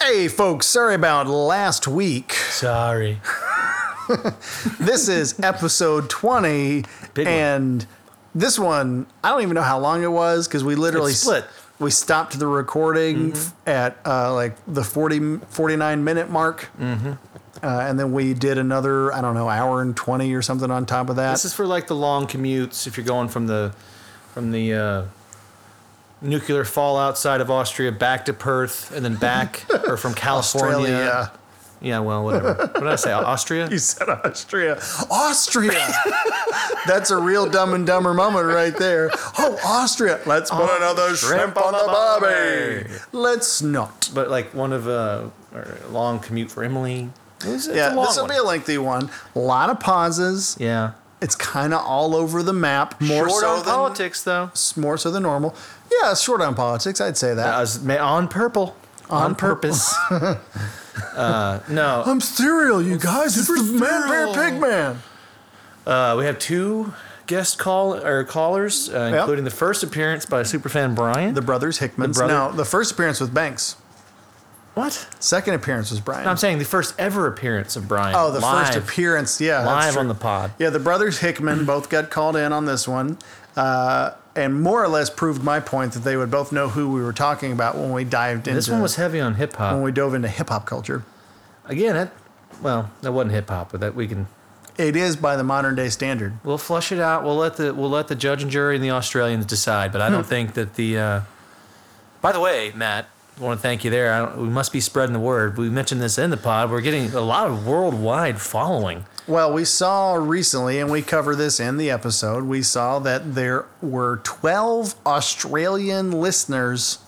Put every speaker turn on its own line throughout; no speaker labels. Hey, folks, sorry about last week.
Sorry.
This is episode 20.
Big one.
and this one, I don't even know how long it was because we literally
It split. Mm-hmm.
We stopped the recording f- at uh, like the 40, m- 49 minute mark. Mm-hmm. Uh, and then we did another, I don't know, hour and 20 or something on top of that.
This is for like the long commutes if you're going from the from the uh, nuclear fallout side of Austria back to Perth and then back or from California.
Australia.
Yeah, well, whatever. What did I say? Austria?
You said Austria. Austria! That's a real dumb and dumber moment right there. Oh, Austria. Let's put
Oh,
another shrimp on the barbie. Let's not.
But like one of uh, or a long commute for Emily. It was- it's
Yeah,
a long
this will
one.
be a lengthy one. A lot of pauses.
yeah.
It's kind of all over the map, more
Short
so
on
than
politics though.
s- more so than normal. Yeah, it's short on politics. I'd say that.
I was Uh, ma- on purple.
On
On, purpose. uh, no,
I'm cereal, you guys. It's the man, bear,
cereal.
pig man.
Uh, we have two guest call or callers, uh, including the first appearance by superfan Brian.
The brothers Hickman.
brother-
No, the first appearance was Banks.
what?
Second appearance was Brian.
No, I'm saying the first ever appearance of Brian.
oh, the
live,
first appearance. Yeah, that's
live
true.
on the pod.
Yeah, the brothers Hickman both got called in on this one, uh, and more or less proved my point that they would both know who we were talking about when we dived into
This one was heavy on hip
uh, when
hop.
we dove into hip hop culture.
Again, it, well, that wasn't hip hop, but that we can
It is by the modern day standard.
we'll flush it out. We'll let the we'll let the judge and jury and the Australians decide. But I
Hmm.
don't think that the. Uh, by the way, Matt, I want to thank you there. I don't, we must be spreading the word. We mentioned this in the pod. We're getting a lot of worldwide following.
Well, we saw recently, and we cover this in the episode, we saw that there were 12 Australian listeners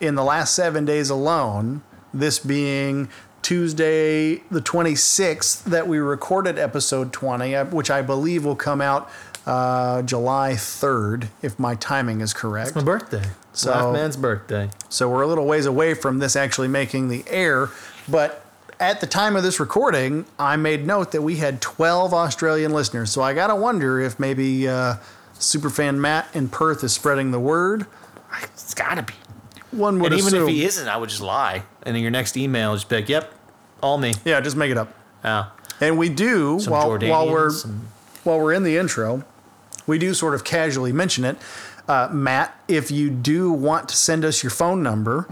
in the last seven days alone, this being Tuesday, the 26th, that we recorded episode 20, uh, which I believe will come out uh, July 3rd, if my timing is correct.
My birthday.
So-
Laugh man's birthday.
So we're a little ways away from this actually making the air. But at the time of this recording, I made note that we had 12 Australian listeners. So I got to wonder if maybe uh, Superfan Matt in Perth is spreading the word.
It's gotta be.
One would
And even
assume.
if he isn't, I would just lie. And in your next email, just be like, "Yep, all me."
yeah, just make it up.
Oh.
And we do
Some
while, while
Jordanians,
we're
some-
while we're in the intro, we do sort of casually mention it. Uh, Matt, if you do want to send us your phone number,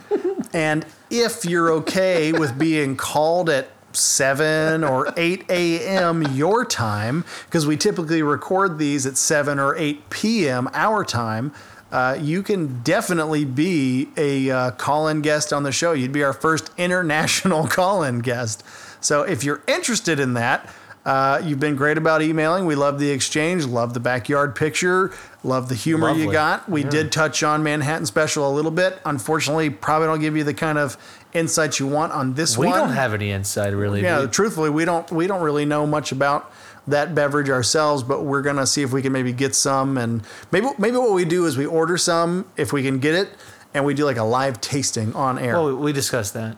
and if you're okay with being called at 7 or 8 a.m. your time, because we typically record these at 7 or 8 p.m. our time, uh, you can definitely be a uh, call in guest on the show. You'd be our first international call in guest. So if you're interested in that, uh, you've been great about emailing. We love the exchange, love the backyard picture, love the humor you
Lovely.
got. We did touch on Manhattan Special a little bit. Unfortunately, probably don't give you the kind of insight you want on this
We
one.
don't have any insight really.
Yeah,
We-
truthfully, we don't we don't really know much about that beverage ourselves, but we're gonna see if we can maybe get some, and maybe maybe what we do is we order some if we can get it, and we do like a live tasting on air.
Well, oh, we discussed that.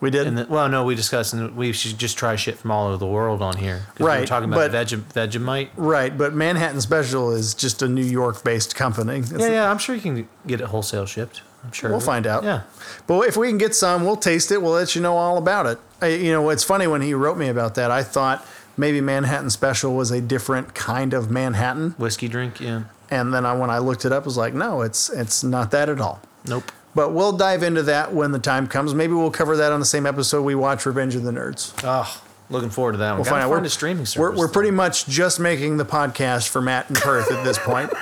we did.
And the, well, no, we discussed, and we should just try shit from all over the world on here. 'Cause We
Right,
were talking about
but-
Vegem- Vegemite.
Right, but Manhattan Special is just a New York-based company. It's-
Yeah, yeah, I'm sure you can get it wholesale shipped. I'm sure
We'll find out.
Yeah,
But if we can get some, we'll taste it. We'll let you know all about it. I, you know, it's funny when he wrote me about that. I thought maybe Manhattan Special was a different kind of Manhattan,
whiskey drink. Yeah,
and then I, when I looked it up, I was like, no, it's it's not that at all.
nope.
But we'll dive into that when the time comes. Maybe we'll cover that on the same episode we watch Revenge of the Nerds.
Oh, looking forward to that one.
We'll
Gotta
find out.
a streaming service.
We're, we're pretty much just making the podcast for Matt and Perth at this point.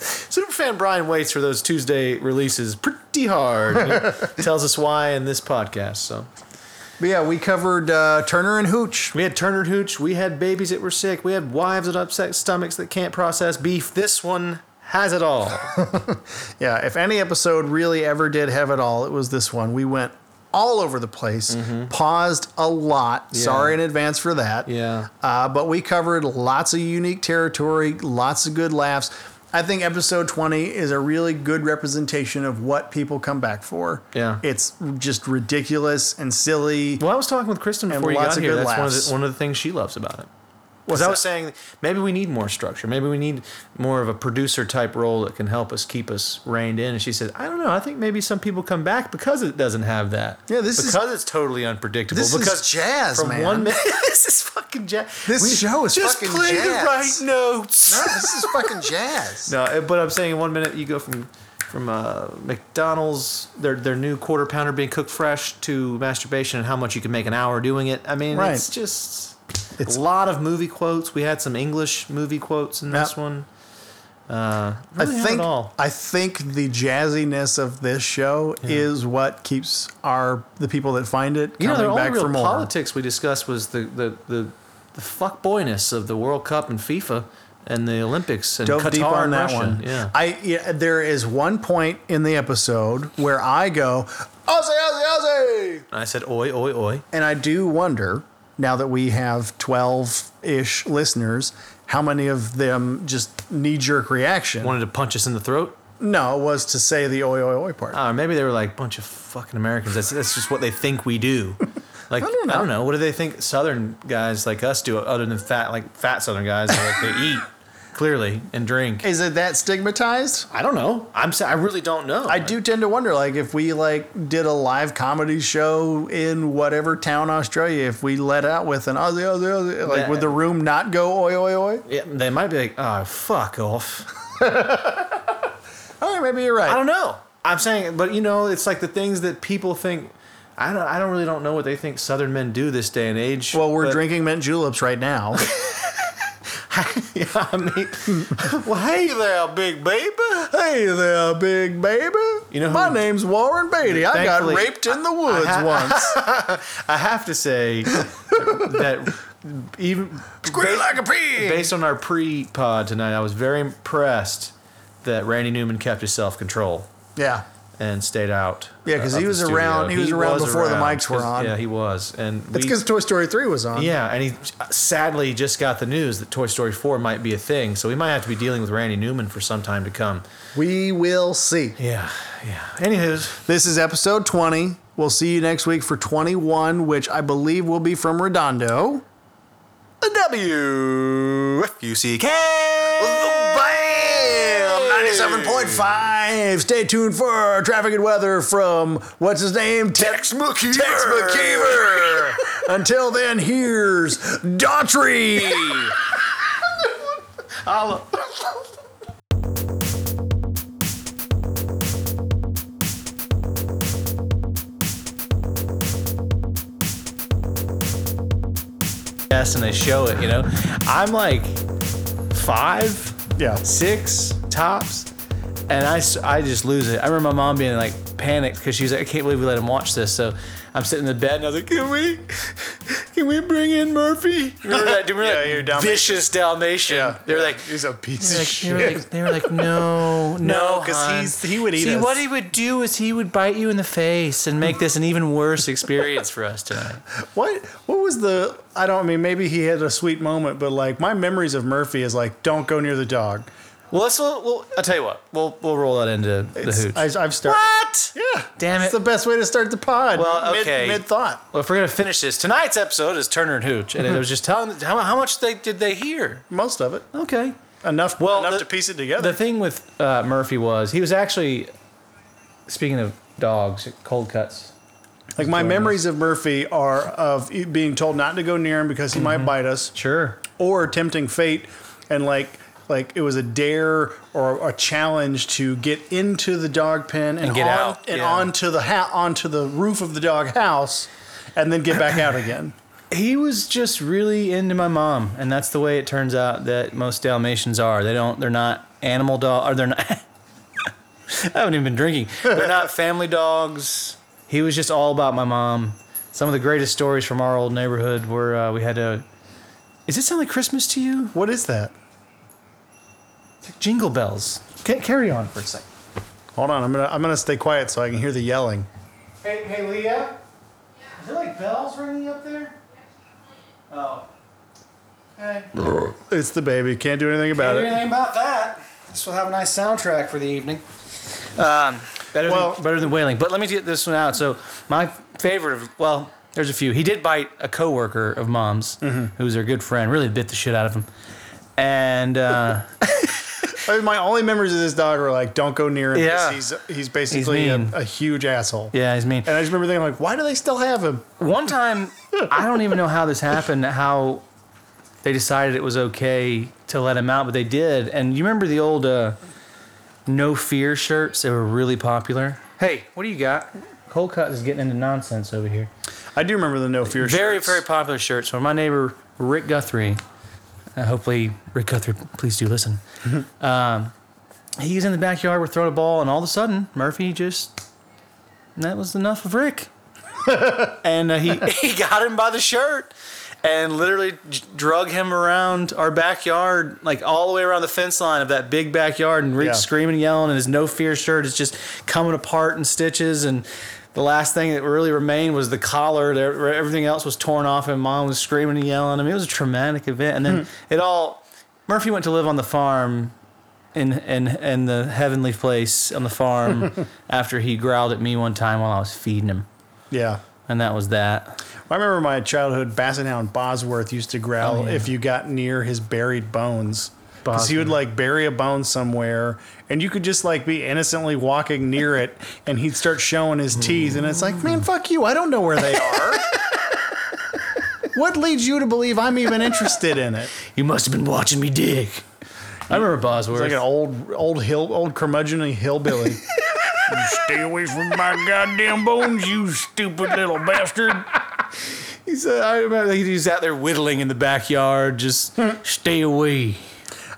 Superfan Brian waits for those Tuesday releases pretty hard. and he tells us why in this podcast. So
But yeah, we covered uh, Turner and Hooch.
we had Turner Hooch. We had babies that were sick. We had wives with upset stomachs that can't process beef. This one has it all.
Yeah, if any episode really ever did have it all, it was this one. We went all over the place, paused a lot. Sorry in advance for that.
Mm-hmm. Yeah.
Uh, but we covered lots of unique territory, lots of good laughs. I think episode 20 is a really good representation of what people come back for.
Yeah.
It's just ridiculous and silly.
Well, I was talking with Kristen before you
lots
got
of
here.
good
That's one of,
laughs.
the, one of the things she loves about it. Because I was saying maybe we need more structure. Maybe we need more of a producer type role that can help us keep us reined in. And she said, I don't know. I think maybe some people come back because it doesn't have that.
Yeah, this is-
because it's totally unpredictable.
This is
because
jazz,
from
man.
one minute, this is fucking jazz.
This show is
just
fucking
play
jazz.
the right notes.
No, this is fucking jazz.
No, eh, but I'm saying in one minute you go from from uh, McDonald's their their new quarter pounder being cooked fresh to masturbation and how much you can make an hour doing it. I mean,
Right.
it's just
It's-
a lot of movie quotes. We had some English movie quotes in this
Yep.
one. Uh,
I
really had
think
it all.
I think the jazziness of this show is what keeps our the people that find it
You know,
coming
the only
back
real
for more.
politics we discussed was the the the, the fuckboyness of the World Cup and FIFA and the Olympics and
Dove
Qatar
deep on
and
that
Russia.
one.
Yeah.
I yeah, there is one point in the episode where I go, Aussie, Aussie, Aussie,
I said, oi, oi, oi.
and I do wonder now that we have twelve ish listeners, how many of them just knee jerk reaction?
Wanted to punch us in the throat.
No, it was to say the oi oi oi part.
Uh, maybe they were like bunch of fucking Americans. That's that's just what they think we do. Like I don't know. What do they think Southern guys like us do other than fat like fat Southern guys? Like they eat clearly and drink.
is it that stigmatized?
I don't know. I'm sa- I really don't know.
I do tend to wonder, like, if we like did a live comedy show in whatever town Australia, if we let out with an Aussie, Aussie, Aussie, like, would the room not go oi oi oi?
Yeah, they might be like, oh fuck off.
Oh, maybe you're right.
I don't know. I'm saying, but you know, it's like the things that people think. I don't. I don't really don't know what they think Southern men do this day and age.
well, we're
but-
drinking mint juleps right now.
yeah, I mean, well, hey there, big baby.
hey there, big baby.
You know
my
who-
name's Warren Beatty. I got
Thankfully-
raped in the woods
I- I-
once.
I have to say that even
Squeal like a pig.
based on our pre-pod tonight, I was very impressed that Randy Newman kept his self-control
yeah.
and stayed out.
Yeah, 'cause
uh, of
he
the
was
studio.
around- he was around before the mics
'cause-
were on.
Yeah, he was, and
It's
we-
because Toy Story 3 was on.
yeah, and he sadly just got the news that Toy Story 4 might be a thing, so we might have to be dealing with Randy Newman for some time to come.
We will see.
Yeah, yeah. Anywho's,
This is episode 20. We'll see you next week for 21, which I believe will be from Redondo.
W F U C K.
Bam! 97.5. Stay tuned for traffic and weather from what's his name? Tex McKeever. Tex McKeever. Until then, here's Daughtry.
Yes, and they show it, you know. I'm like five,
yeah.
six tops, and I, s- I just lose it. I remember my mom being like panicked because she was like, I can't believe we let him watch this. So I'm sitting in the bed and I was like, can we, can we bring in Murphy? Remember that, do you remember
Yeah,
that
your Dalmatian.
vicious Dalmatian? They were like,
he's a piece
they were like- they were like, they were like, no, no,
No, 'cause
hon."
he's- he would eat
See,
us.
what he would do is he would bite you in the face and make this an even worse experience for us tonight.
What? What was the? I don't I mean. Maybe he had a sweet moment, but like my memories of Murphy is like, don't go near the dog.
Well, let's. We'll, we'll, I'll tell you what. We'll we'll roll that into the
It's-
hooch.
I, I've started.
what?
Yeah.
Damn
It's
it.
the best way to start the pod.
Well,
Mid-
okay.
Mid thought.
Well, if we're gonna finish this, tonight's episode is Turner and Hooch, and it was just telling how, how much they did they hear.
Most of it.
Okay.
Enough.
Well,
enough
the-
to piece it
The
together.
thing with uh, Murphy was he was actually speaking of dogs, cold cuts.
like my memories of Murphy are of e- being told not to go near him because he
Mm-hmm.
might bite us,
Sure.
or tempting fate, and like like it was a dare or a challenge to get into the dog pen and,
get
on,
out,
and
yeah.
onto the ha- onto the roof of the dog house, and then get back out again.
He was just really into my mom, and that's the way it turns out that most Dalmatians are. They don't. They're not animal dog. Or they're not. I haven't even been drinking. They're not family dogs. He was just all about my mom. Some of the greatest stories from our old neighborhood were uh, we had a. Does it sound like Christmas to you?
What is that?
Jingle bells. Ca- carry on for a second.
Hold on, I'm gonna I'm gonna stay quiet so I can hear the yelling.
Hey, hey, Leah. Is there like bells ringing up there? Oh. Okay.
It's the baby. Can't do anything about
Can't do
it.
anything about that. This will have a nice soundtrack for the evening. Um, better,
Well-
than, better than wailing. But let me get this one out. So my favorite of well, There's a few. He did bite a coworker of mom's, who's her good friend. Really bit the shit out of him. And uh,
I mean, my only memories of this dog were like, don't go near him. 'cause
Yeah.
He's, he's basically
mean.
a, a huge asshole.
yeah, he's mean.
And I just remember thinking, like, why do they still have him?
One time, I don't even know how this happened. How they decided it was okay to let him out, but they did. And you remember the old uh, "No Fear" shirts? They were really popular. Hey, what do you got? Cold cut is getting into nonsense over here.
I do remember the No Fear
very
shirts.
very popular shirt. So my neighbor Rick Guthrie, uh, hopefully Rick Guthrie, please do listen. um, he's in the backyard. We're throwing a ball, and all of a sudden Murphy just and that was enough of Rick, and uh, he he got him by the shirt. And literally j- drug him around our backyard, like all the way around the fence line of that big backyard, and Rick
Yeah.
screaming and yelling, and his no fear shirt is just coming apart in stitches. And the last thing that really remained was the collar. There- Everything else was torn off, and mom was screaming and yelling. I mean, it was a traumatic event. And then it all. Murphy went to live on the farm, in in in the heavenly place on the farm after he growled at me one time while I was feeding him,
Yeah.
and that was that.
I remember my childhood basset hound Bosworth used to growl
Oh, yeah.
if you got near his buried bones. Because he would
Bosworth.
like bury a bone somewhere, and you could just like be innocently walking near it, and he'd start showing his teeth, and it's like, man, fuck you! I don't know where they are. what leads you to believe I'm even interested in it?
You must have been watching me dig. I remember Bosworth.
Like an old, old hill, old curmudgeonly hillbilly.
Stay away from my goddamn bones, you stupid little bastard.
he's, uh, I remember he was out there whittling in the backyard. Just stay away.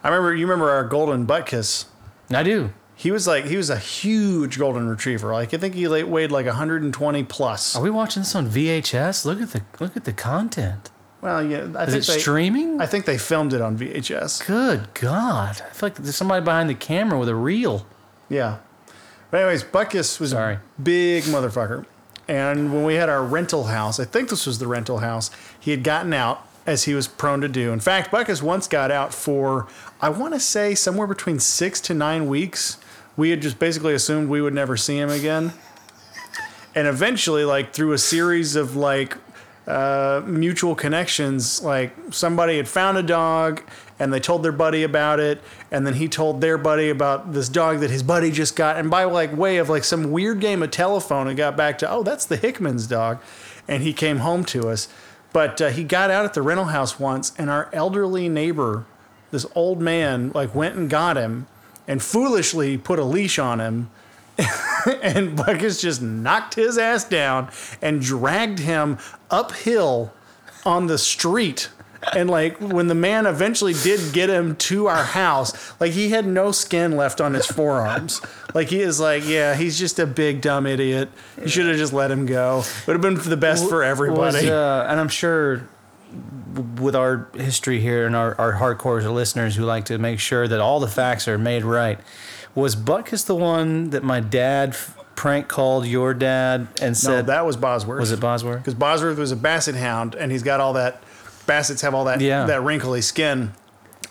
I remember you remember our golden butt kiss.
And I do.
He was like he was a huge golden retriever. Like I think he like, weighed like 120 plus.
Are we watching this on VHS? Look at the look at the content.
Well, yeah, I
Is
think
it
they,
streaming?
I think they filmed it on VHS.
Good God! I feel like there's somebody behind the camera with a reel.
Yeah. But anyways, Buckus was
Sorry.
a big motherfucker. And when we had our rental house, I think this was the rental house, he had gotten out as he was prone to do. In fact, Buckus once got out for I want to say somewhere between 6 to 9 weeks. We had just basically assumed we would never see him again. And eventually like through a series of like mutual connections. Like somebody had found a dog and they told their buddy about it, and then he told their buddy about this dog that his buddy just got. And by like way of like some weird game of telephone, it got back to oh, that's the Hickman's dog, and he came home to us. But uh, he got out at the rental house once, and our elderly neighbor, this old man, like went and got him, and foolishly put a leash on him and Buckus just knocked his ass down and dragged him uphill on the street. And like when the man eventually did get him to our house, like he had no skin left on his forearms. Like he is like, yeah, he's just a big dumb idiot. You should have just let him go. Would have been the best for
was,
everybody.
uh, and I'm sure w- with our history here and our, our hardcore listeners who like to make sure that all the facts are made right, was Butkus the one that my dad f- prank called your dad and
no,
said,
that was Bosworth.
was it Bosworth?
Because Bosworth was a basset hound, and he's got all that. Bassets have all that
Yeah.
that wrinkly skin,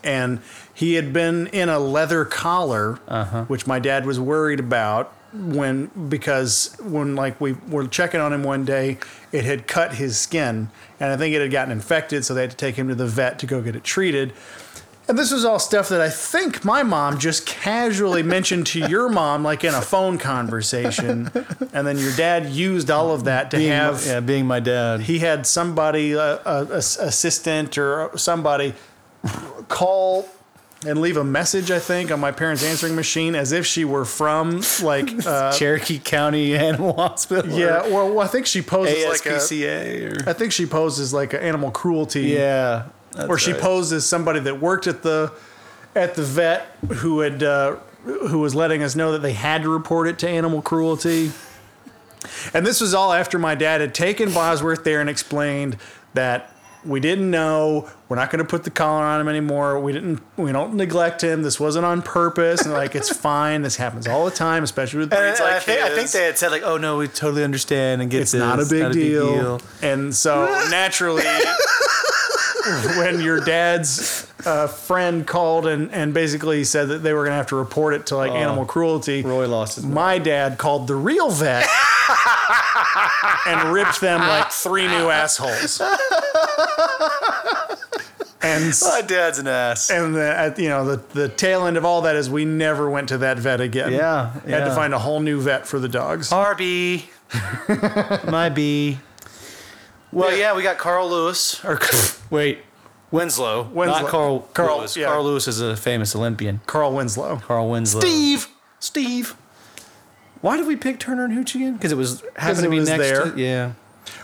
and he had been in a leather collar,
Uh-huh.
which my dad was worried about when because when like we were checking on him one day, it had cut his skin, and I think it had gotten infected, so they had to take him to the vet to go get it treated. And this was all stuff that I think my mom just casually mentioned to your mom, like in a phone conversation, and then your dad used all of that to
Being my-
have
yeah, being my dad.
he had somebody, uh, a, a- assistant or somebody, call and leave a message. I think on my parents' answering machine, as if she were from like, uh,
Cherokee County Animal Hospital. or
yeah. Well, I think she poses like a.
ASPCA. or,
I think she posed as like an animal cruelty.
yeah.
Or she posed as somebody that worked at the at the vet who had uh, who was letting us know that they had to report it to animal cruelty. And this was all after my dad had taken Bosworth there and explained that we didn't know. We're not going to put the collar on him anymore. We didn't. We don't neglect him. This wasn't on purpose. And like, it's fine. This happens all the time, especially with breeds like
I, think, I think
his
they had said like, "Oh no, we totally understand and get
it's not a big, deal. And so naturally, when your dad's uh, friend called and, and basically said that they were going to have to Oh, report it to like animal cruelty,
Roy lost his mind.
my dad called the real vet and ripped them like three new assholes. And
My dad's an ass.
and the at, you know the the tail end of all that is we never went to that vet again.
Yeah,
had to
yeah.
find a whole new vet for the dogs.
Harvey. My bee. Well, yeah. we got Carl Lewis. Or wait, Winslow.
Winslow.
Not Carl.
Carl,
Lewis.
yeah.
Carl Lewis is a famous Olympian.
Carl Winslow.
Carl Winslow.
Steve.
Steve. Why did we pick Turner and Hooch again? Because it was happened
it
to be
was
next.
there.
To, yeah.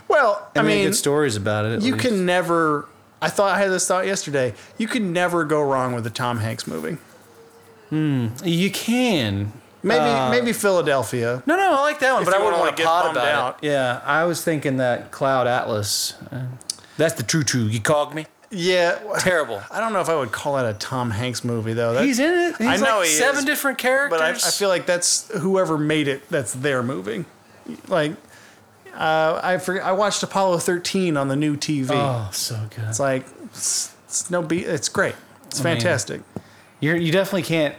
Well, I,
I mean,
mean,
good stories about it. at
you
least.
can never. I thought I had this thought yesterday. You can never go wrong with a Tom Hanks movie.
You can.
Maybe
Uh,
maybe Philadelphia.
No, no, I like that one,
If
but I
you
wouldn't
wanna
want to
get
pot
bummed
about
out.
it. Yeah, I was thinking that Cloud Atlas. Uh, that's the true true. You cogged me.
Yeah,
Terrible.
I don't know if I would call that a Tom Hanks movie though. That-
He's in it. He's
I know
like
he
seven
is,
different characters.
but I, I feel like that's whoever made it. That's their movie. Like, uh, I forget, I watched Apollo 13 on the new TV.
Oh, so good.
It's like it's, it's no be It's great. It's fantastic.
You're, you definitely can't.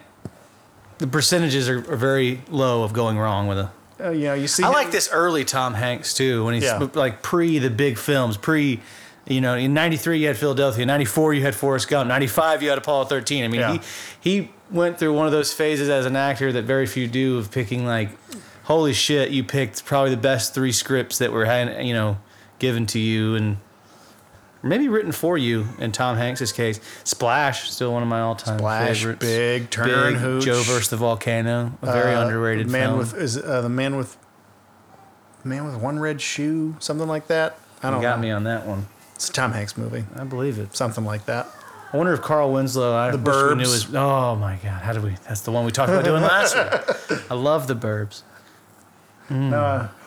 The percentages are, are very low of going wrong with a.
Uh, you know, you see.
I
him-
like this early Tom Hanks too, when he's
Yeah.
like pre the big films, pre. You know, in '93 you had Philadelphia, '94 you had Forrest Gump, '95 you had Apollo 13. I mean,
Yeah.
he he went through one of those phases as an actor that very few do of picking like, holy shit, you picked probably the best three scripts that were had you know given to you and maybe written for you. In Tom Hanks's case, Splash still one of my all-time
Splash,
favorites.
Big, Turner and Hooch.
Joe versus the volcano, a very
uh,
underrated
man
film.
with is uh, the man with man with one red shoe, something like that. I
You
don't
got
know.
me on that one.
It's a Tom Hanks movie,
I believe it.
something like that.
I wonder if Carl Winslow. I the wish we
Burbs.
knew his, oh my God! How did we? That's the one we talked about doing last week. I love the Burbs.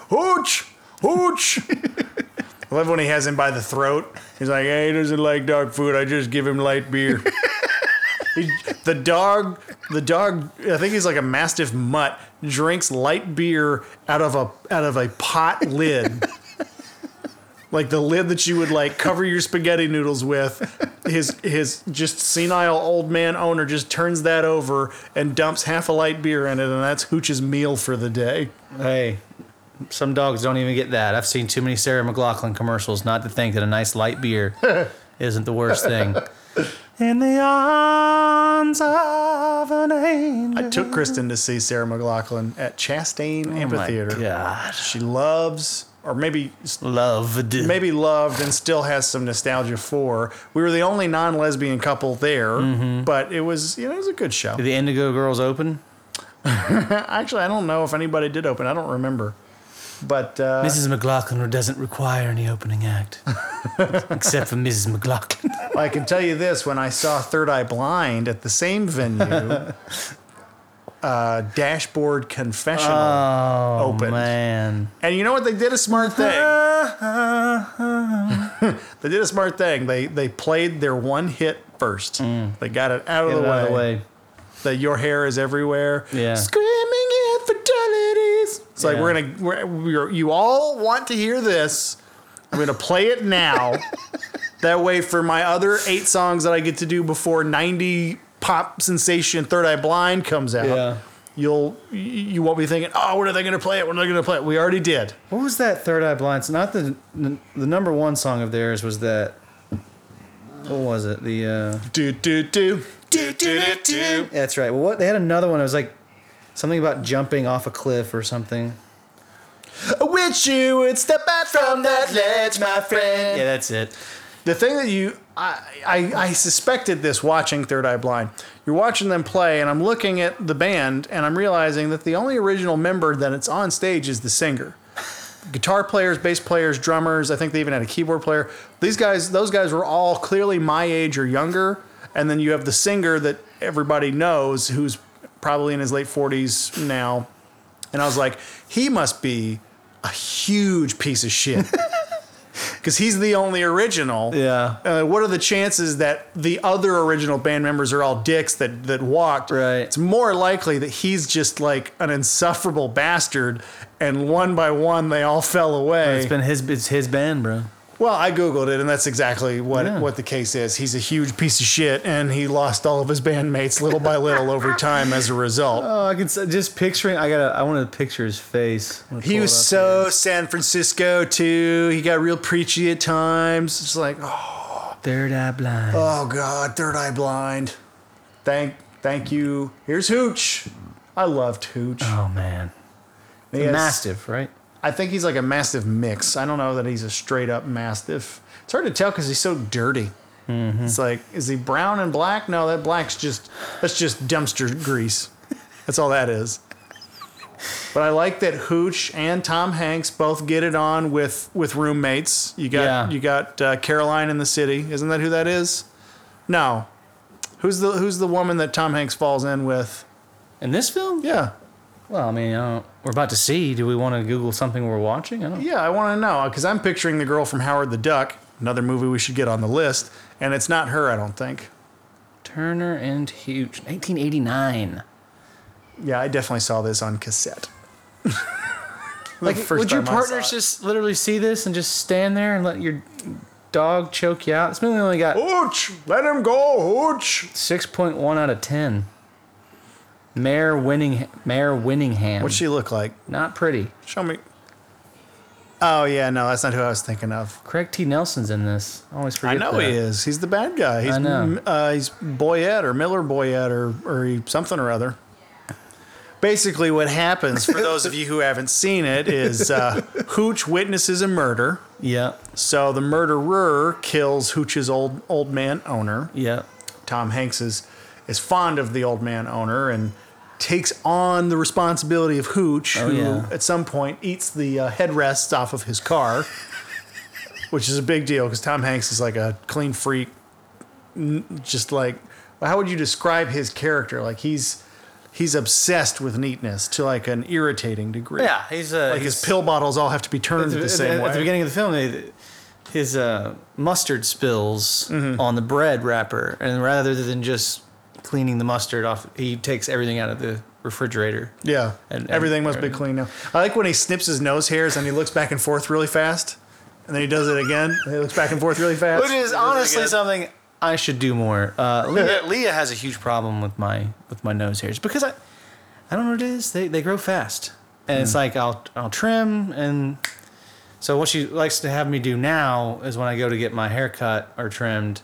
Hooch, hooch. I love when he has him by the throat. He's like, "Hey, he doesn't like dog food. I just give him light beer." He- the dog, the dog. I think he's like a mastiff mutt. Drinks light beer out of a out of a pot lid, like the lid that you would like cover your spaghetti noodles with. His his just senile old man owner just turns that over and dumps half a light beer in it, and that's Hooch's meal for the day.
Hey, some dogs don't even get that. I've seen too many Sarah McLaughlin commercials not to think that a nice light beer isn't the worst thing. In the arms of an angel.
I took Kristen to see Sarah McLaughlin at Chastain Amphitheater.
Oh My God,
She loves, or maybe
loved.
maybe loved, and still has some nostalgia for. We were the only non-lesbian couple there,
Mm-hmm.
but it was you know it was a good show.
Did the Indigo Girls open?
Actually, I don't know if anybody did open. I don't remember, but uh,
Mrs. McLaughlin doesn't require any opening act, except for Mrs. McLaughlin.
I can tell you this: when I saw Third Eye Blind at the same venue, uh, Dashboard Confessional opened.
Oh, Man.
And you know what? They did a smart thing. they did a smart thing. They they played their one hit first. They got it out, of the,
Mm.
way.
Get out of the way.
That your hair is everywhere.
Yeah.
Screaming infidelities. It's like
Yeah.
we're gonna we're, we're, you all want to hear this. I'm gonna play it now. that way, for my other eight songs that I get to do before 90 pop sensation Third Eye Blind comes out,
Yeah.
you'll y- you won't be thinking, oh, when are they gonna play it? When are they gonna play it? We already did.
What was that Third Eye Blind? It's not the the number one song of theirs was that. What was it? The uh,
Do do do do do do do.
that's right. Well, what they had another one. It was like something about jumping off a cliff or something.
Wish you would step out from that ledge, my friend.
Yeah, that's it.
The thing that you, I, I, I suspected this watching Third Eye Blind. You're watching them play, and I'm looking at the band, and I'm realizing that the only original member that it's on stage is the singer. Guitar players, bass players, drummers. I think they even had a keyboard player. These guys, those guys were all clearly my age or younger. And then you have the singer that everybody knows, who's probably in his late 40s now. And I was like, he must be a huge piece of shit. Because he's the only original.
Yeah.
Uh, what are the chances that the other original band members are all dicks that, that walked?
Right.
It's more likely that he's just like an insufferable bastard, and one by one they all fell away.
It's been his. It's his band, bro.
Well, I googled it, and that's exactly what
Yeah.
what the case is. He's a huge piece of shit, and he lost all of his bandmates little by little over time as a result.
Oh, I can s- just picturing. I gotta. I want to picture his face. I'm gonna
he
pull
was
it up
so San Francisco too. He got real preachy at times. It's like, oh,
here. third eye blind.
oh God, third eye blind. Thank, thank you. Here's Hooch. I loved Hooch.
Oh man,
He has-
mastiff, right?
I think he's like a mastiff mix. I don't know that he's a straight up mastiff. It's hard to tell because he's so dirty. It's like, is he brown and black? No, that black's just that's just dumpster grease. That's all that is. But I like that Hooch and Tom Hanks both get it on with with roommates. You got
Yeah.
you got uh, Caroline in the city. Isn't that who that is? No. Who's the who's the woman that Tom Hanks falls in with?
In this film?
Yeah.
Well, I mean, I don't, we're about to see. Do we want to Google something we're watching? I don't.
Yeah, I want to know because I'm picturing the girl from Howard the Duck, another movie we should get on the list, and it's not her, I don't think.
Turner and Hooch, 1989.
Yeah, I definitely saw this on cassette. The
Like,
first
would your
time I saw
partners
it.
just literally see this and just stand there and let your dog choke you out? This movie only got
Hooch, let him go, Hooch.
6.1 out of 10. Mayor Winning, Mayor Winningham.
What'd she look like?
Not pretty.
Show me. Oh yeah, no, that's not who I was thinking of.
Craig T. Nelson's in this. I always
I
forget.
know
that.
he is. He's the bad guy. He's
know.
Uh, he's Boyette or Miller Boyette or or he, something or other. Basically, what happens for those of you who haven't seen it is uh, Hooch witnesses a murder.
Yeah,
So the murderer kills Hooch's old old man owner.
yeah.
Tom Hanks is is fond of the old man owner and takes on the responsibility of Hooch, who
Oh, yeah.
at some point eats the uh, headrests off of his car, which is a big deal because Tom Hanks is like a clean freak. N- Just like, how would you describe his character? Like he's he's obsessed with neatness to like an irritating degree.
Yeah, he's uh,
Like
he's,
his pill bottles all have to be turned the same
at,
way.
at the beginning of the film, they, his uh, mustard spills
Mm-hmm.
on the bread wrapper, and rather than just cleaning the mustard off, he takes everything out of the refrigerator.
Yeah.
And- and-
Everything must be clean now. I like when he snips his nose hairs and he looks back and forth really fast. And then he does it again. And he looks back and forth really fast.
Which is honestly something I should do more. Uh, Leah, Leah has a huge problem with my with my nose hairs because I I don't know what it is. They they grow fast, and it's like I'll I'll trim and. So what she likes to have me do now is when I go to get my hair cut or trimmed,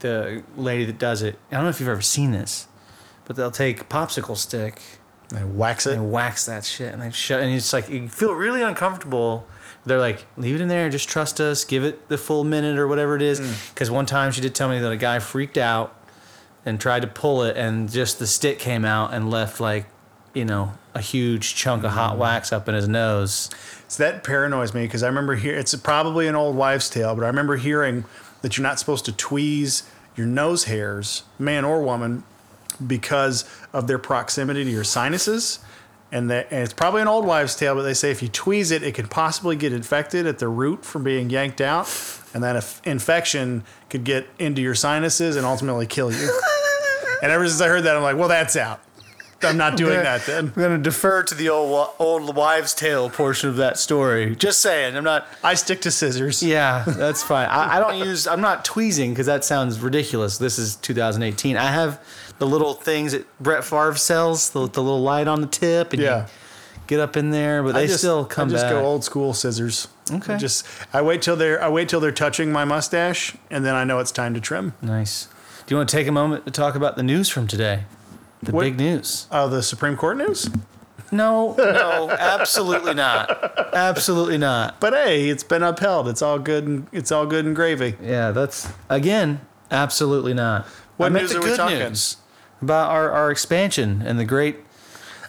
the lady that does it. I don't know if you've ever seen this, but they'll take popsicle stick
And wax it.
and wax that shit and they shut and it's like you feel really uncomfortable they're like leave it in there just trust us give it the full minute or whatever it is
Mm.
because one time she did tell me that a guy freaked out and tried to pull it and just the stick came out and left like you know a huge chunk of
Mm.
hot wax up in his nose
So that paranoids me because I remember here, it's probably an old wives' tale, but I remember hearing that you're not supposed to tweeze your nose hairs, man or woman, because of their proximity to your sinuses. And, that, and it's probably an old wives' tale, but they say if you tweeze it, it could possibly get infected at the root from being yanked out. And that if infection could get into your sinuses and ultimately kill you. and ever since I heard that, I'm like, well, that's out. I'm not doing that then.
i'm going to defer to the old old wives tale portion of that story just saying i'm not
I stick to scissors.
Yeah, that's fine. I, I don't use. I'm not tweezing because that sounds ridiculous. This is 2018. I have the little things that Brett Favre sells, the, the little light on the tip, and
Yeah.
you get up in there, but they
I just-
still come
I just
back.
go old school scissors.
Okay.
I just I wait till they're I wait till they're touching my mustache, and then I know it's time to trim.
Nice. Do you want to take a moment to talk about the news from today? The
What-
big news.
Oh, the Supreme Court news.
No, no, absolutely not. Absolutely not.
But hey, it's been upheld. It's all good. And, it's all good and gravy.
Yeah, that's again, absolutely not.
What
I meant
news
the
are we
good
talking?
news about our, our expansion and the great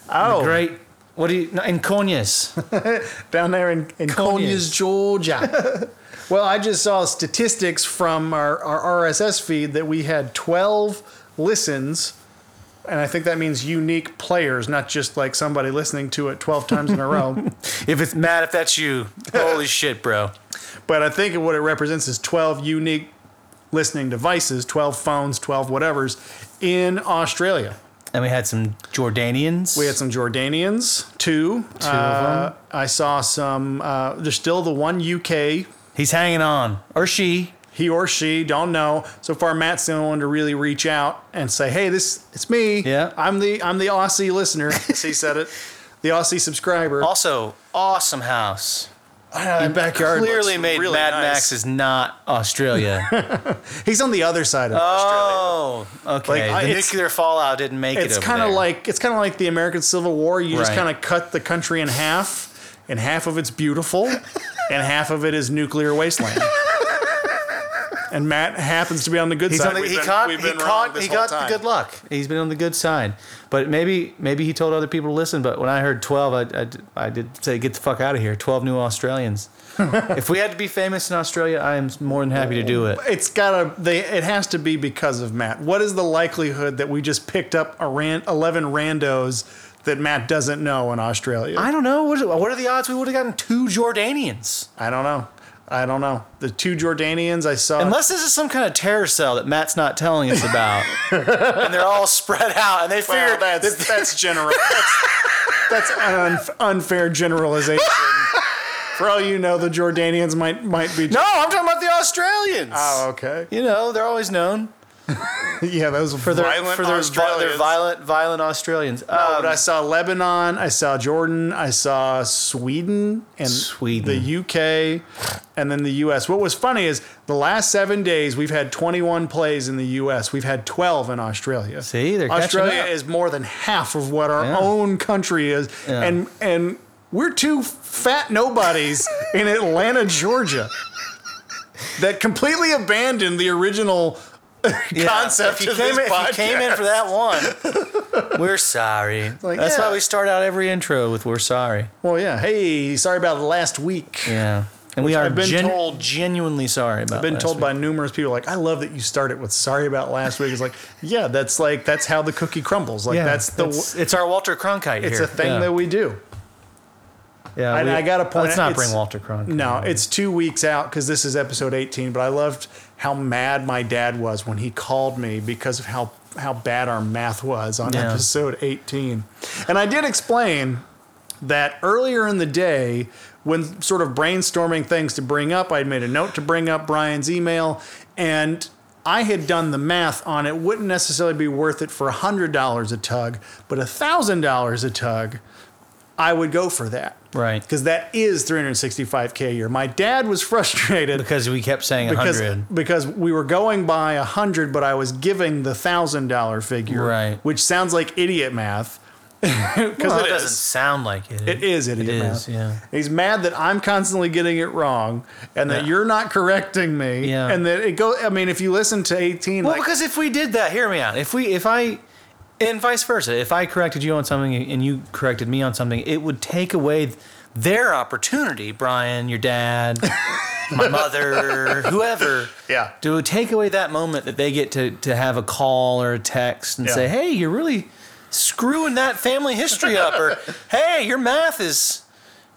Oh,
Great. What do you no, in Conyers?
down there in, in Conyers,
Conyers.
Georgia. well, I just saw statistics from our, our RSS feed that we had 12 listens, and I think that means unique players, not just like somebody listening to it 12 times in a row.
if it's Matt, if that's you, holy shit, bro.
But I think what it represents is 12 unique listening devices, 12 phones, 12 whatevers in Australia.
And we had some Jordanians.
We had some Jordanians, two.
of
Uh, I saw some, uh, there's still the one UK
He's hanging on, or she.
He or she, don't know. So far, Matt's the only one to really reach out and say, "Hey, this it's me.
Yeah.
I'm the I'm the Aussie listener." as he said it, the Aussie subscriber.
Also, awesome house.
That backyard
Clearly
looks
made
really
Mad
nice.
Max is not Australia.
He's on the other side of Australia.
oh, okay.
Like, I-
the
it's-
nuclear fallout didn't make it.
It's
over
kind of
there.
like it's kind of like the American Civil War. You just
Right.
kind of cut the country in half, and half of it's beautiful, and half of it is nuclear wasteland. and Matt happens to be on the good
He's
side.
on the,
We've
he
been-
caught.
we've
He
been wrong
caught.
this
He
whole
got
time.
the good luck. He's been on the good side. But maybe, maybe he told other people to listen. But when I heard twelve, I, I d- I did say, "Get the fuck out of here!" Twelve new Australians. if we had to be famous in Australia, I am more than happy to do it.
It's gotta. They. It has to be because of Matt. What is the likelihood that we just picked up a ran, eleven randos that Matt doesn't know in Australia?
I don't know. What, are- what are the odds we would have gotten two Jordanians?
I don't know. I don't know. The two Jordanians I saw.
Unless this is some kind of terror cell that Matt's not telling us about, and they're all spread out, and they
Well,
figured
that's that's general. That's, that's an unf- unfair generalization. For all you know, the Jordanians might might be.
No, I'm talking about the Australians.
Oh, okay.
You know, they're always known
Yeah, those for
for their
violent
for their, vi-
Australians.
their violent, violent Australians. Uh,
But I saw Lebanon. I saw Jordan. I saw Sweden and
Sweden.
the UK, and then the US. What was funny is the last seven days we've had 21 plays in the US. We've had 12 in Australia.
See, they're catching
Australia
up.
is more than half of what our
Yeah.
own country is,
Yeah.
and and we're two fat nobodies in Atlanta, Georgia, that completely abandoned the original. concept
If you,
of
came
this
in, if you came in for that one, we're sorry.
like,
That's
yeah.
why we start out every intro with "We're sorry."
Well, yeah. Hey, sorry about last week.
Yeah, and we are
I've been
genu-
told-
genuinely sorry about.
been
last
told
week.
by numerous people like i love that you started with sorry about last week it's like yeah that's like that's how the cookie crumbles like
Yeah,
that's the
it's,
it's,
it's our Walter Cronkite here.
a thing
yeah.
that we do
yeah,
and
we-
I gotta point
Let's
out,
not
it's-
bring Walter Cronkite.
no it's two weeks out because this is episode 18 but i loved how mad my dad was when he called me because of how how bad our math was on
Yeah.
episode 18 and i did explain that earlier in the day, when sort of brainstorming things to bring up, I'd made a note to bring up Brian's email, and I had done the math on it. Wouldn't necessarily be worth it for $100 a tug, but $1,000 a tug, I would go for that.
Right.
Because that is 365K a year. My dad was frustrated
because we kept saying
because,
hundred.
because we were going by a hundred, but I was giving the thousand dollar figure,
Right.
which sounds like idiot math. Because
Well,
it
it
is.
doesn't sound like it.
It is idiot
It
math.
is, yeah.
He's mad that I'm constantly getting it wrong and that
Yeah.
you're not correcting me.
Yeah.
And that it goes, I mean, if you listen to 18,
Well,
like,
because if we did that, hear me out. If we, if I, and vice versa, if I corrected you on something and you corrected me on something, it would take away their opportunity. Brian, your dad, my mother, whoever.
Yeah.
To take away that moment that they get to to have a call or a text and
Yeah.
say, "Hey, you're really screwing that family history up," or "Hey, your math is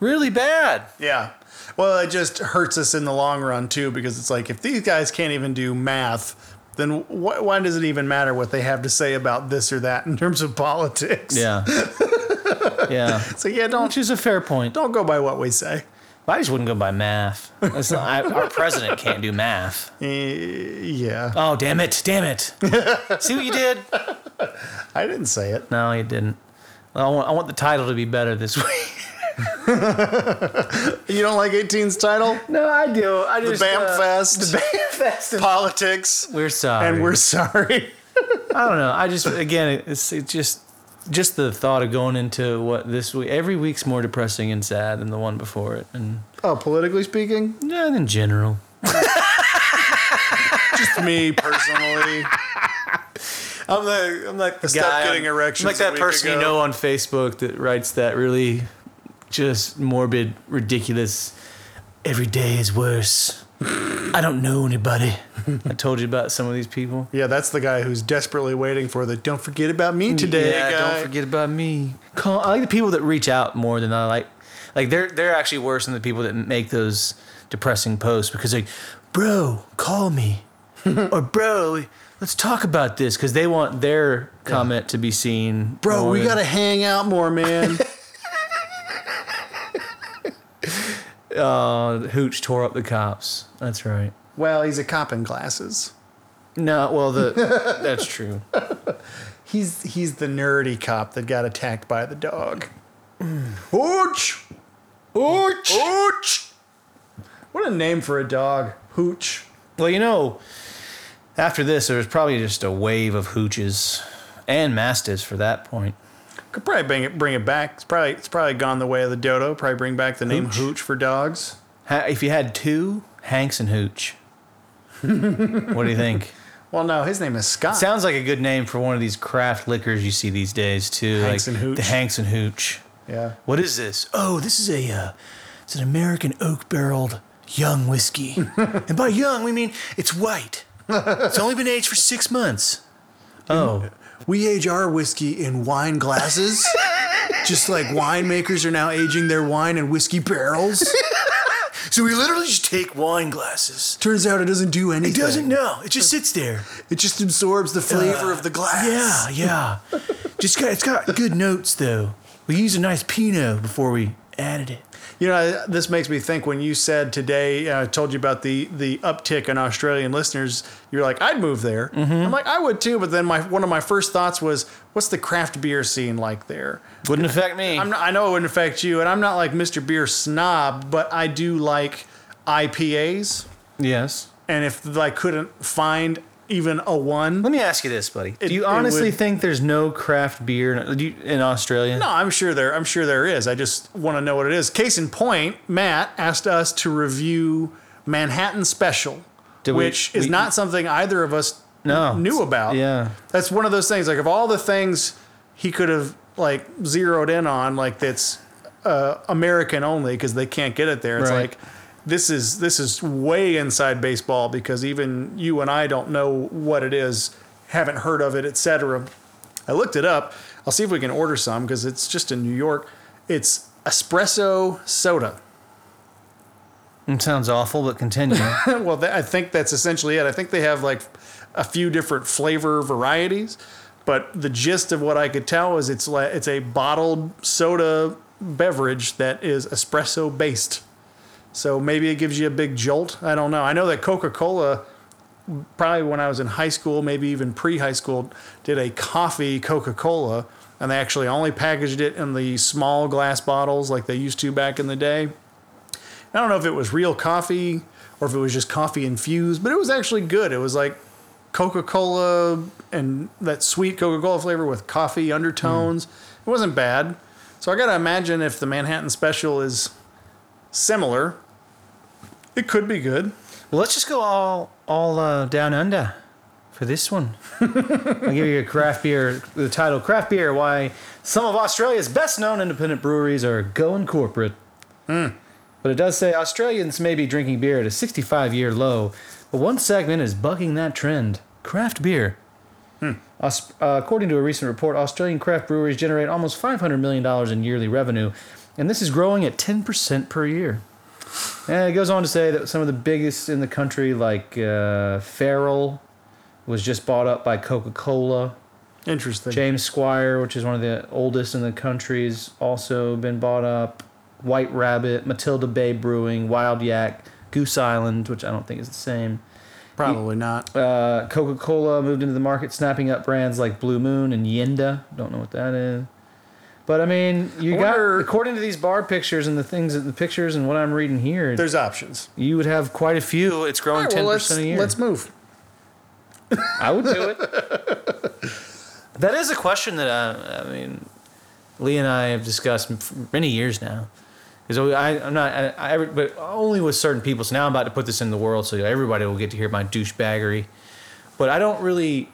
really bad."
yeah. Well, it just hurts us in the long run, too, because it's like, if these guys can't even do math, then wh- why does it even matter what they have to say about this or that in terms of politics?
Yeah. yeah.
So, yeah, don't,
Which is a fair point.
don't go by what we say.
I just wouldn't go by math. That's not, I, our president can't do math.
Eh, yeah.
Oh, damn it. Damn it. See what you did?
I didn't say it.
No, you didn't. I want, I want the title to be better this week.
You don't like 18's title?
No, I do. I
The
just, uh,
Bamfest,
Bamfest.
politics,
We're sorry.
and we're sorry.
I don't know. I just, again, it's, it's just just the thought of going into what this week, every week's more depressing and sad than the one before it. And,
Oh, politically speaking,
and in general.
just me personally.
I'm like I'm like the
Stop
guy
getting
on-
erections
I'm
a
like that
week
person
ago.
you know on Facebook that writes that really just morbid, ridiculous. Every day is worse. I don't know anybody. I told you about some of these people.
Yeah, that's the guy who's desperately waiting for the "Don't forget about me today."
yeah,
guy.
don't forget about me. Call, I like the people that reach out more than I like. Like they're they're actually worse than the people that make those depressing posts because like, bro, call me, or bro, let's talk about this because they want their comment to be seen.
Bro,
more
we
than-
gotta hang out more, man.
Uh, Hooch tore up the cops. That's right.
Well, he's a cop in glasses.
No, well, the that's true.
He's he's the nerdy cop that got attacked by the dog.
Mm.
Hooch, hooch, hooch. What a name for a dog, hooch.
Well, you know, after this, there was probably just a wave of hooches and mastiffs for that point.
Could probably bring it bring it back. It's probably it's probably gone the way of the dodo. Probably bring back the name
Hooch.
hooch for dogs.
Ha- if you had two, Hanks and Hooch. what do you think?
Well, no, his name is Scott.
Sounds like a good name for one of these craft liquors you see these days too.
Hanks
like
and Hooch.
The Hanks and Hooch.
yeah.
What is this? Oh, this is a uh, it's an American oak barreled young whiskey. and by young, we mean it's white. It's only been aged for six months. Oh,
We age our whiskey in wine glasses, just like winemakers are now aging their wine in whiskey barrels.
so we literally just take wine glasses.
Turns out it doesn't do anything.
It doesn't know. It just sits there.
It just absorbs the flavor
Uh,
of the glass.
Yeah, yeah. Just got it's got good notes though. We used a nice Pinot before we added it.
You know, this makes me think when you said today, uh, I told you about the the uptick in Australian listeners. You're like, I'd move there.
Mm-hmm.
I'm like, I would too. But then my one of my first thoughts was, what's the craft beer scene like there?
Wouldn't affect me.
I'm not, I know it wouldn't affect you, and I'm not like Mr. Beer snob, but I do like IPAs.
yes.
And if I couldn't find even a one,
Let me ask you this, buddy.
It-
do you
it
honestly
would-
think there's no craft beer in, do you- in Australia?
No, I'm sure there. I'm sure there is. I just want to know what it is. Case in point, Matt asked us to review Manhattan Special,
Did we-
which is
we-
not something either of us
No.
knew about.
Yeah.
that's one of those things. Like of all the things he could have like zeroed in on, like that's uh, American only because they can't get it there. It's
Right.
like this is this is way inside baseball because even you and I don't know what it is, haven't heard of it, etc. I looked it up. I'll see if we can order some because it's just in New York. It's espresso soda.
It Mm, sounds awful, but continue.
well, that, I think that's essentially it. I think they have like a few different flavor varieties, but the gist of what I could tell is it's like it's a bottled soda beverage that is espresso based. So maybe it gives you a big jolt. I don't know. I know that Coca Cola, probably when I was in high school, maybe even pre high school, did a coffee Coca Cola, and they actually only packaged it in the small glass bottles like they used to back in the day. I don't know if it was real coffee or if it was just coffee infused, but it was actually good. It was like Coca Cola and that sweet Coca Cola flavor with coffee undertones. It wasn't bad. So I got to imagine if the Manhattan Special is similar, it could be good.
well, let's just go all all uh, down under for this one. I'll give you a craft beer, the title Craft Beer Why Some of Australia's Best Known Independent Breweries Are Going Corporate. But it does say Australians may be drinking beer at a 65 year low, but one segment is bucking that trend craft beer. Aus- uh, according to a recent report, Australian craft breweries generate almost $500 million in yearly revenue, and this is growing at 10% per year. And it goes on to say that some of the biggest in the country, like uh, Farrell, was just bought up by Coca Cola.
Interesting.
James Squire, which is one of the oldest in the country, has also been bought up. White Rabbit, Matilda Bay Brewing, Wild Yak, Goose Island, which I don't think is the same.
Probably not.
Uh, Coca Cola moved into the market, snapping up brands like Blue Moon and Yinda. Don't know what that is. But I mean, you got
Wonder-
according to these bar pictures and the things, that the pictures and what I'm reading here,
There's options.
you would have quite a few. It's growing
All right,
ten
well, let's,
percent a year.
let's move.
I would do it. that is a question that uh, I mean, Lee and I have discussed m- for many years now. Because I, I'm not, I, I, every- but only with certain people. So now I'm about to put this in the world, so everybody will get to hear my douchebaggery. But I don't really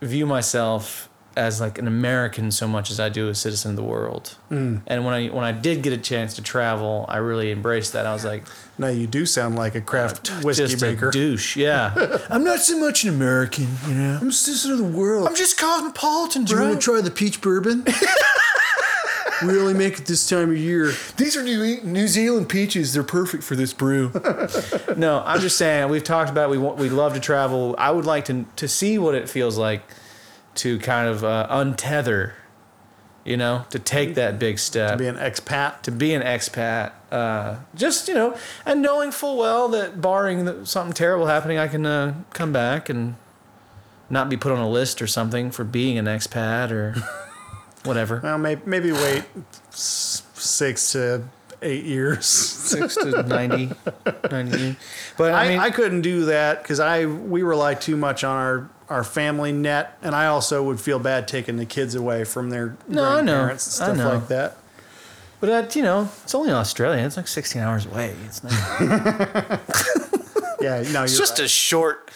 view myself as like an American so much as I do a citizen of the world. And when I when I did get a chance to travel, I really embraced that. I was like,
Now, you do sound like Uh, a craft whiskey
just
maker.
a douche. Yeah, I'm not so much an American, you know.
I'm citizen of the world.
I'm just cosmopolitan,
Do you
bro.
want to try the peach bourbon? we only make it this time of year. These are New, New Zealand peaches. They're perfect for this brew.
no, I'm just saying. We've talked about we want, we love to travel. I would like to to see what it feels like to kind of uh, untether you know, to take that big step,
Be an expat.
to be an expat. Uh, just you know, and knowing full well that barring the, something terrible happening, I can uh, come back and not be put on a list or something for being an expat or whatever.
Well, maybe, maybe wait s- six to eight years.
Six to 90, 90. But I,
I,
mean,
I couldn't do that because I we rely too much on our our family net, and I also would feel bad taking the kids away from their
No, I know.
grandparents
I
and stuff
know.
like that.
but uh, you know, it's only Australia. It's like sixteen hours away. It's not.
Yeah, no, you're
It's just
right.
a short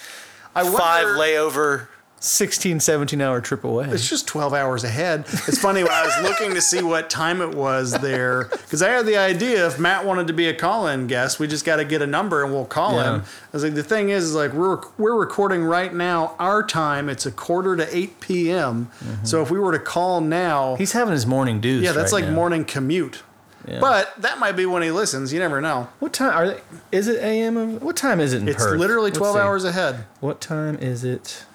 I wonder-
five layover 16 17 hour trip away
It's just 12 hours ahead. It's funny when I was looking to see what time it was there because I had the idea if Matt wanted to be a call-in guest, we just got to get a number and we'll call
Yeah.
him. I was like, the thing is, is like we're we're recording right now our time. It's a quarter to 8 p.m. So if we were to call now,
Mm-hmm. he's having his morning dues
yeah, that's
right
like
now.
morning commute.
Yeah.
But that might be when he listens. You never know.
what time are they is it am of what time is it in
It's
Perth?
literally
Let's
12
see.
hours ahead.
what time is it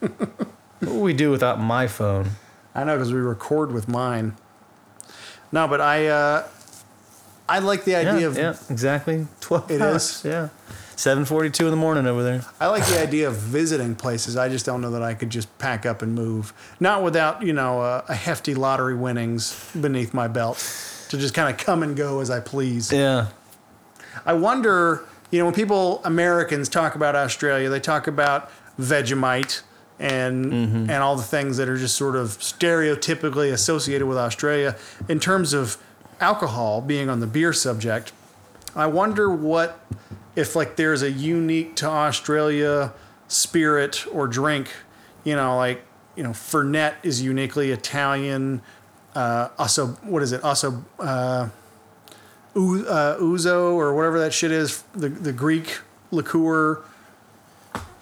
what would we do without my phone
I know because we record with mine. No, but I uh, I like the
yeah,
idea of
yeah exactly 12
It
hours.
is.
yeah 7:42 in the morning over there
I like the idea of visiting places. I just don't know that I could just pack up and move, not without you know a, a hefty lottery winnings beneath my belt to just kind of come and go as I please.
yeah
I wonder, you know, when people Americans talk about Australia, they talk about Vegemite and and all the things that are just sort of stereotypically associated with Australia in terms of alcohol being on the beer subject. I wonder what if like there's a unique to Australia spirit or drink, you know, like you know, Fernet is uniquely Italian. Uh, also, what is it? Also, U- uh, ouzo or whatever that shit is, the, the Greek liqueur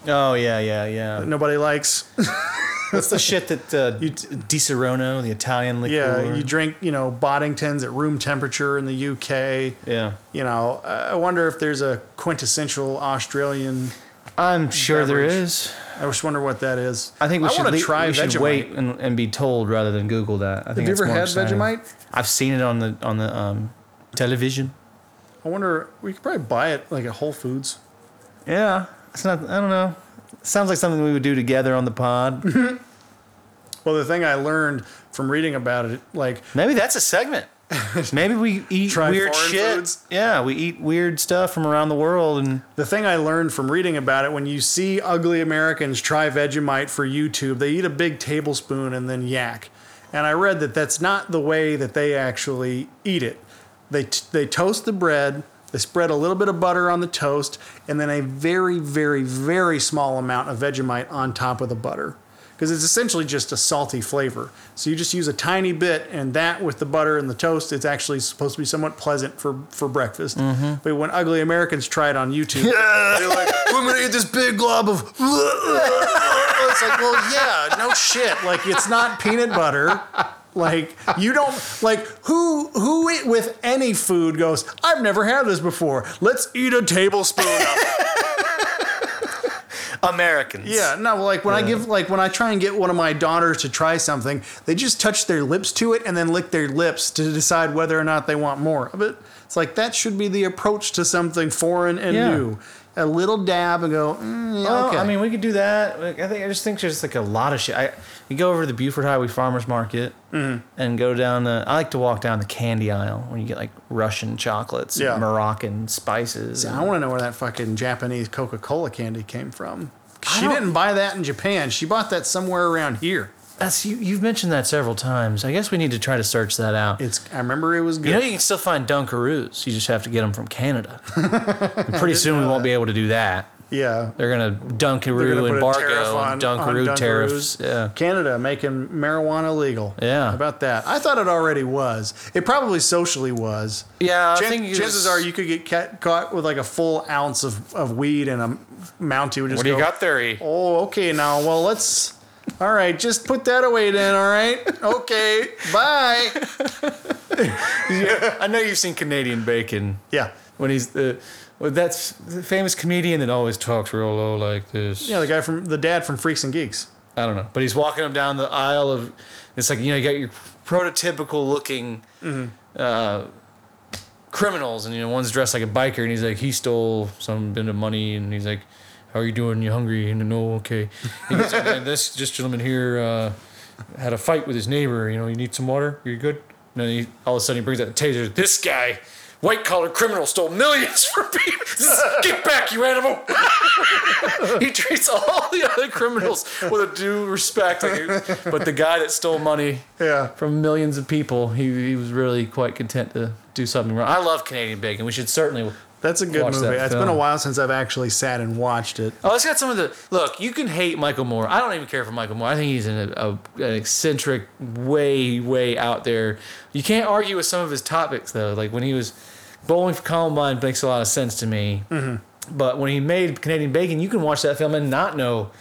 oh yeah yeah yeah
that nobody likes.
what's the shit that uh, Di Serono the Italian liqueur
Yeah, you drink, you know, Boddingtons at room temperature in the UK.
yeah
You know, I I wonder if there's a quintessential Australian.
I'm sure
Beverage.
there is
I just wonder what that is.
I think we should,
wanna
le-
try
we should
Vegemite.
wait and, and be told rather than Google that. I think
you
that's
ever
more
had
exciting.
Vegemite?
I've seen it on the on the um, television.
I wonder. We could probably buy it like at Whole Foods.
Yeah, it's not. I don't know. Sounds like something we would do together on the pod.
Well, the thing I learned from reading about it, like
Maybe that's a segment. Maybe we eat
Try
weird
foreign
shit.
foods?
Yeah, we eat weird stuff from around the world, and
The thing I learned from reading about it when you see ugly Americans try Vegemite for YouTube, they eat a big tablespoon and then yak. And I read that that's not the way that they actually eat it. They, t- they toast the bread, they spread a little bit of butter on the toast, and then a very, very, very small amount of Vegemite on top of the butter. Because it's essentially just a salty flavor. So you just use a tiny bit, and that with the butter and the toast, it's actually supposed to be somewhat pleasant for, for breakfast. But when ugly Americans try it on YouTube, they're like, we're gonna eat this big glob of. It's like, well, yeah, no shit. Like, it's not peanut butter. Like, you don't like who who it with any food goes. I've never had this before. Let's eat a tablespoon. of it."
Americans.
yeah, no. Like when I give like when I try and get one of my daughters to try something, they just touch their lips to it and then lick their lips to decide whether or not they want more of it. It's like that should be the approach to something foreign and
Yeah.
new. A little dab and go. "Mm,
Well,
okay.
Oh, I mean, we could do that. Like, I think I just think there's like a lot of shit. I you go over to the Buford Highway Farmers Market
Mm-hmm.
and go down the. I like to walk down the candy aisle when you get like Russian chocolates,
Yeah.
and Moroccan spices.
I
and-
want to know where that fucking Japanese Coca Cola candy came from.
I
She
don't-
didn't buy that in Japan. She bought that somewhere around here.
That's you. You've mentioned that several times. I guess we need to try to search that out.
It's. I remember it was good.
you know, you can still find Dunkaroos. You just have to get them from Canada. and pretty soon we won't be able to do that.
yeah.
They're gonna Dunkaroo
They're gonna put a tariff
embargo
on-
and Dunkaroo
on
tariffs.
Dunkaroos.
Yeah.
Canada making marijuana legal.
Yeah.
How about that? I thought it already was. It probably socially was.
Yeah, I
Chan-
think you
chances
just-
are you could get ca- caught with like a full ounce of, of weed and a Mountie would just
What do you
go,
got there? E?
Oh, okay. Now, well, let's. All right, just put that away then. All right. Okay. Bye.
I know you've seen Canadian bacon.
Yeah.
when he's the well, that's the famous comedian that always talks real low like this.
Yeah, the guy from the dad from Freaks and Geeks.
I don't know. But he's walking him down the aisle of. It's like you know you got your prototypical looking uh, criminals, and you know one's dressed like a biker, and he's like he stole some bit of money, and he's like, "How are you doing? You hungry?" And no, okay. He goes, "And this this gentleman here uh, had a fight with his neighbor. You know, you need some water. You're good. And then he all of a sudden he brings out the taser. This guy. White collar criminal stole millions from people. Get back, you animal! he treats all the other criminals with a due respect. Like, but the guy that stole money
Yeah.
from millions of people, he, he was really quite content to do something wrong. I love Canadian Bacon. We should certainly.
That's a good
Watch that
movie. It's been
film.
a while since I've actually sat and watched it.
Oh, it's got some of the. Look, you can hate Michael Moore. I don't even care for Michael Moore. I think he's an, a, an eccentric, way, way out there. You can't argue with some of his topics, though. Like when he was bowling for Columbine makes a lot of sense to me. But when he made Canadian Bacon, you can watch that film and not know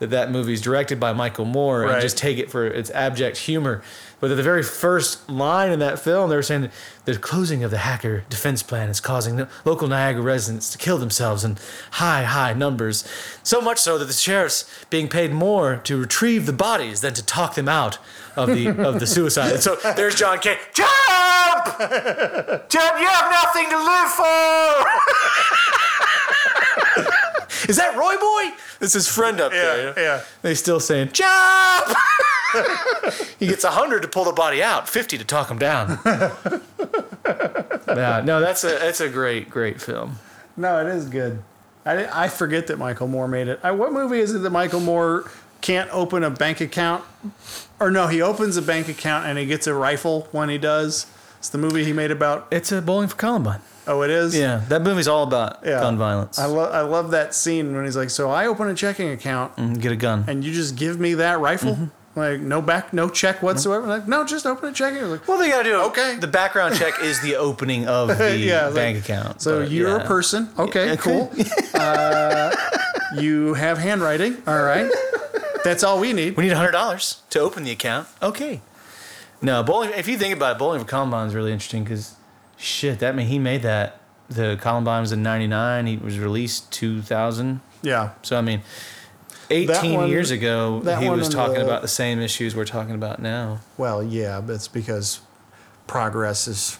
that that movie's directed by Michael Moore
Right.
and just take it for its abject humor. But at the very first line in that film, they were saying the closing of the hacker defense plan is causing the local Niagara residents to kill themselves in high, high numbers. So much so that the sheriff's being paid more to retrieve the bodies than to talk them out of the of the suicide. And so there's John Kane. Jump! Jump! You have nothing to live for. Is that Roy Boy? It's his friend up there. you know?
yeah.
They still saying, jump! he gets 100 to pull the body out, 50 to talk him down. yeah, no, that's a, that's a great, great film.
No, it is good. I, di- I forget that Michael Moore made it. I, what movie is it that Michael Moore can't open a bank account? Or no, he opens a bank account and he gets a rifle when he does. It's the movie he made about.
It's a Bowling for Columbine.
Oh, it is.
Yeah, that movie's all about
Yeah.
gun violence.
I love I love that scene when he's like, "So I open a checking account
Mm, Mm-hmm. Get a gun.
and you just give me that rifle, like no back, no check whatsoever." Like, no, just open a checking. Like,
Well, they gotta do
Okay.
The background check is the opening of the
Yeah, like,
bank account.
So
but
you're
yeah.
a person. Okay,
Okay.
cool. uh, you have handwriting. All right. That's all we need.
We need hundred dollars to open the account. Okay. No, bowling. If you think about it, bowling for Columbine is really interesting because, shit, that mean he made that. The Columbine was in '99. He was released 2000.
Yeah.
So I mean,
That
18
one-
years ago,
that
he
one
was
and
talking
the-
about the same issues we're talking about now.
Well, yeah, but it's because progress is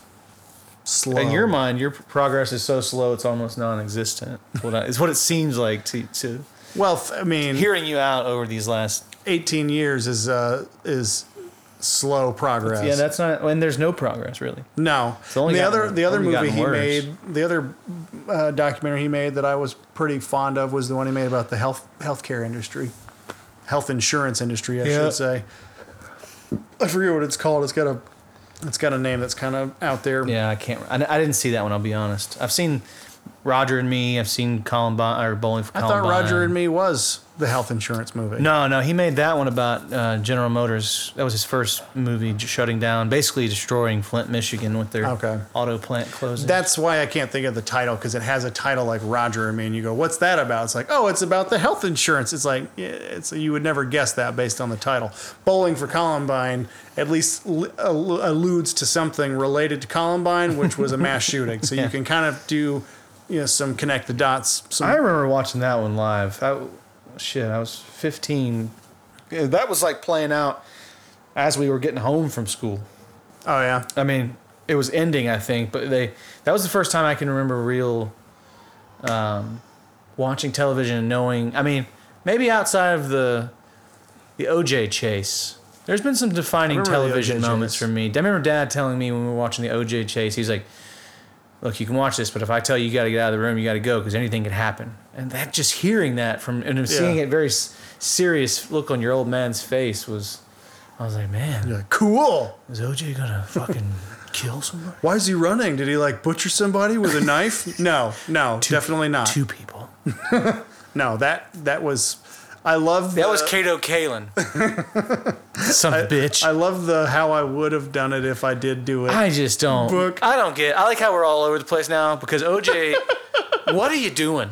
slow.
In your mind, your progress is so slow it's almost non-existent. It's what I- it's what it seems like to, to
well, f- I mean,
hearing you out over these last.
18 years is uh, is slow progress.
Yeah, that's not. And there's no progress really.
no.
only
the
gotten-
other the other
only
movie
gotten
he
worse.
made, the other uh, documentary he made that I was pretty fond of was the one he made about the health healthcare industry, health insurance industry, I
Yeah.
should say. I forget what it's called. It's got a it's got a name that's kind of out there.
Yeah, I can't. I, I didn't see that one. I'll be honest. I've seen Roger and Me. I've seen Columbine or Bowling for
I
Columbine.
thought Roger and Me was the health insurance movie.
No, no, he made that one about uh, General Motors. That was his first movie, j- shutting down, basically destroying Flint, Michigan, with their
Okay.
auto plant closing.
That's why I can't think of the title because it has a title like Roger and Me, and you go, "What's that about?" It's like, "Oh, it's about the health insurance." It's like, yeah, it's you would never guess that based on the title. Bowling for Columbine at least l- al- alludes to something related to Columbine, which was a mass shooting, so you can kind of do, you know, some connect the dots. Some,
I remember watching that one live. I, shit, I was 15. Yeah, That was like playing out as we were getting home from school.
oh yeah,
I mean, it was ending, I think, but they that was the first time I can remember real um, watching television and knowing. I mean, maybe outside of the the OJ chase, there's been some defining
remember the
television
OJ
moments
chase.
for me. I remember Dad telling me when we were watching the OJ chase, he's like, "Look, you can watch this, but if I tell you you got to get out of the room, you got to go because anything could happen." And that just hearing that from and seeing it very s- serious look on your old man's face was, I was like, "Man,
Yeah, cool.
is OJ gonna fucking kill somebody?"
Why is he running? Did he like butcher somebody with a knife? No, no, definitely not.
two people.
No, that that was. I love
That
the-
was Kato Kalin. Some bitch.
I
I,
love the how I would have done it if I did do it.
just don't.
Book.
I don't get. I like how we're all over the place now because OJ. what are you doing?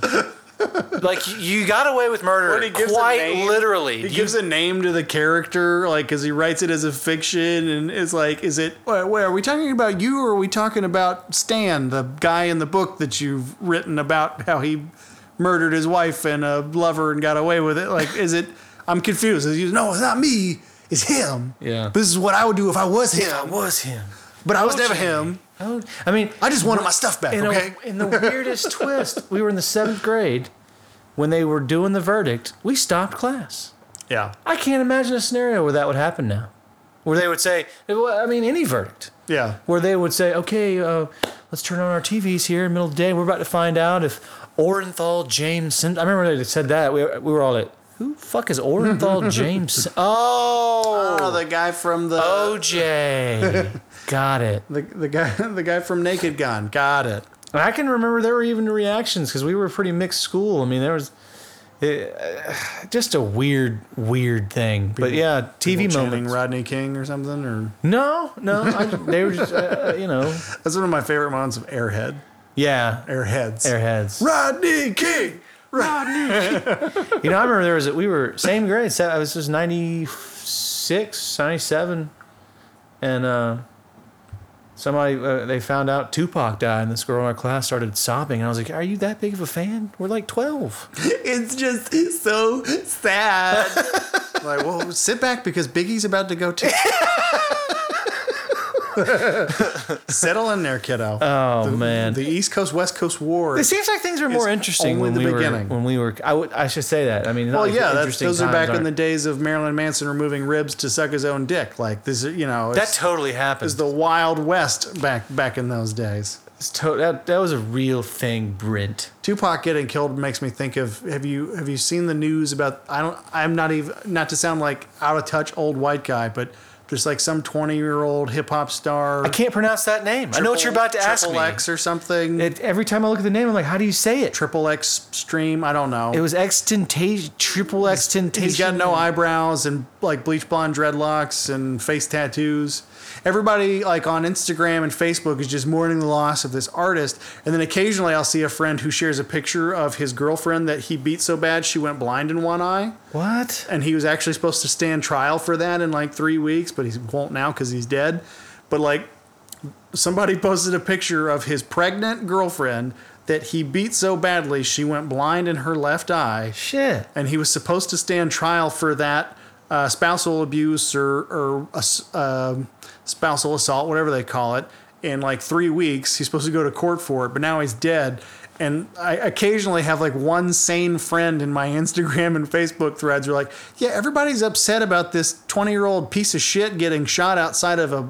Like you- you got away with
When he
murder
gives a
quite
name-
literally.
He
You-
gives a name to the character, like, because he writes it as a fiction, and it's like, is it? Wait, wait, are we talking about you, or are we talking about Stan, the guy in the book that you've written about how he murdered his wife and a lover and got away with it? Like, is it? I'm confused. It's you- No, it's not me. It's him.
Yeah.
This is what I would do if I was
That
him.
was him.
But I was never him.
Oh, I mean,
I just wanted my stuff back,
in, a-
okay?
in the weirdest twist, we were in the seventh grade when they were doing the verdict. We stopped class.
Yeah.
I can't imagine a scenario where that would happen now, where they would say, well, I mean, any verdict,
Yeah.
where they would say, okay, uh, let's turn on our TVs here in the middle of the day. We're about to find out if Orenthal Jameson. I remember they said that. We, we were all like, who the fuck is Orenthal Jameson? Oh,
Oh, the guy from the
OJ. Got it.
the, the guy the guy from Naked Gun. Got it.
And I can remember there were even reactions because we were a pretty mixed school. I mean, there was it, uh, just a weird, weird thing. but yeah, TV
People
moments.
Rodney King or something or
No, no, I, they were just uh, you know,
That's one of my favorite moments of Airhead.
yeah,
Airheads.
airheads.
Rodney King.
You know, I remember there was a, we were same grade. So I was just 96, 97. and uh, somebody uh, they found out Tupac died, and this girl in our class started sobbing. And I was like, "Are you that big of a fan? We're like twelve.
It's just so sad. like, well, sit back because Biggie's about to go too. Settle in there, kiddo.
Oh man,
the East Coast West Coast War.
It seems like things were more interesting
only
when
the
we
beginning.
were when we were. I would I should say that. I mean, not
well,
like
yeah, that's,
interesting
those are
times
back in the
aren't-
days of Marilyn Manson removing ribs to suck his own dick. Like this, is you know, it's,
That totally happened.
it's the Wild West back back in those days.
It's to- that that was a real thing, Brent.
Tupac getting killed makes me think of have you have you seen the news about I don't I'm not even not to sound like out of touch old white guy, but just like some 20 year old hip hop star.
I can't pronounce that name. I know what you're about to ask
Triple
me.
X or something.
It, every time I look at the name, I'm like, how do you say it?
Triple X stream. I don't know.
It was extentation, triple extentation.
He's got no eyebrows and like bleach blonde dreadlocks and face tattoos. Everybody like on Instagram and Facebook is just mourning the loss of this artist. And then occasionally I'll see a friend who shares a picture of his girlfriend that he beat so bad she went blind in one eye.
What?
and he was actually supposed to stand trial for that in like three weeks, but he won't now because he's dead. But like, somebody posted a picture of his pregnant girlfriend that he beat so badly she went blind in her left eye,
Shit.
and he was supposed to stand trial for that uh, spousal abuse or or ass- um spousal assault, whatever they call it. In like three weeks, he's supposed to go to court for it, but now he's dead. And I occasionally have like one sane friend in my Instagram and Facebook threads who are like, yeah, everybody's upset about this 20 year old piece of shit getting shot outside of a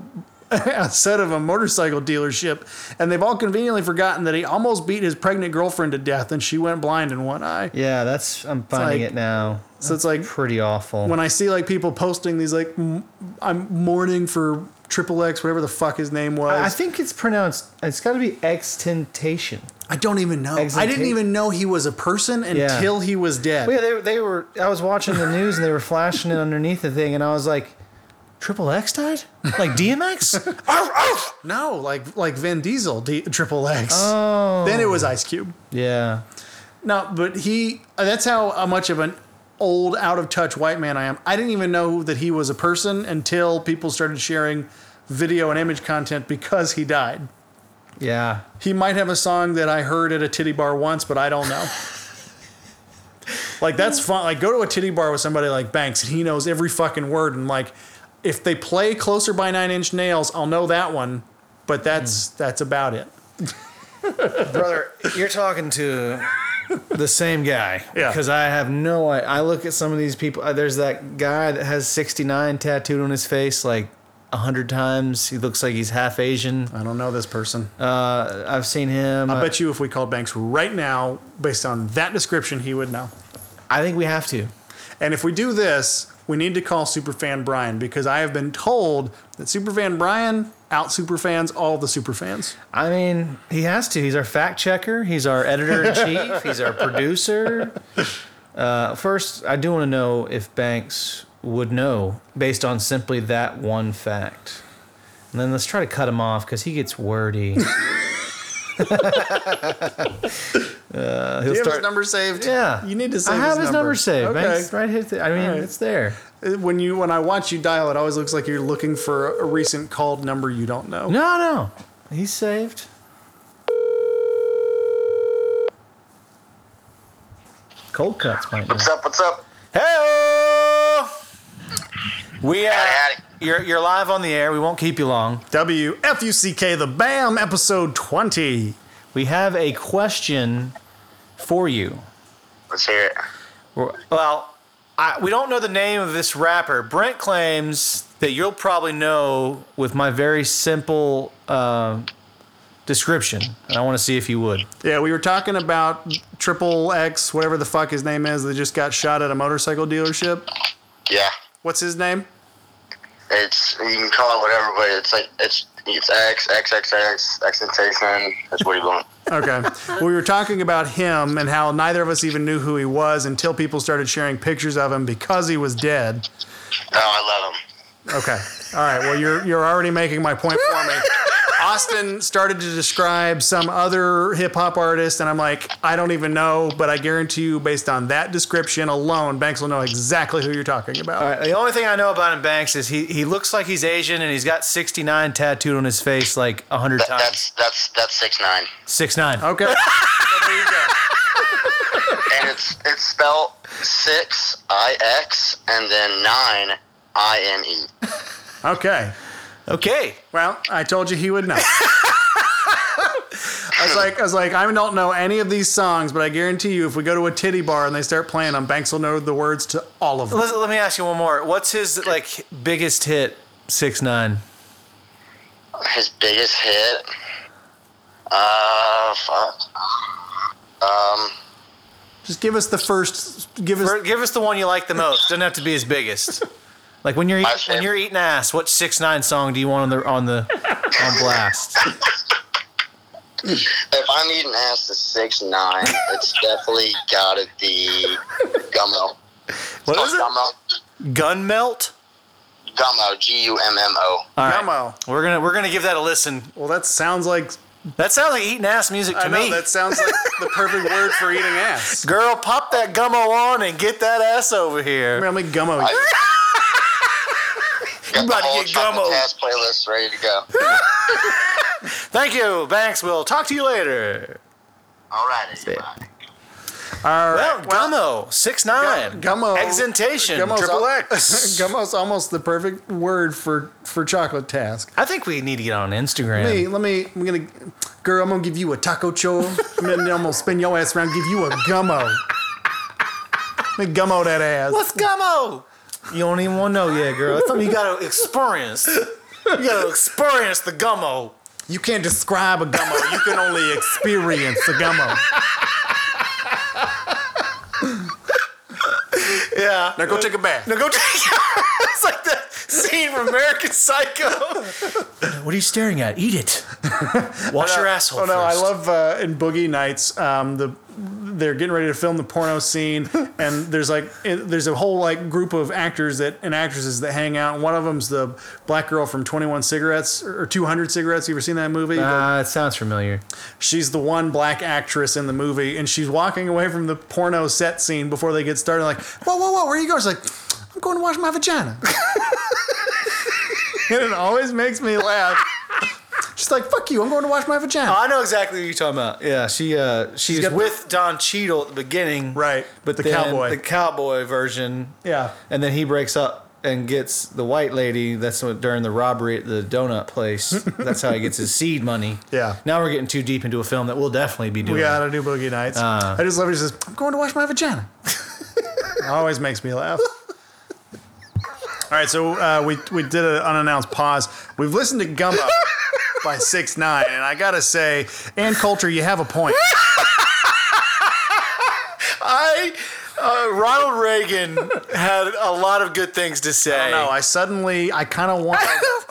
outside of a motorcycle dealership. And they've all conveniently forgotten that he almost beat his pregnant girlfriend to death and she went blind in one eye.
Yeah, that's I'm finding
like-
it now.
So it's like,
Pretty awful.
when I see like people posting these like m- I'm mourning for Triple X, whatever the fuck his name was.
I think it's pronounced. It's got to be extentation.
I don't even know. I didn't
Exultate.
even know he was a person until he was dead.
Well, yeah, they, they were. I was watching the news and they were flashing it underneath the thing, and I was like, "Triple X died? Like DMX?
No, like like Vin Diesel, D- Triple X.
oh,
Then it was Ice Cube.
yeah,
No, but he. uh, That's how uh, much of an old, out of touch white man I am. I didn't even know that he was a person until people started sharing video and image content because he died.
yeah."
He might have a song that I heard at a titty bar once, but I don't know. like that's fun. Like go to a titty bar with somebody like Banks, and he knows every fucking word. And like, if they play "Closer" by Nine Inch Nails, I'll know that one. But that's that's about it.
brother, you're talking to the same guy.
Yeah.
Because I have no. I, I look at some of these people. uh, There's that guy that has 69 tattooed on his face, like a hundred times. He looks like he's half Asian.
I don't know this person.
Uh, I've seen him.
I bet you if we called Banks right now, based on that description, he would know.
I think we have to.
And if we do this, we need to call Superfan Brian because I have been told that Superfan Brian out superfans all the superfans.
I mean, he has to. He's our fact checker. He's our editor in chief. he's our producer. Uh, first, I do want to know if Banks would know based on simply that one fact. And then let's try to cut him off because he gets wordy. uh, he'll
Do you have
start.
his number saved?
Yeah,
You need to save
I have his number, saved.
Okay.
Banks, right here. I mean,
All right.
it's there.
When you when I watch you dial, it always looks like you're looking for a recent called number you don't know.
No, no, he's saved. Cold cuts might. Be.
What's up? What's up?
Hey!
We are.
Howdy, howdy.
You're you're live on the air. We won't keep you long.
W F U C K the BAM episode twenty.
We have a question for you.
Let's hear it.
Well, I, we don't know the name of this rapper. Brent claims that you'll probably know with my very simple uh, description, and I want to see if you would.
Yeah, we were talking about Triple X, whatever the fuck his name is, that just got shot at a motorcycle dealership.
Yeah,
What's his name?
it's you can call it whatever, but it's like it's it's X X X X accentation. That's what you want.
Okay. we were talking about him and how neither of us even knew who he was until people started sharing pictures of him because he was dead.
Oh, I love him.
Okay. All right. Well, you're you're already making my point for me. Austin started to describe some other hip hop artist, and I'm like, I don't even know, but I guarantee you, based on that description alone, Banks will know exactly who you're talking about.
All right, the only thing I know about him, Banks, is he, he looks like he's Asian and he's got 69 tattooed on his face like 100
That,
times.
that's that's that's six nine,
69.
Okay. So there you go.
and it's it's spelled six I X and then nine I N E.
Okay.
Okay.
Well, I told you he would know. I was like, I was like, I don't know any of these songs, but I guarantee you, if we go to a titty bar and they start playing them, Banks will know the words to all of them.
Let, let me ask you one more. What's his like biggest hit? Six nine.
His biggest hit. Uh, fuck. Um,
Just give us the first. Give us.
Give us the one you like the most. Doesn't have to be his biggest. Like when you're eat,
favorite.
when you're eating ass, what six nine song do you want on the on the on blast?
if I'm eating ass to six nine, it's definitely gotta be gummo.
What
Oh,
is it?
Gummo.
Gun melt.
Gummo. G U M M O.
All right,
Gummo.
we're gonna we're gonna give that a listen.
Well, that sounds like.
That sounds like eating ass music to
I know
me.
that sounds like the perfect word for eating ass.
Girl, pop that gummo on and get that ass over here.
How many gummo? you-
Got the
about to
whole
get
Chocolate
gummo.
Task playlist ready to go.
Thank you, Banks. We'll talk to you later.
All right, everybody.
All right.
Well, gummo six nine.
Gummo.
Exentation.
Gummo's
triple
al-
X.
Gummo's almost the perfect word for for chocolate task.
I think we need to get on Instagram.
Hey, let me. I'm gonna, girl. I'm gonna give you a taco chore. I'm gonna, I'm gonna spin your ass around. Give you a gummo. Let me gummo that ass.
What's gummo? You don't even want to know yet, girl. It's something you gotta experience. You gotta experience the gummo.
You can't describe a gummo. You can only experience a gummo.
Yeah.
Now go take a bath.
Now go take It's like the scene from American Psycho. what are you staring at? Eat it. Wash your asshole.
Oh no, I
first.
love uh, in Boogie Nights. Um, the they're getting ready to film the porno scene, and there's like it, there's a whole like group of actors that and actresses that hang out. And one of them's the black girl from Twenty One Cigarettes or Two Hundred Cigarettes. You ever seen that movie? The-
Uh, it sounds familiar.
She's the one black actress in the movie, and she's walking away from the porno set scene before they get started. Like, whoa, whoa, whoa, where you going? She's like, I'm going to wash my vagina. and it always makes me laugh. She's like, fuck you, I'm going to wash my vagina.
I know exactly what you're talking about. Yeah, she uh, she's
got the-
with Don Cheadle at the beginning,
Right,
But
the
then
cowboy.
the cowboy version,
yeah.
and then he breaks up and gets the white lady. That's what, during the robbery at the donut place. That's how he gets his seed money.
Yeah.
Now we're getting too deep into a film that we'll definitely be doing.
We gotta do Boogie Nights. I just love it. She says, I'm going to wash my vagina. it always makes me laugh. All right, so uh, we, we did an unannounced pause. We've listened to Gumbo by 6 9 and I gotta say, Ann Coulter, you have a point.
I uh, Ronald Reagan had a lot of good things to say.
I don't know. I suddenly, I kind of want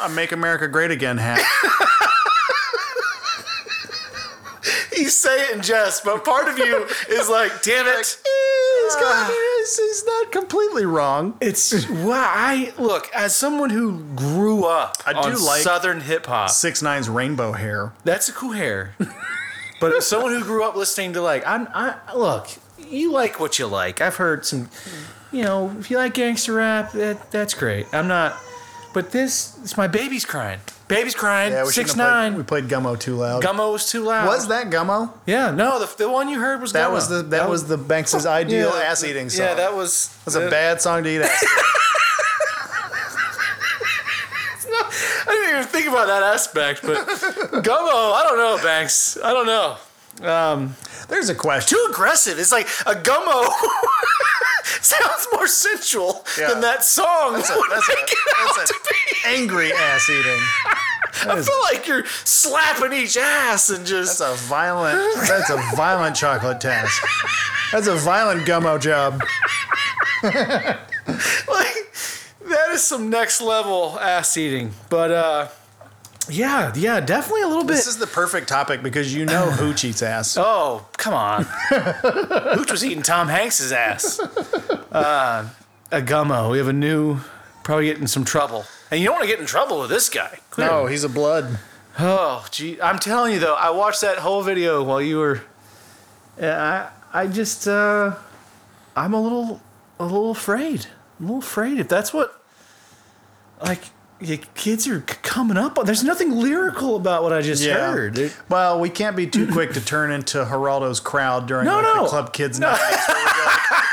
a "Make America Great Again" hat.
You say it in jest, but part of you is like, damn it. Ah."
He's got- he's- he's not completely wrong.
It's wow. I look as someone who grew up
I do
on
like-
Southern hip hop.
Six Nine's rainbow hair.
That's a cool hair. but as someone who grew up listening to like, I'm, I look, you like what you like. I've heard some, you know, if you like gangster rap, that that's great. I'm not, but this, it's my baby's crying. Baby's crying.
Yeah, we shouldn't
six
have played-
nine.
we played Gummo too loud.
Gummo was too loud.
was that Gummo?
Yeah. No, the, the one you heard was
That
Gummo.
was the that was the Banks's ideal ass eating song.
Yeah, that was
That's a bad song to eat ass.
think about that aspect, but Gummo, I don't know, Banks. I don't know. Um,
There's a question.
Too aggressive. It's like a Gummo sounds more sensual
Yeah.
than that song. That's
that's a- that's
to be.
Angry ass eating.
I feel like you're slapping each ass and just.
That's a violent. That's a violent chocolate task. That's a violent gummo job.
like that is some next level ass eating. But uh yeah, yeah, definitely a little bit.
This is the perfect topic because you know Hooch eats ass.
oh, come on. Hooch was eating Tom Hanks's ass. Uh a gummo. We have a new probably getting some trouble. And you don't want to get in trouble with this guy. clearly.
No, he's a blood.
Oh, gee. I'm telling you though, I watched that whole video while you were Yeah, I I just uh I'm a little a little afraid. I'm a little afraid if that's what like your kids are c- coming up on. There's nothing lyrical about what I just
Yeah.
heard. It-
Well, we can't be too quick to turn into Geraldo's crowd during
No,
like,
no.
the club kids night.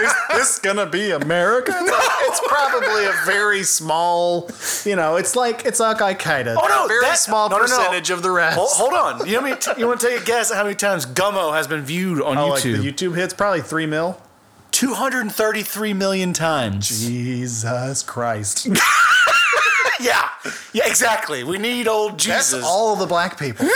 Is this gonna be America? It's, like- it's probably a very small, you know. It's like it's like Al Qaeda.
Oh, no,
very
that-
small
no, no, no.
percentage of the rest.
Hol- Hold, on. You know what I mean? You want to take a guess at how many times Gummo has been viewed on
Oh, like the
YouTube?
YouTube hits probably three mil.
233 million times.
Jesus Christ!
Yeah. Yeah, exactly. We need old Jesus.
That's all the black people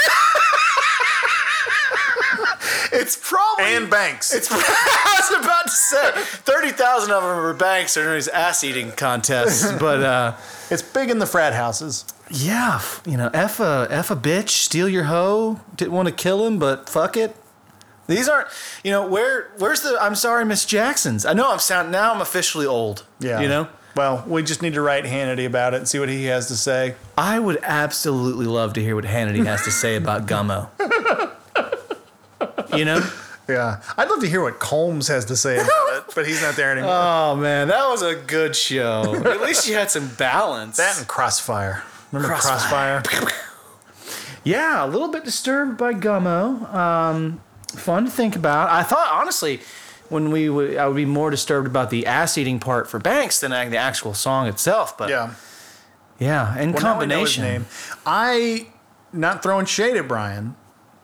It's probably
and Banks.
It's, I was about to say, 30,000 of them are banks or his ass eating contests. But uh,
It's big in the frat houses.
yeah, f- you know, F a, F a bitch, steal your hoe. Didn't want to kill him, but fuck it. These aren't, you know, where where's the I'm sorry, Miss Jackson's? I know I'm sound now I'm officially old.
Yeah,
You know?
Well, we just need to write Hannity about it and see what he has to say.
I would absolutely love to hear what Hannity has to say about Gummo. you know?
Yeah, I'd love to hear what Combs has to say about it, but he's not there anymore.
Oh man, that was a good show. At least you had some balance.
That and Crossfire. Remember Crossfire?
Yeah, a little bit disturbed by Gummo. Um, fun to think about. I thought honestly, when we would, I would be more disturbed about the ass eating part for Banks than the actual song itself. But
Yeah.
yeah, in
Well, now we know his
combination,
name. I not throwing shade at Brian,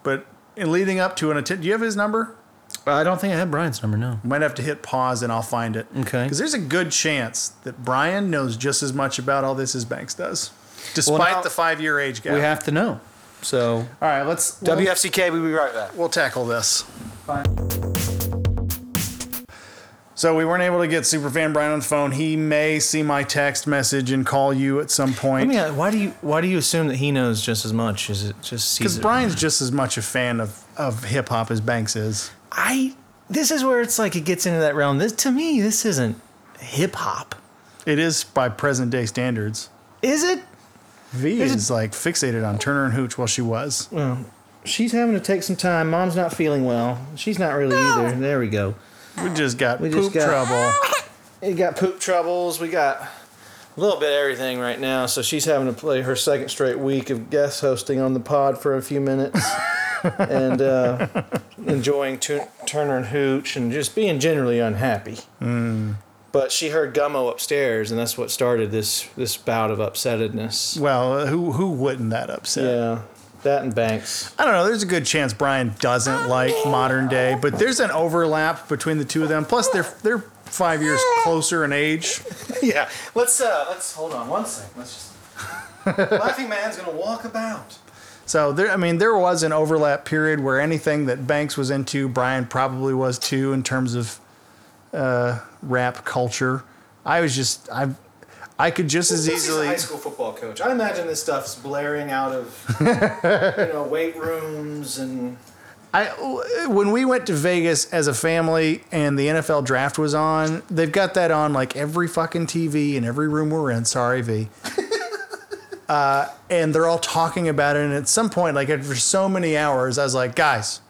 but in leading up to an attempt, do you have his number?
I don't think I had Brian's number. No,
Might have to hit pause and I'll find it.
Okay.
Because there's a good chance that Brian knows just as much about all this as Banks does, despite
now
the five year age gap.
we have to know. So
all right, let's we'll-
WFCK, we'll be right back.
we'll tackle this.
Fine.
So we weren't able to get Superfan Brian on the phone. He may see my text message and call you at some point.
uh, why do you why do you assume that he knows just as much? Is it just
Because Brian's just as much a fan of, of hip hop as Banks is.
I this is where it's like it gets into that realm. This to me, this isn't hip hop,
It is by present day standards.
is it?
V is, like fixated on Turner and Hooch while she was.
She's having to take some time. Mom's not feeling well. She's not really either. There we go.
We just got
We just
poop
got-
trouble.
We got poop troubles. We got a little bit of everything right now. So she's having to play her second straight week of guest hosting on the pod for a few minutes and uh, enjoying tu- Turner and Hooch and just being generally unhappy. Mm. But she heard Gummo upstairs, and that's what started this this bout of upsetness.
Well, who who wouldn't that upset?
Yeah, that and Banks.
I don't know. There's a good chance Brian doesn't like modern day, but there's an overlap between the two of them. Plus, they're they're five years closer in age.
Yeah, let's uh, let's hold on one second. Let's just. Laughing Man's gonna walk about.
So there, I mean, there was an overlap period where anything that Banks was into, Brian probably was too in terms of uh, rap culture. I was just I, I could just as
He's a
easily.
high school football coach. I imagine this stuff's blaring out of you know weight rooms and
I when we went to Vegas as a family and the NFL draft was on, they've got that on like every fucking TV in every room we're in. Sorry, V. uh, and they're all talking about it, and at some point, like after so many hours, I was like, guys,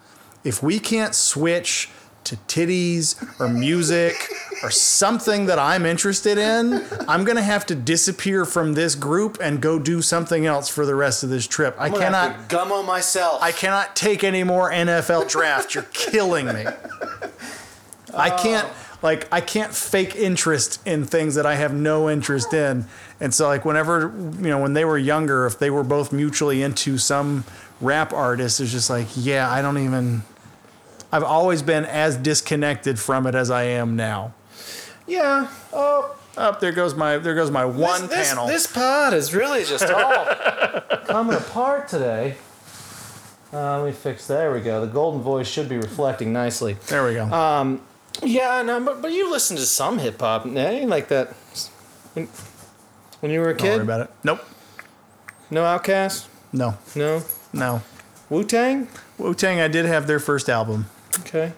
if we can't switch to titties or music or something that I'm interested in, I'm gonna have to disappear from this group and go do something else for the rest of this trip. I
I'm gonna
cannot.
have to gummo myself.
I cannot take any more NFL draft. You're killing me. I can't. Like I can't fake interest in things that I have no interest in. And so like whenever you know when they were younger, if they were both mutually into some rap artist, it's just like yeah, I don't even. I've always been as disconnected from it as I am now. Yeah. Oh, up there goes my there goes my one
this,
panel.
This pod is really just all
coming apart today. Uh, let me fix. There we go. The golden voice should be reflecting nicely.
there we go.
Um, Yeah, no, but but you listen to some hip hop, eh? Like that when, when you were a
don't worry
kid.
about it. Nope.
No Outkast,
No.
no
No.
Wu Tang.
Wu Tang, I did have their first album.
Okay,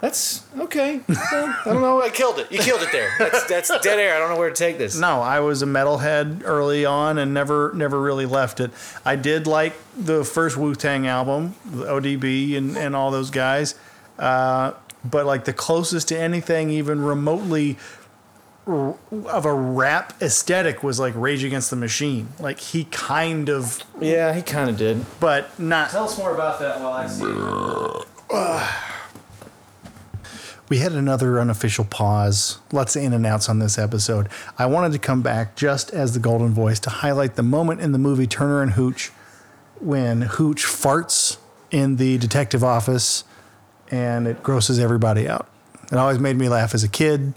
that's okay. Well, I don't know. I killed it. You killed it there. That's that's dead air. I don't know where to take this.
No, I was a metalhead early on and never never really left it. I did like the first Wu Tang album, the ODB and, and all those guys. Uh, but like the closest to anything even remotely r- of a rap aesthetic was like Rage Against the Machine. Like he kind of,
Yeah, he kind of did.
but not.
Tell us more about that while I see.
We had another unofficial pause. Let's in and outs on this episode. I wanted to come back just as the Golden Voice to highlight the moment in the movie Turner and Hooch when Hooch farts in the detective office and it grosses everybody out. It always made me laugh as a kid.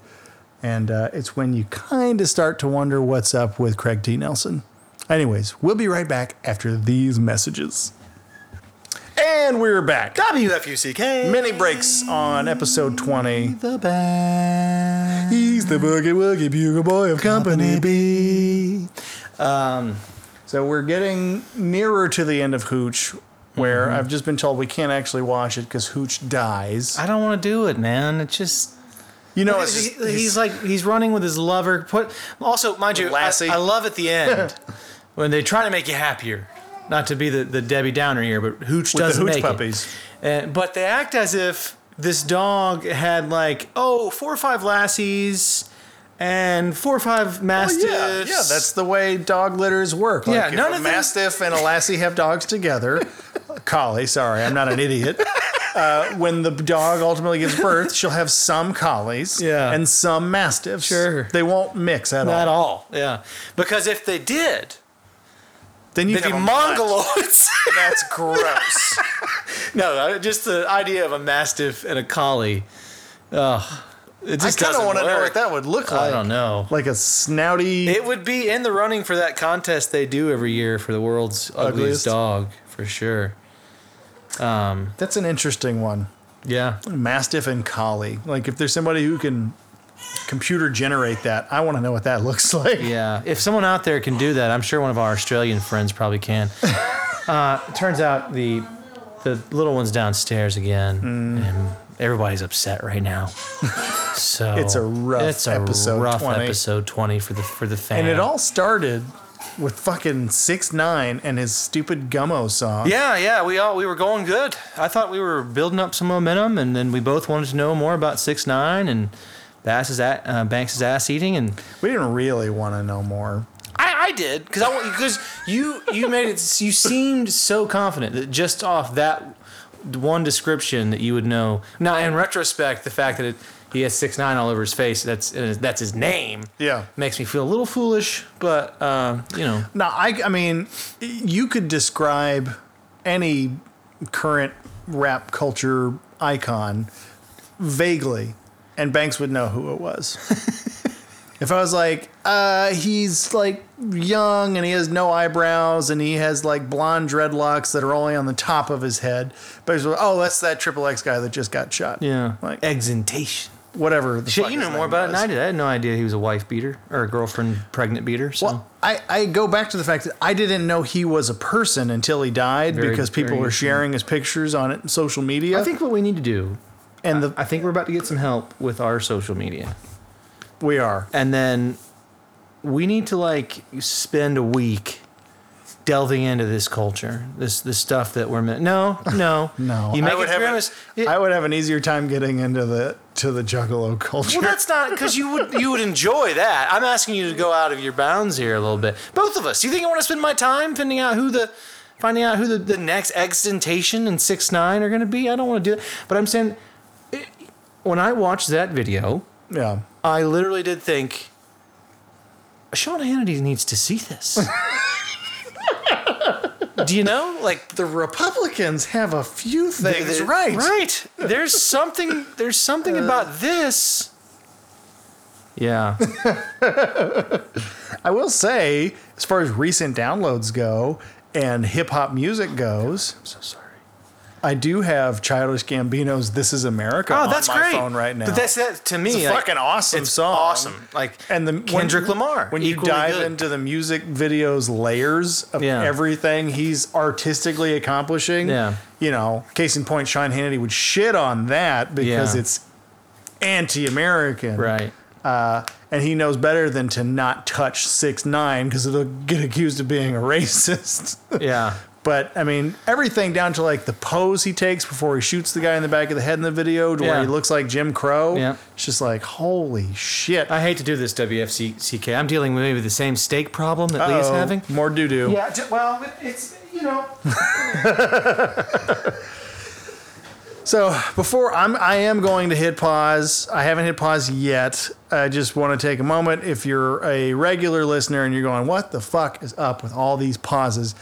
And uh, it's when you kind of start to wonder what's up with Craig T. Nelson. Anyways, we'll be right back after these messages. And we're back.
WFUCK.
Mini breaks on episode 20.
The band.
He's the boogie woogie bugle boy of company B.
Um,
So we're getting nearer to the end of Hooch, where I've just been told we can't actually watch it because Hooch dies.
I don't want to do it, man. It just
You know, it's
He-
just-
he's, like he's running with his lover. Put also, mind you, I,
Lassie.
I love at the end when they try to make you happier. Not to be the, the Debbie Downer here, but
with
Hooch
the
doesn't
Hooch
make
puppies.
it. And, but they act as if this dog had like oh four or five lassies and four or five mastiffs.
Oh, Yeah, yeah, that's the way dog litters work. Like
Yeah,
if
none
a
of them-
mastiff and a lassie have dogs together. collie, sorry, I'm not an idiot. Uh, when the dog ultimately gives birth, she'll have some collies
Yeah.
and some mastiffs.
Sure.
They won't mix at
not
all.
all. Yeah, because if they did,
Then you'd
they'd be
have a mutt.
mongoloids.
That's gross.
no, I- just the idea of a mastiff and a collie. Ugh, it
I
just
kind of
doesn't
want to know
work.
what that would look like.
I don't know.
Like a snouty.
It would be in the running for that contest they do every year for the world's
Ugliest.
ugliest, dog, for sure.
that's an interesting one.
Yeah.
Mastiff and collie. Like if there's somebody who can computer generate that, I want to know what that looks like.
Yeah. If someone out there can do that, I'm sure one of our Australian friends probably can. uh, it turns out the the little one's downstairs again,
Mm.
and everybody's upset right now. So
It's a rough
it's a
episode
rough
20.
episode 20 for the for the fan.
And it all started with fucking six nine and his stupid gummo song.
Yeah, yeah, we all we were going good. I thought we were building up some momentum, and then we both wanted to know more about six nine and Bass's at, uh, Banks's ass eating, and
We didn't really want to know more.
I, I did because I because you you made it you seemed so confident that just off that one description that you would know. Now in retrospect, the fact that it, he has six nine all over his face that's uh, that's his name
Yeah.
makes me feel a little foolish, but um, you know
No, I, I mean, you could describe any current rap culture icon vaguely, and Banks would know who it was. if I was like, uh, he's like young and he has no eyebrows and he has like blonde dreadlocks that are only on the top of his head, but he's like, oh, that's that Triple X guy that just got shot.
yeah
Like-
exentation.
Whatever. The
Shit,
fuck
you
his
know more
name
about it
was.
than I did. I had no idea he was a wife beater or a girlfriend pregnant beater. So
Well, I, I go back to the fact that I didn't know he was a person until he died
Very-
because people
very
were
interesting.
sharing his pictures on it, social media.
I think what we need to do,
and the,
I think we're about to get some help with our social media,
we are.
and then we need to like spend a week delving into this culture, this this stuff that we're meant. No, no,
No,
You
I
make
would
it
have
have
a- I would have an easier time getting into the to the Juggalo culture.
well, that's not because you would you would enjoy that. I'm asking you to go out of your bounds here a little bit. Both of us. Do you think I want to spend my time finding out who the finding out who the, the next extentation and six nine are going to be? eh, I don't want to do that. But I'm saying
when I watched that video,
Yeah.
I literally did think Sean Hannity needs to see this. Do you know? Like
The Republicans have a few things
th-
right.
Right. There's something there's something about this. Yeah.
I will say, as far as recent downloads go and hip hop music goes, I'm so sorry. I do have Childish Gambino's "This Is America"
Oh, that's
on my
great.
phone right now.
But that's that to me.
It's a
like,
fucking awesome
it's
song.
Awesome. Like
and the
Kendrick
when,
Lamar.
When you
equally
dive
good.
into the music video's layers of
Yeah.
everything he's artistically accomplishing,
Yeah.
you know, case in point, Sean Hannity would shit on that because
Yeah.
it's anti-American,
Right.
and he knows better than to not touch six nine because it'll get accused of being a racist.
Yeah.
but I mean, everything down to like the pose he takes before he shoots the guy in the back of the head in the video, to where
Yeah.
he looks like Jim Crow.
Yeah.
It's just like holy shit.
I hate to do this, WFCK. I'm dealing with maybe the same steak problem that Leah's
Uh-oh,
having.
more doo doo.
Yeah, ju- well, it's, you know.
So before I'm, I am going to hit pause. I haven't hit pause yet. I just want to take a moment. If you're a regular listener and you're going, what the fuck is up with all these pauses?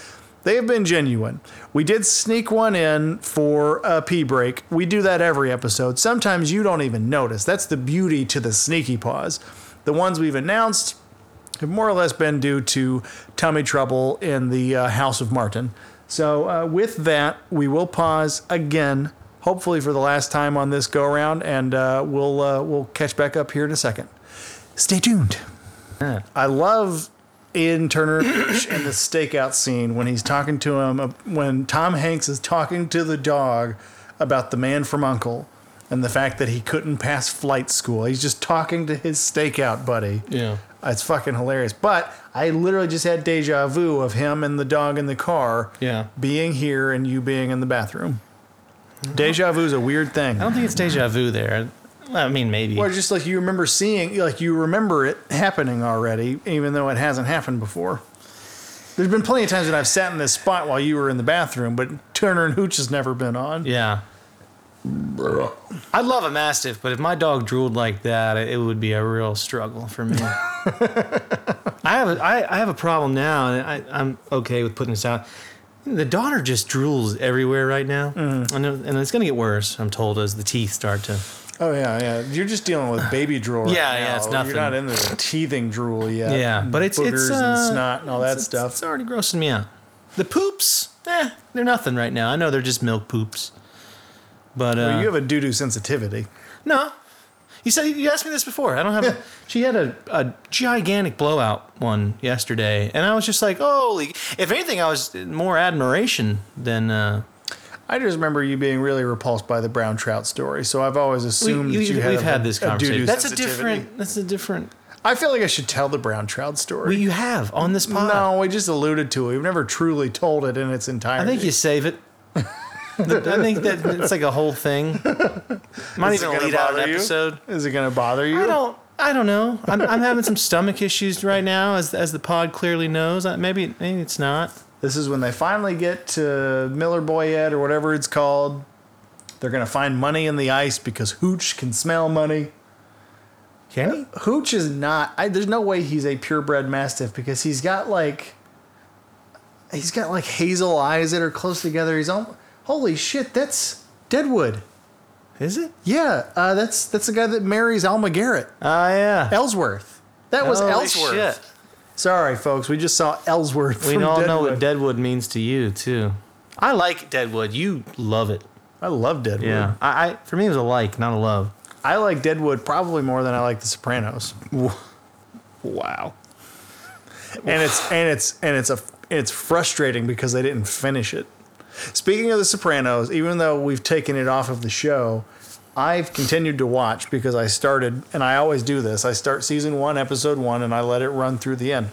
They have been genuine. We did sneak one in for a pee break. We do that every episode. Sometimes you don't even notice. That's the beauty to the sneaky pause. The ones we've announced have more or less been due to tummy trouble in the uh, House of Martin. So, uh, with that, we will pause again, hopefully for the last time on this go around, and uh, we'll uh, we'll catch back up here in a second. Stay tuned. I love Ian Turner in the stakeout scene when he's talking to him, uh, when Tom Hanks is talking to the dog about the man from Uncle and the fact that he couldn't pass flight school. He's just talking to his stakeout buddy.
Yeah.
It's fucking hilarious. But I literally just had deja vu of him and the dog in the car
Yeah.
being here and you being in the bathroom. Deja vu is a weird thing.
I don't think it's deja vu there. I mean, maybe.
Or just like you remember seeing, like you remember it happening already, even though it hasn't happened before. There's been plenty of times that I've sat in this spot while you were in the bathroom, but Turner and Hooch has never been on.
Yeah. I'd love a mastiff, but if my dog drooled like that, it would be a real struggle for me. I have a, I, I have a problem now, and I, I'm okay with putting this out. The daughter just drools everywhere right now, and, it- and it's going to get worse. I'm told as the teeth start to.
Oh yeah, yeah. You're just dealing with baby drool. right
Yeah, yeah,
now.
it's nothing.
You're not into the teething drool yet.
Yeah, but it's-
boogers
it's,
and
uh,
snot and all that stuff.
It's already grossing me out. The poops, eh, they're nothing right now. I know they're just milk poops, but uh,
you have a doo doo sensitivity.
No. You said you asked me this before. I don't have. A, she had a, a gigantic blowout one yesterday, and I was just like, "Holy!" If anything, I was more admiration than. Uh,
I just remember you being really repulsed by the brown trout story, so I've always assumed that you had
we've
a,
had this
a doo-doo
conversation. That's a
sensitivity.
different. That's a different.
I feel like I should tell the brown trout story.
But you have on this pod.
no, we just alluded to it. We've never truly told it in its
I
entirety.
think you save it. I think that it's like a whole thing. Might
it
even
gonna
lead out an
bother you?
episode.
Is it going to bother you?
I don't. I don't know. I'm, I'm having some stomach issues right now, as as the pod clearly knows. I- Maybe maybe it's not.
This is when they finally get to Miller Boyette or whatever it's called. They're going to find money in the ice because Hooch can smell money.
Can he?
Hooch is not. I, there's no way he's a purebred mastiff because he's got like, he's got like hazel eyes that are close together. He's on. Holy shit, that's Deadwood.
Is it?
Yeah, uh, that's that's the guy that marries Alma Garrett.
Ah, yeah.
Ellsworth. That was
Holy
Ellsworth.
shit.
Sorry, folks. We just saw Ellsworth.
We
from
all know what
Deadwood.
Deadwood means to you too. I like Deadwood. You love it.
I love Deadwood.
Yeah. I, I for me it was a like, not a love.
I like Deadwood probably more than I like The Sopranos.
Wow.
and it's and it's and it's a it's frustrating because they didn't finish it. Speaking of The Sopranos, even though we've taken it off of the show, I've continued to watch because I started, and I always do this. I start season one, episode one, and I let it run through the end.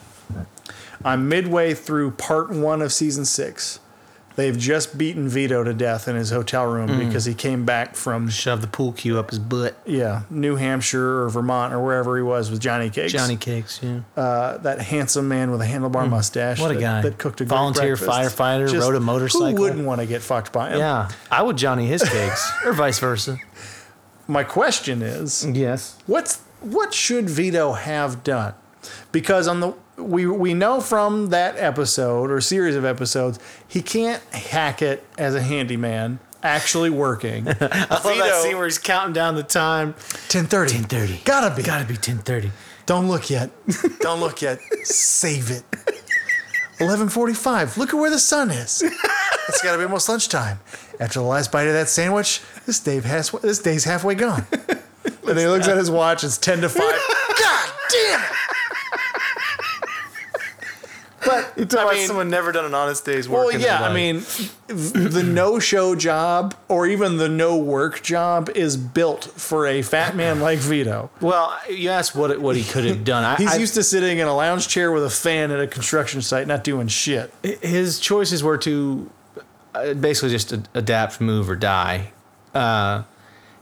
I'm midway through part one of season six. They've just beaten Vito to death in his hotel room because he came back from
Shove the pool cue up his butt.
yeah New Hampshire or Vermont or wherever he was with Johnny Cakes Uh,
Johnny cakes, yeah.
that handsome man with a handlebar mustache.
What a
that,
guy.
That cooked a great
Volunteer
breakfast.
firefighter, rode a motorcycle. Um,
Who wouldn't want to get fucked by him?
yeah. I would Johnny his cakes. or vice versa.
my question is,
Yes.
what's what should Vito have done? Because on the we we know from that episode or series of episodes, he can't hack it as a handyman actually working.
I love that scene where he's counting down the time.
10:30.
10:30.
Gotta be.
Gotta be ten thirty.
Don't look yet. Don't look yet. Save it. 11:45. Look at where the sun is. It's got to be almost lunchtime. After the last bite of that sandwich, this Dave has this day's halfway gone. And he looks at his watch. It's 10 to 5. God damn it.
You talk about someone never done an honest day's work.
Well,
in their
yeah, I
life.
mean, the no-show job or even the no-work job is built for a fat man like Vito.
well, you asked what what he could have done. I,
He's
I-
used to sitting in a lounge chair with a fan at a construction site, not doing shit.
his choices were to uh, basically just a- adapt, move, or die. Uh,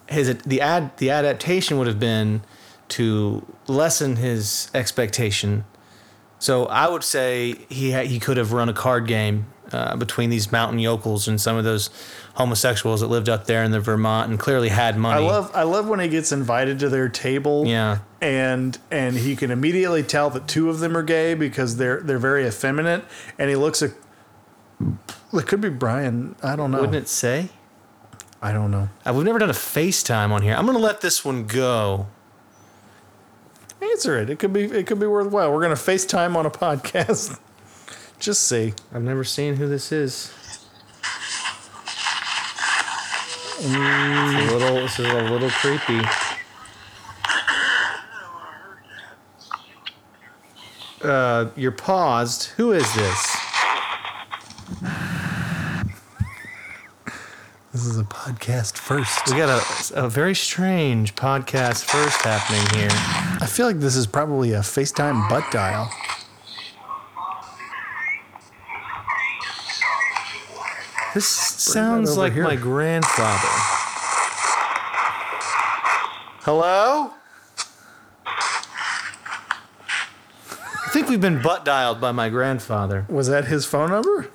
his the ad the adaptation would have been to lessen his expectation. So I would say he ha- he could have run a card game uh, between these mountain yokels and some of those homosexuals that lived up there in the Vermont and clearly had
I
money.
love I love when he gets invited to their table.
Yeah.
And and he can immediately tell that two of them are gay because they're they're very effeminate and he looks at it could be Brian. I don't know.
Wouldn't it say?
I don't know.
Uh, We've never done a FaceTime on here. I'm gonna let this one go.
Answer it. It could be it could be worthwhile. We're gonna FaceTime on a podcast. Just see.
I've never seen who this is. It's a little, this is a little creepy. Uh, you're paused. Who is this?
This is a podcast first.
We got a, a very strange podcast first happening here.
I feel like this is probably a FaceTime butt dial.
This sounds
over
like
here.
my grandfather. Hello? I think we've been butt dialed by my grandfather.
Was that his phone number?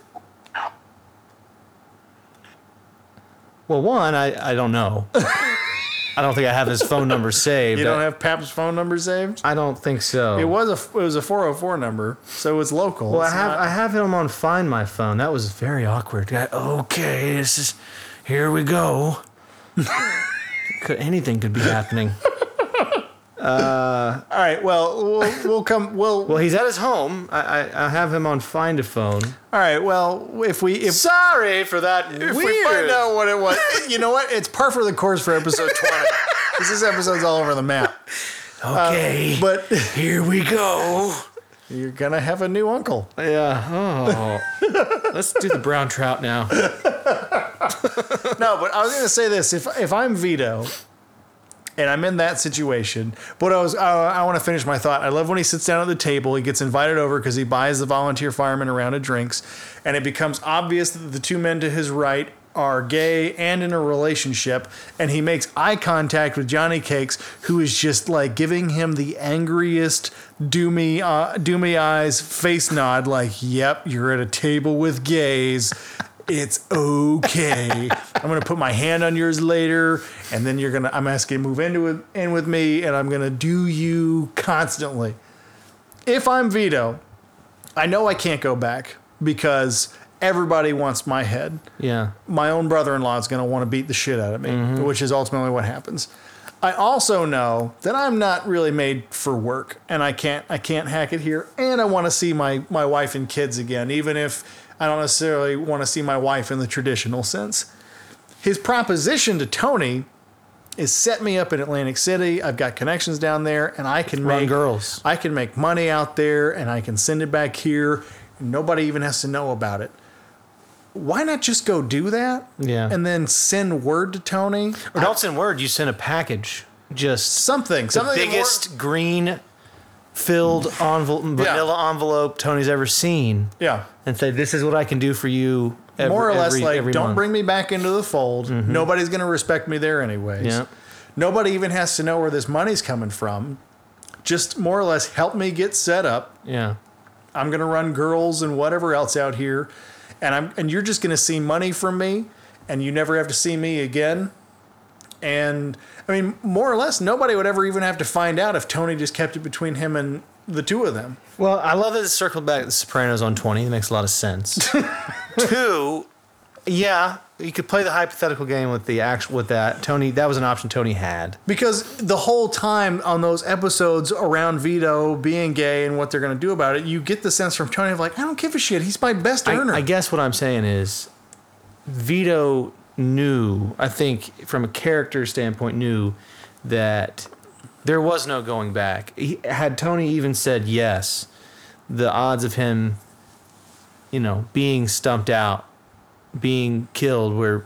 Well, one, I, I don't know. I don't think I have his phone number saved.
You don't have Pap's phone number saved?
I don't think so.
It was a it was a 404 number, so it's local.
well, I
It's
have
not-
I have him on Find My Phone. That was very awkward. I- okay, this is here we go. could, anything could be happening.
All right. Well, we'll, we'll come. We'll,
Well, he's at his home. I, I, I have him on Find a Phone.
All right. Well, if we if,
Sorry for that.
if we
weird-
find out what it was, you know what? It's par for the course for episode twenty. Because this episode's all over the map.
Okay,
uh, But
here we go.
you're gonna have a new uncle.
Yeah. Oh. Let's do the brown trout now.
No, but I was gonna say this. If if I'm Vito. And I'm in that situation, but I was I, I want to finish my thought. I love when he sits down at the table. He gets invited over because he buys the volunteer fireman a round of drinks, and it becomes obvious that the two men to his right are gay and in a relationship. And he makes eye contact with Johnny Cakes, who is just like giving him the angriest doomy uh, doomy eyes face nod, like "Yep, you're at a table with gays." it's okay. I'm gonna put my hand on yours later, and then you're gonna. I'm asking you to move into it, in with me, and I'm gonna do you constantly. If I'm Vito, I know I can't go back because everybody wants my head
Yeah.
my own brother in law is going to want to beat the shit out of me,
Mm-hmm.
which is ultimately what happens. I also know that I'm not really made for work, and I can't I can't hack it here. And I want to see my my wife and kids again, even if I don't necessarily want to see my wife in the traditional sense. His proposition to Tony is set me up in Atlantic City. I've got connections down there, and I can
Run
make
girls.
I can make money out there, and I can send it back here. And nobody even has to know about it why not just go do that?
Yeah.
And then send word to Tony
Or don't send word. You send a package. Just
something.
the
something that
biggest green filled envelope, vanilla envelope Tony's ever seen,
more- yeah.
and say, "This is what I can do for you." ev-
More or less
every-
like
every
don't
month." Mm-hmm.
bring me back into the fold. Nobody's going to respect me there anyways.
Yeah.
Nobody even has to know where this money's coming from. Just more or less help me get set up.
Yeah.
I'm going to run girls and whatever else out here and I'm and you're just going to see money from me and you never have to see me again. And I mean, more or less, nobody would ever even have to find out if Tony just kept it between him and the two of them.
Well, I love that it circled back to The Sopranos on 20. It makes a lot of sense. Two, yeah, you could play the hypothetical game with the actual with that. Tony, that was an option Tony had.
Because the whole time on those episodes around Vito being gay and what they're going to do about it, you get the sense from Tony of like, I don't give a shit. He's my best
I,
earner.
I guess what I'm saying is Vito knew, I think from a character standpoint, knew that there was no going back. He, had Tony even said yes, the odds of him, you know, being stumped out, being killed were.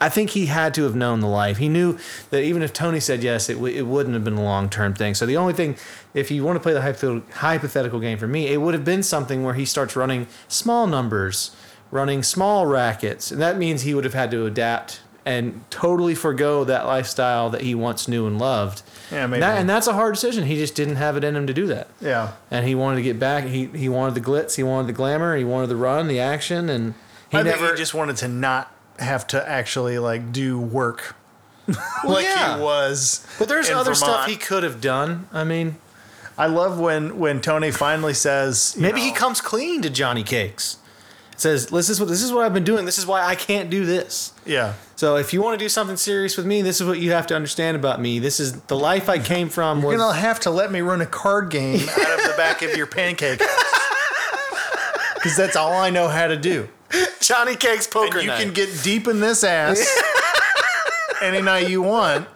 I think he had to have known the life. He knew that even if Tony said yes, it, w- it wouldn't have been a long term thing. So the only thing, if you want to play the hypothet- hypothetical game for me, it would have been something where he starts running small numbers, running small rackets, and that means he would have had to adapt and totally forego that lifestyle that he once knew and loved.
Yeah,
And
maybe.
that- and that's a hard decision. He just didn't have it in him to do that.
yeah.
And he wanted to get back. He he wanted the glitz. He wanted the glamour. He wanted the run, the action, and he
I
never
think he just wanted to not have to actually like do work like
yeah.
he was.
But there's
in
other stuff
Vermont.
he could have done. I mean,
I love when when Tony finally says, you
maybe he
know,
comes clean to Johnny Cakes. Says, "This is what this is what I've been doing. This is why I can't do this."
yeah,
So if you want to do something serious with me, this is what you have to understand about me. This is the life I came from.
you're
was-
gonna have to let me run a card game out of the back of your pancake because that's all I know how to do.
Johnny Cakes poker
you
night.
can get deep in this ass any night you want.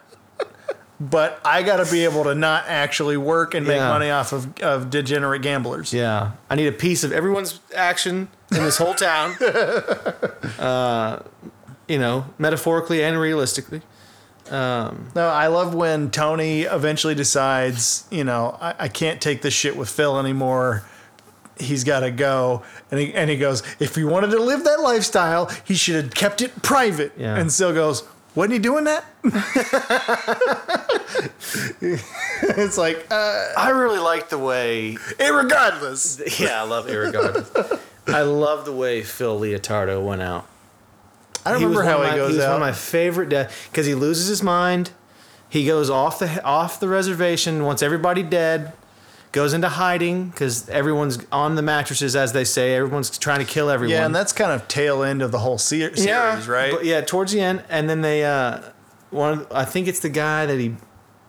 But I got to be able to not actually work and make
Yeah.
money off of, of degenerate gamblers.
Yeah, I need a piece of everyone's action in this whole town. uh, you know, metaphorically and realistically.
No, I love when Tony eventually decides, you know, I, I can't take this shit with Phil anymore. He's got to go. And he, and he goes, if he wanted to live that lifestyle, he should have kept it private.
Yeah.
And Phil goes, wasn't he doing that? it's like, uh,
I really like the way.
irregardless.
Yeah, I love Irregardless. I love the way Phil Leotardo went out.
I don't remember
was
how
one of
he
my-
goes
was
out.
One of my favorite death because he loses his mind. He goes off the off the reservation. Wants everybody dead. Goes into hiding because everyone's on the mattresses, as they say. Everyone's trying to kill everyone.
yeah, and that's kind of tail end of the whole se- series, right?
But yeah, towards the end, and then they uh, one. of- I think it's the guy that he,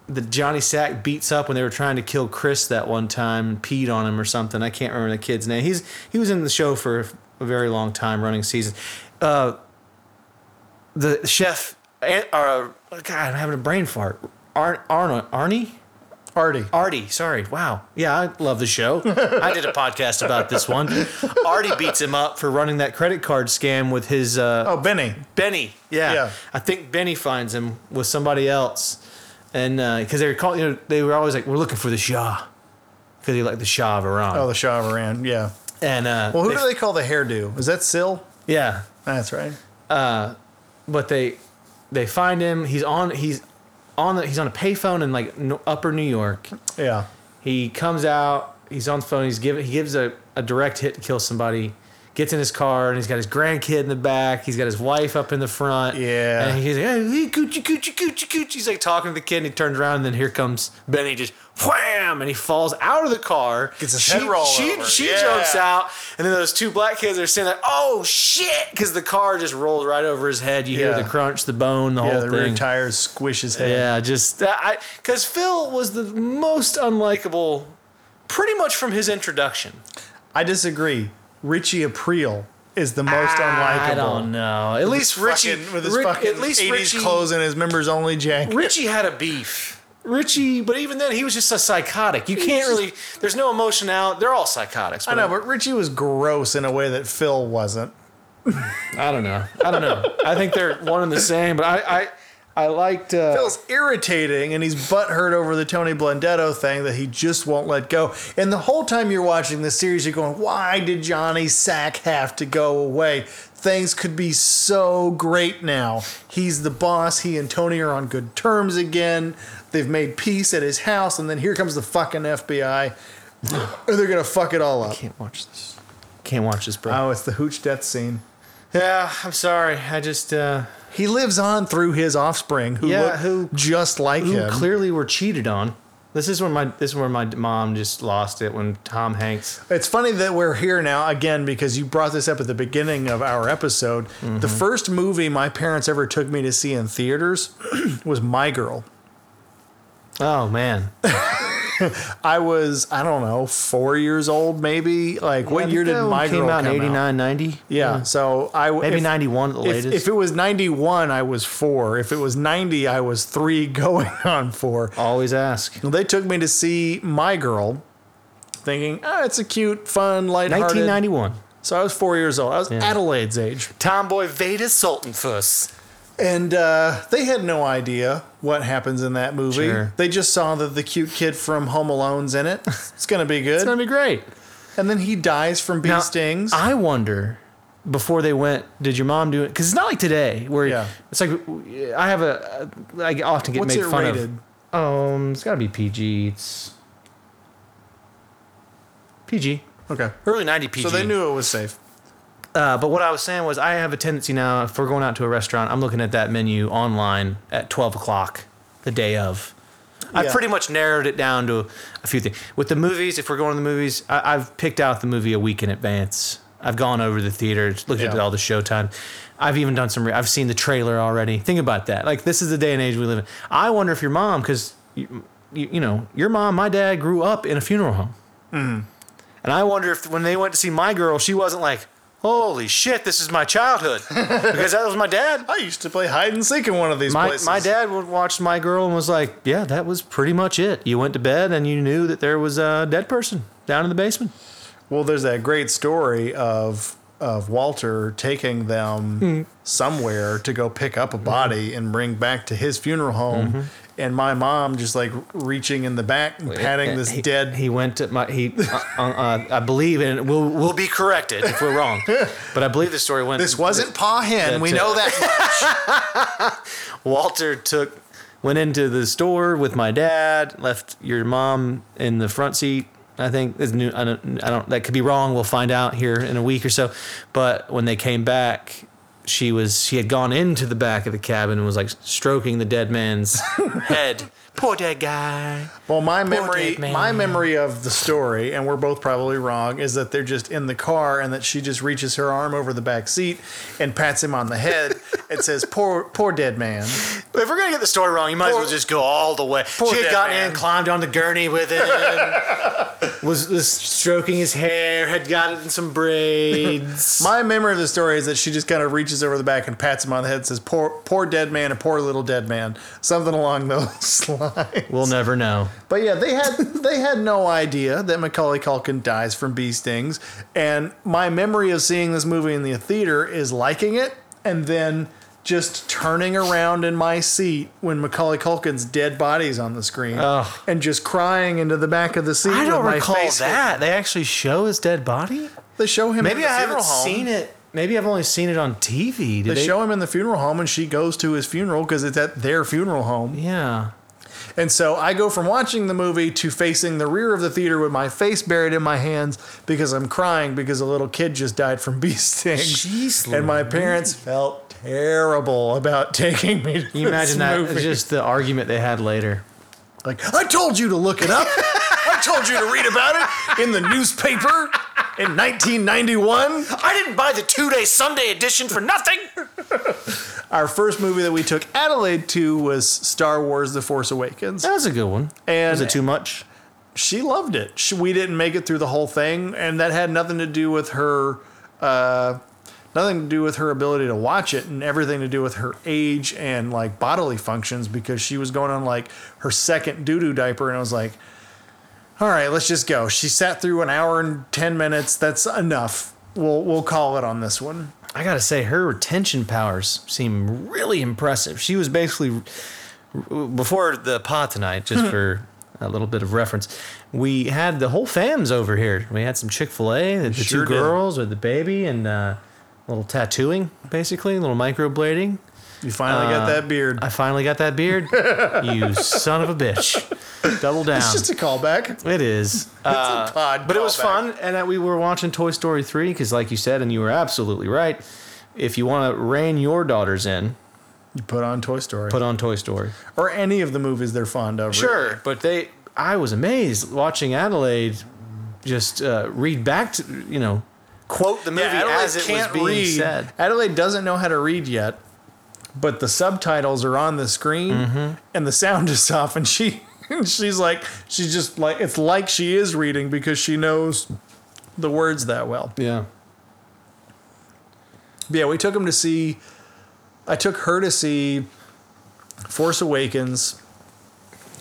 the Johnny Sack beats up when they were trying to kill Chris that one time, peed on him or something. I can't remember the kid's name. He's he was in the show for a very long time, running season. Uh, the chef, and, uh, God, I'm having a brain fart. Ar- Arno, Arnie.
Artie.
Artie, sorry. Wow. Yeah, I love the show. I did a podcast about this one. Artie beats him up for running that credit card scam with his uh,
Oh, Benny.
Benny. Yeah.
Yeah.
I think Benny finds him with somebody else. And because they were calling, you know, they were always like, we're looking for the Shah. Because he liked the Shah of Iran.
Oh, the Shah of Iran. Yeah.
and, uh,
Well, who
they-
do they call the hairdo? Is that Syl?
yeah.
That's right.
But they, they find him. He's on, he's on the, he's on a payphone in like no, upper New York.
Yeah.
He comes out. He's on the phone. He's giving. He gives a, a direct hit to kill somebody. Gets in his car and he's got his grandkid in the back. He's got his wife up in the front.
Yeah.
And he's like, hey, hey, coochie, coochie, coochie, coochie. He's like talking to the kid and he turns around and then here comes Benny just wham and he falls out of the car.
Gets his
she,
head rolled
She,
over.
she
Yeah.
jumps out and then those two black kids are sitting there, oh shit, because the car just rolled right over his head. You
Yeah.
hear the crunch, the bone, the
Yeah,
whole
the
thing.
rear tires squish his head.
Yeah, just that I because Phil was the most unlikable, pretty much from his introduction.
I disagree. Richie April is the most unlikable.
I don't know. At least Richie,
Fucking- with his
Ri-
fucking
at least
80s
Richie,
clothes and his members only jacket.
Richie had a beef. Richie, but even then, he was just a psychotic. You can't really. There's no emotion out. They're all psychotics.
I know, but Richie was gross in a way that Phil wasn't.
I don't know. I don't know. I think they're one and the same. But I, I, I liked. Uh,
Phil's irritating and he's butthurt over the Tony Blundetto thing that he just won't let go. And the whole time you're watching this series, you're going, why did Johnny Sack have to go away? Things could be so great now. He's the boss. He and Tony are on good terms again. They've made peace at his house. And then here comes the fucking FBI. and they're going to fuck it all up.
can't watch this. Can't watch this, bro.
Oh, it's the hooch death scene.
Yeah, I'm sorry. I just. uh
He lives on through his offspring who
Yeah,
look
who-
just like
who
him.
clearly were cheated on. This is where my this is where my mom just lost it when Tom Hanks.
It's funny that we're here now again because you brought this up at the beginning of our episode.
Mm-hmm.
The first movie my parents ever took me to see in theaters was My Girl.
Oh man,
I was, I don't know, four years old maybe. Like, what year did My
came
Girl
out in
come
eighty
out?
nine ninety?
Yeah, so I w-
maybe
if-
ninety one at the
If,
latest.
if it was 91, I was four. If it was 90, I was three going on four.
Always ask.
Well, They took me to see My Girl, thinking, oh, it's a cute, fun, lighthearted.
Nineteen ninety one.
So I was four years old. I was Adelaide's age.
Tomboy Veda Sultanfuss.
And uh, they had no idea what happens in that movie.
Sure.
They just saw that the cute kid from Home Alone's in it. It's going to be good.
It's gonna be great.
and then he dies from bee
Now,
stings.
I wonder before they went, did your mom do it? Because it's not like today where
Yeah.
it's like I have a I often get
What's
made
it
fun
rated?
of. Um, it's gotta be PG. It's PG.
Okay.
Early ninety PG.
So they knew it was safe.
Uh, but what I was saying was, I have a tendency now if we're going out to a restaurant, I'm looking at that menu online at 12 o'clock the day of.
Yeah.
I've pretty much narrowed it down to a few things. With the movies, if we're going to the movies, I, I've picked out the movie a week in advance. I've gone over the theaters, looked at
Yeah.
all the showtime. I've even done some. Re- I've seen the trailer already. Think about that. Like this is the day and age we live in. I wonder if your mom, because you, you, you know, your mom, my dad grew up in a funeral home.
Mm-hmm.
And I wonder if when they went to see my girl, she wasn't like, "Holy shit, this is my childhood," because that was my dad.
I used to play hide and seek in one of these
My,
places.
my dad would watch my girl and was like, "Yeah, that was pretty much it. You went to bed and you knew that there was a dead person down in the basement."
Well, there's that great story of of Walter taking them
Hmm.
somewhere to go pick up a
Mm-hmm.
body and bring back to his funeral home, and my mom just like reaching in the back and patting this
eh, He-
dead.
He went to my he. uh, uh, I believe, and we'll we'll be corrected if we're wrong, but I believe the story went.
this wasn't Pa Hen. We
That's it.
know that.
Walter took went into the store with my dad, left your mom in the front seat. I think is new. I don't, I don't. That could be wrong. We'll find out here in a week or so. But when they came back, she was she had gone into the back of the cabin and was like stroking the dead man's head. Poor dead guy.
Well, my memory,
dead man.
my memory of the story, and we're both probably wrong, is that they're just in the car and that she just reaches her arm over the back seat and pats him on the head and says, "Poor, poor dead man."
If we're gonna get the story wrong, you might as well just go all the way. She
dead
had gotten
man.
in, climbed on the gurney with him, was, was stroking his hair, had got it in some braids.
My memory of the story is that she just kind of reaches over the back and pats him on the head and says, Poor, poor dead man, a poor little dead man. Something along those lines.
we'll never know.
But yeah, they had they had no idea that Macaulay Culkin dies from bee stings. And my memory of seeing this movie in the theater is liking it and then just turning around in my seat when Macaulay Culkin's dead body's on the screen
Ugh.
and just crying into the back of the seat.
I don't
with my
recall
face-
that. They actually show his dead body?
They show him. in
Maybe
the
I
funeral
haven't
home.
seen it. Maybe I've only seen it on TV. Did
They,
they,
show him in the funeral home, and she goes to his funeral because it's at their funeral home.
Yeah.
And so I go from watching the movie to facing the rear of the theater with my face buried in my hands because I'm crying because a little kid just died from bee stings.
Jeez
and my parents felt terrible about taking me to
Can you imagine that?
movie.
Just the argument they had later.
like I told you to look it up. I told you to read about it in the newspaper in 1991.
I didn't buy the two day Sunday edition for nothing.
Our first movie that we took Adelaide to was Star Wars: The Force Awakens.
That was a good one.
And-
was it too much?
she loved it. She, we didn't make it through the whole thing, and that had nothing to do with her, uh, nothing to do with her ability to watch it, and everything to do with her age and like bodily functions because she was going on like her second doo doo diaper, and I was like, "All right, let's just go." She sat through an hour and ten minutes. That's enough. We'll we'll call it on this one.
I gotta say, her retention powers seem really impressive. She was basically before the pod tonight,
Hmm.
just for a little bit of reference. We had the whole fams over here. We had some Chick Fil A, the, the
Sure
two
did.
girls with the baby, and uh, a little tattooing, basically, a little microblading.
You finally got
Uh,
that beard.
I finally got that beard. you son of a bitch! Double down.
it's just a callback.
It is. Uh,
pod
but it was
callback.
fun, and that we were watching Toy Story 3 because, like you said, and you were absolutely right, if you want to rein your daughters in,
You put on Toy Story
put on Toy Story.
or any of the movies they're fond of.
Sure, but they. I was amazed watching Adelaide just uh, read back to you know quote the movie
Adelaide
as it was
can't
being
read.
said.
Adelaide doesn't know how to read yet, but the subtitles are on the screen
Mm-hmm.
and the sound is off, and she she's like she's just like it's like she is reading because she knows the words that well.
Yeah,
But yeah, we took him to see. I took her to see Force Awakens.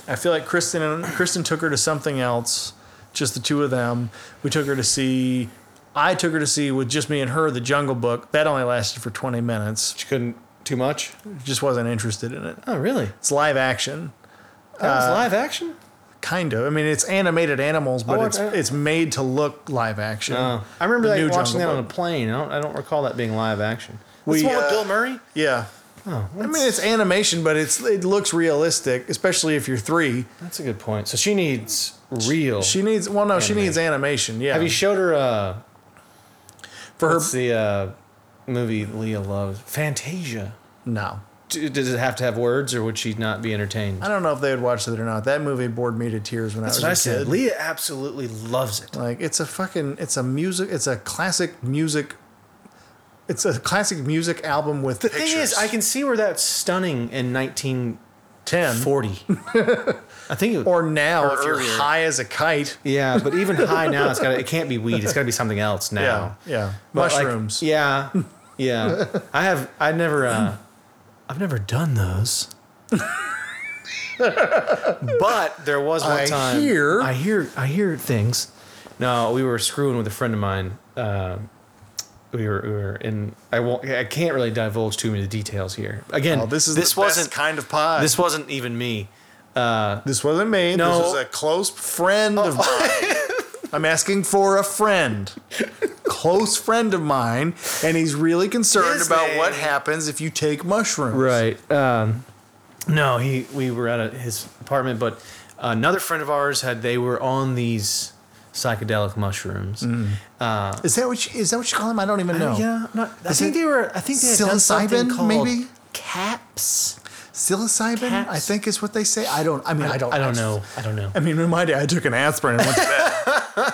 I feel like Kristen and Kristen took her to something else, just the two of them. We took her to see. I took her to see with just me and her the Jungle Book. That only lasted for twenty minutes.
she couldn't too much.
Just wasn't interested in it.
Oh, really? Uh,
It's live action,
That was live action.
kind of. I mean, it's animated animals, but
Oh,
it's
okay. Oh.
it's made to look live action.
I
The
remember like,
new
watching that
Jungle
on a
Book.
plane. I don't, I don't recall that being live action. Oh,
We,
What's the one
uh,
with Bill Murray?
Yeah. I mean, it's animation, but it's it looks realistic, especially if you're three.
That's a good point. So she needs real.
She needs well, no, she
Anime.
needs animation. Yeah,
Have you showed her uh,
for her?
what's the uh, movie Leah loves? Fantasia.
No,
D- Does it have to have words, or would she not be entertained?
I don't know if they would watch that or not. That movie bored me to tears when I was a kid.
Leah absolutely loves it.
Like it's a fucking it's a music it's a classic music. It's a classic music album with
The thing is, I can see where that's stunning in 1940.
ten
I think it,
or now
Or
if you're
earlier.
high as a kite.
yeah, but even high now, it's got to it can't be weed. It's got to be something else now.
Yeah, yeah,
But, like,
mushrooms.
yeah, yeah. I have. I never. Uh, I've never done those. but there was one
I
time.
hear-
I hear. I hear things. No, we were screwing with a friend of mine. Uh, we were, we were in. I won't. I can't really divulge too many details here. Again,
Oh, this is
this
the
wasn't
best kind of pod.
this wasn't even me.
This wasn't me.
No.
This was a close friend of mine. I'm asking for a friend. Close friend of mine, and he's really concerned
His
about
name-
what happens if you take mushrooms.
Right. Um, no, he we were at a, his apartment, but another friend of ours had they were on these psychedelic mushrooms.
Mm.
Oh,
Is that what you, is that what you call them? I don't even know.
Yeah, not, I
Is
think
it
they were. I think they had done something
Psilocybin,
called
maybe?
caps.
Psilocybin,
Caps.
I think is what they say. I don't. I mean, I don't.
I don't know. I don't know.
I mean, in my day, I took an aspirin and went to bed.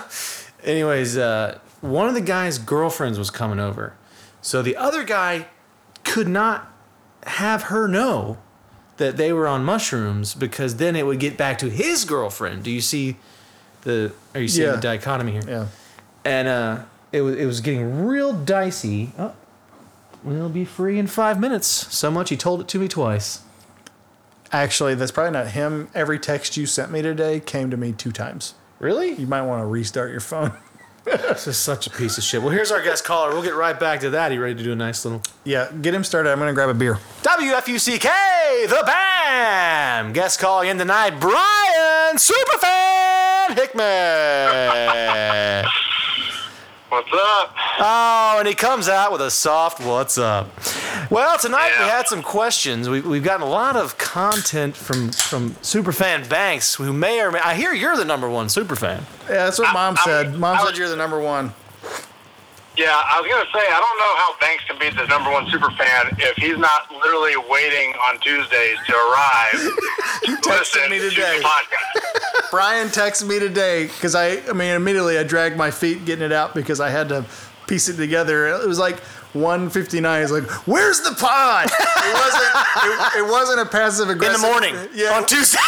Anyways, uh, one of the guy's girlfriends was coming over, so the other guy could not have her know that they were on mushrooms because then it would get back to his girlfriend. Do you see the? Are you seeing
Yeah.
the dichotomy here?
yeah.
and uh, it was it was getting real dicey. Oh, we'll be free in five minutes. So much he told it to me twice.
Actually, that's probably not him. Every text you sent me today came to me two times.
Really?
You might want to restart your phone.
This is such a piece of shit. Well, here's our guest caller. We'll get right back to that. You ready to do a nice little
yeah, get him started. I'm going to grab a beer.
WFUCK the BAM guest calling in tonight? Brian Superfan Hickman.
What's up?
Oh, and he comes out with a soft "What's up?" Well, tonight we had some questions. We, we've gotten a lot of content from from superfan Banks, who may or may. I hear you're the number one superfan.
Yeah, that's what mom
I-
said. Mom
I
said
was-
you're the number one.
Yeah, I was gonna say I don't know how Banks can be the number one super fan if he's not literally waiting on Tuesdays to arrive. you
texted me today. Brian texted me today because I, I mean, immediately I dragged my feet getting it out because I had to piece it together. It was like 159. It's like, where's the pod? It wasn't. It, it wasn't a passive aggressive. Yeah.
on Tuesday.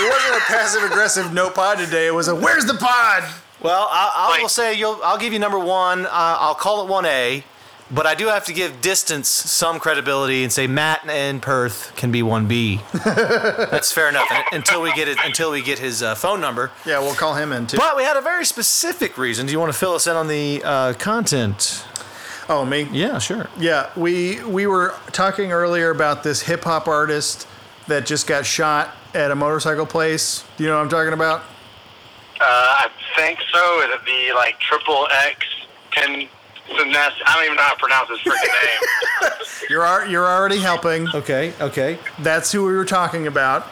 it wasn't a passive aggressive no pod today. It was a where's the pod?
well, I, I will
Right.
say you'll. I'll give you number one. Uh, I'll call it one A, but I do have to give distance some credibility and say Matt and Perth can be one B. That's fair enough. And- Until we get it. Until we get his uh, phone number.
Yeah, we'll call him in too.
But we had a very specific reason. Do you want to fill us in on the uh, content?
Oh me.
Yeah, sure.
Yeah, we we were talking earlier about this hip hop artist that just got shot at a motorcycle place. Do you know what I'm talking about?
Uh, I think so. Is it the like triple X ten? Sinest- I don't even know how to pronounce his freaking name.
You're al- you're already helping.
Okay, okay.
That's who we were talking about.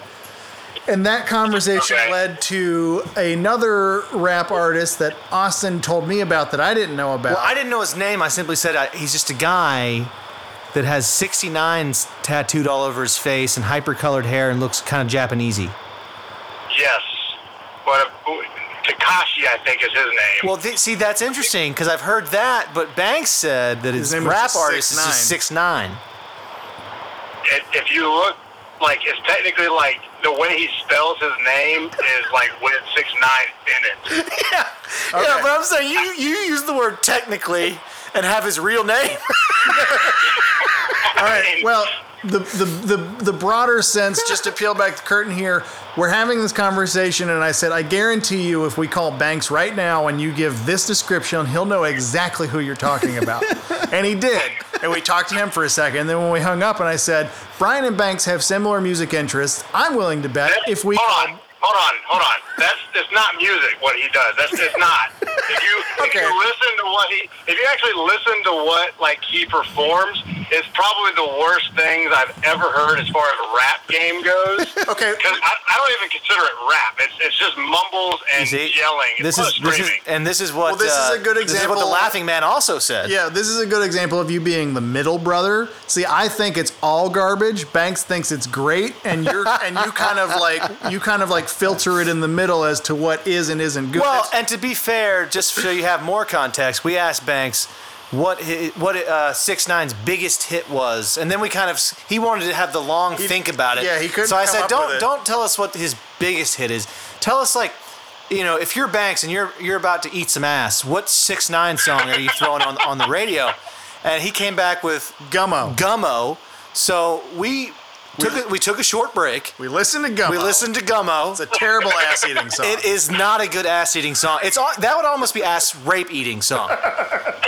And that conversation
Okay.
led to another rap artist that Austin told me about that I didn't know about.
Well, I didn't know his name. I simply said uh, he's just a guy that has 69s tattooed all over his face and hyper-colored hair and looks kind of Japanesey.
Yes. But uh, Takashi, I think, is his name.
Well, th- see, that's interesting because I've heard that, but Banks said that his,
name is
rap
just
artist is just six nine.
if, if you look, like, it's technically like the way he spells his name is like with six nine in it.
Yeah, but I'm saying you you use the word technically and have his real name.
All right.
Well, the, the the the broader sense, just to peel back the curtain here, we're having this conversation, and I said, I guarantee you, if we call Banks right now and you give this description, he'll know exactly who you're talking about, and he did. And we talked to him for a second. And then when we hung up, and I said, Brian and Banks have similar music interests. I'm willing to bet
That's-
if we
hold on, hold on, hold on. That's it's not music. What he does, that's it's not. If you if
Okay.
you listen to what he, if you actually listen to what like he performs, it's probably the worst things I've ever heard as far as rap game goes.
Okay.
Because I, I don't even consider it rap. It's it's just mumbles and
See,
yelling.
This
and
is, this is
screaming.
and this is what
Well, this is a
uh,
good
This is what the
example-
Laughing Man also said.
Yeah, this is a good example of you being the middle brother. See, I think it's all garbage. Banks thinks it's great, and you're and you kind of like you kind of like filter it in the middle as to what is and isn't good.
Well, and to be fair, just so you have more context, we asked Banks what hi what uh, Six Nine's biggest hit was, and then we kind of s- he wanted to have the long think about it.
yeah, he couldn't
So I
come
said,
up
don't
with it."
don't tell us what his biggest hit is. Tell us like. You know, if you're Banks and you're you're about to eat some ass, what six nine song are you throwing on on the radio? And he came back with
Gummo.
Gummo. So we took a, we took a short break.
we listen to Gummo.
We listened to Gummo.
It's a terrible ass eating song.
It is not a good ass eating song. It's al- that would almost be ass rape eating song.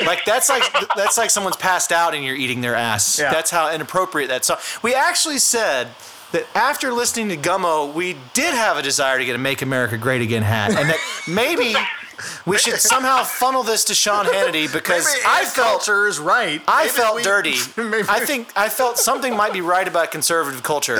Like that's like that's like someone's passed out and you're eating their ass.
Yeah.
That's how inappropriate that song. We actually said that after listening to Gummo, we did have a desire to get a "Make America Great Again" hat, and that maybe we should somehow funnel this to Sean Hannity because
Maybe
I
Ed
felt.
Coulter is right.
I
Maybe
felt
we-
dirty.
Maybe
I think I felt something might be right about conservative culture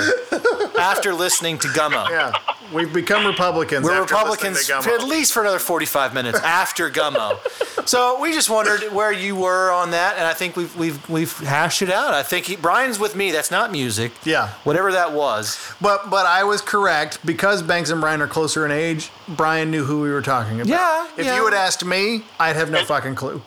after listening to Gummo.
yeah, we've become Republicans.
We're
after listening
Republicans
to
for
Gummo.
at least for another 45 minutes after Gummo. so we just wondered where you were on that, and I think we've we've we've hashed it out. I think he, Brian's with me. That's not music.
Yeah.
whatever that was.
But but I was correct because Banks and Brian are closer in age. Brian knew who we were talking about.
Yeah,
If
yeah.
you had asked me, I'd have no fucking clue.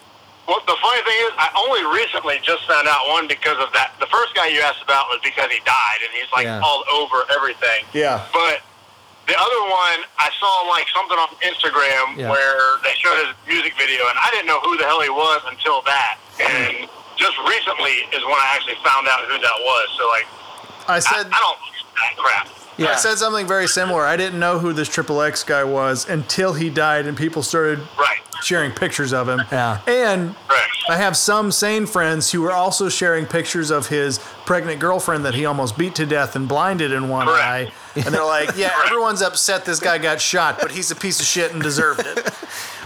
Well, the funny thing is, I only recently just found out one because of that. The first guy you asked about was because he died, and he's like
Yeah.
all over everything.
Yeah.
But the other one, I saw like something on Instagram
Yeah.
where they showed his music video, and I didn't know who the hell he was until that. And just recently is when I actually found out who that was. So like,
I
I,
said
I don't that crap.
I said something very similar. I didn't know who this Triple X guy was until he died and people started
Right.
sharing pictures of him.
Yeah.
And
Right.
I have some sane friends who were also sharing pictures of his pregnant girlfriend that he almost beat to death and blinded in one
Correct.
eye. And they're like, yeah, everyone's upset this guy got shot, but he's a piece of shit and deserved it.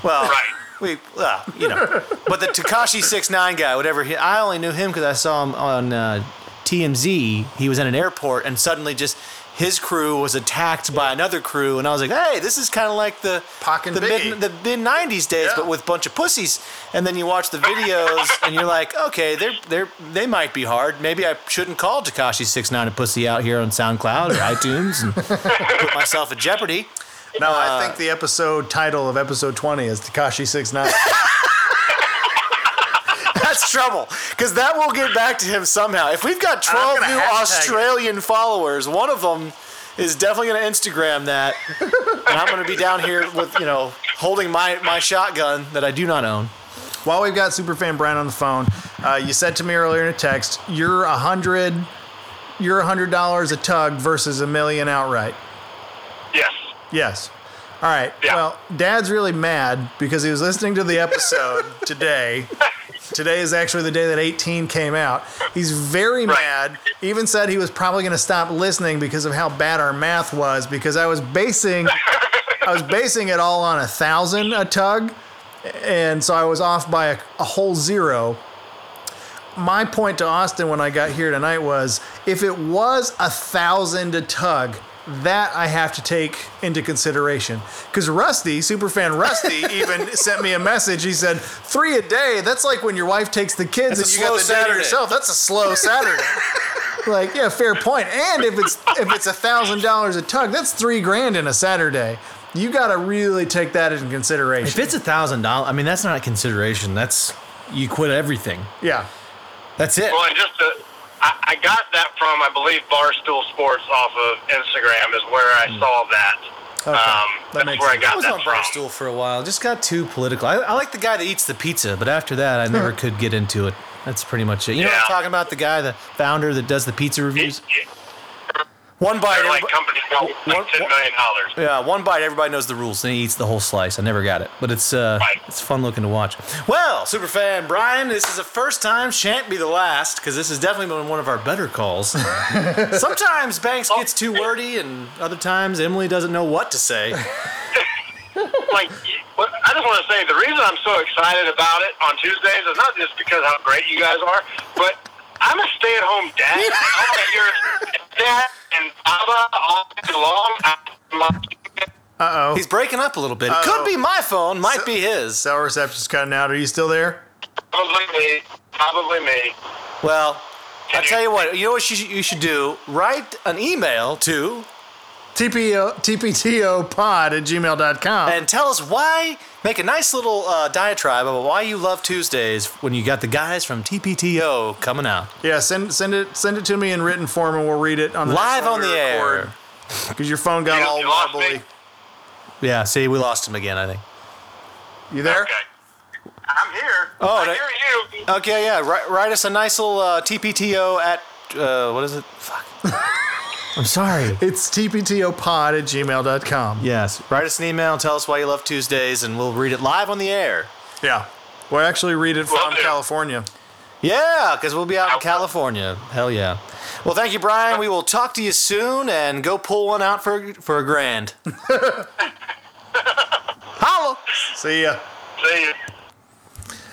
Well,
Right.
we well, you know, but the Takashi Six Nine guy, whatever. He, I only knew him because I saw him on uh, TMZ. He was in an airport, and suddenly just. His crew was attacked by another crew, and I was like, "Hey, this is kind of like the
Pac and
the
Biggie.
mid, the mid '90s days,
Yeah.
but with a bunch of pussies." And then you watch the videos, and you're like, "Okay, they're they're they might be hard. Maybe I shouldn't call Takashi Six Nine a pussy out here on SoundCloud or iTunes and put myself at jeopardy."
No,
uh,
I think the episode title of episode 20 is Takashi 69
That's trouble because that will get back to him somehow. If we've got 12
gonna
new
hashtag
Australian followers, one of them is definitely going to Instagram that, and I'm going to be down here with you know holding my my shotgun that I do not own.
While we've got Superfan Brian on the phone, uh, you said to me earlier in a text, you're a hundred, you're a hundred dollars a tug versus a million outright.
Yes.
Yes. All right.
Yeah.
Well, Dad's really mad because he was listening to the episode today. Today is actually the day that 18 came out. He's very
Right.
mad. Even said he was probably going to stop listening because of how bad our math was. Because I was basing, I was basing it all on a thousand a tug, and so I was off by a, a whole zero my point to Austin when I got here tonight was if it was a thousand a tug, that I have to take into consideration. Because Rusty, superfan Rusty, even sent me a message. He said, three a day, that's like when your wife takes the kids
That's a
and you got
slow
the day to
Saturday.
yourself. That's a slow Saturday. like, yeah, fair point. And if it's if it's a thousand dollars a tug, that's three grand in a Saturday. You gotta really take that into
If
consideration.
it's a thousand dollars, I mean that's not a consideration. That's you quit everything.
Yeah.
That's it.
Well, and just to, I, I got that from, I believe, Barstool Sports off of Instagram is where I saw that. Um,
Hmm. That
that's
makes
where I
sense.
got
I was
that
on
from.
Barstool for a while.
Just
Just
got too political. I, I like the guy that eats the pizza, but after that, I never could get into it. That's pretty much it. You know what
Yeah.
I'm talking about? The guy, the founder that does the pizza reviews. One bite,
They're like
everybody-
companies got like ten million dollars.
yeah, one bite. Everybody knows the rules, and he eats the whole slice. I never got it, but it's uh,
Right.
it's fun looking to watch. Well, super fan Brian, this is the first time, shan't be the last, because this has definitely been one of our better calls. Sometimes Banks
Oh.
gets too wordy, and other times Emily doesn't know what to say.
Like, but I just want to say the reason I'm so excited about it on Tuesdays is not just because how great you guys are, but I'm a stay-at-home dad. and I want to hear dad and Baba all day long.
He's breaking up a little bit. It could be my phone, might be his.
Cell reception's cutting out. Are you still there?
Probably me. Probably me.
Well, I
you-
tell you what. You know what you should, you should do? Write an email to
TPO, TPTO pod at gmail.com.
and tell us why. Make a nice little uh, diatribe about why you love Tuesdays when you got the guys from TPTO coming out
yeah, send send it send it to me in written form and we'll read it on the
live on the air.
Because your phone got
You-
all
you lost me?
wobbly.
Yeah. See, we lost him again. I think.
You there?
Okay. I'm here.
Oh,
I
that-
hear you.
Okay. Yeah. Write, write us a nice little uh, TPTO at uh, what is it? Fuck. I'm sorry.
It's tptopod at gmail.com.
Yes. Write us an email. Tell us why you love Tuesdays, and we'll read it live on the air.
Yeah. We'll actually read it
Will
from
do.
California.
Yeah, because we'll be out in
Out.
California. Hell yeah. Well, thank you, Brian. We will talk to you soon and go pull one out for, for a grand. Holla!
See ya.
See you.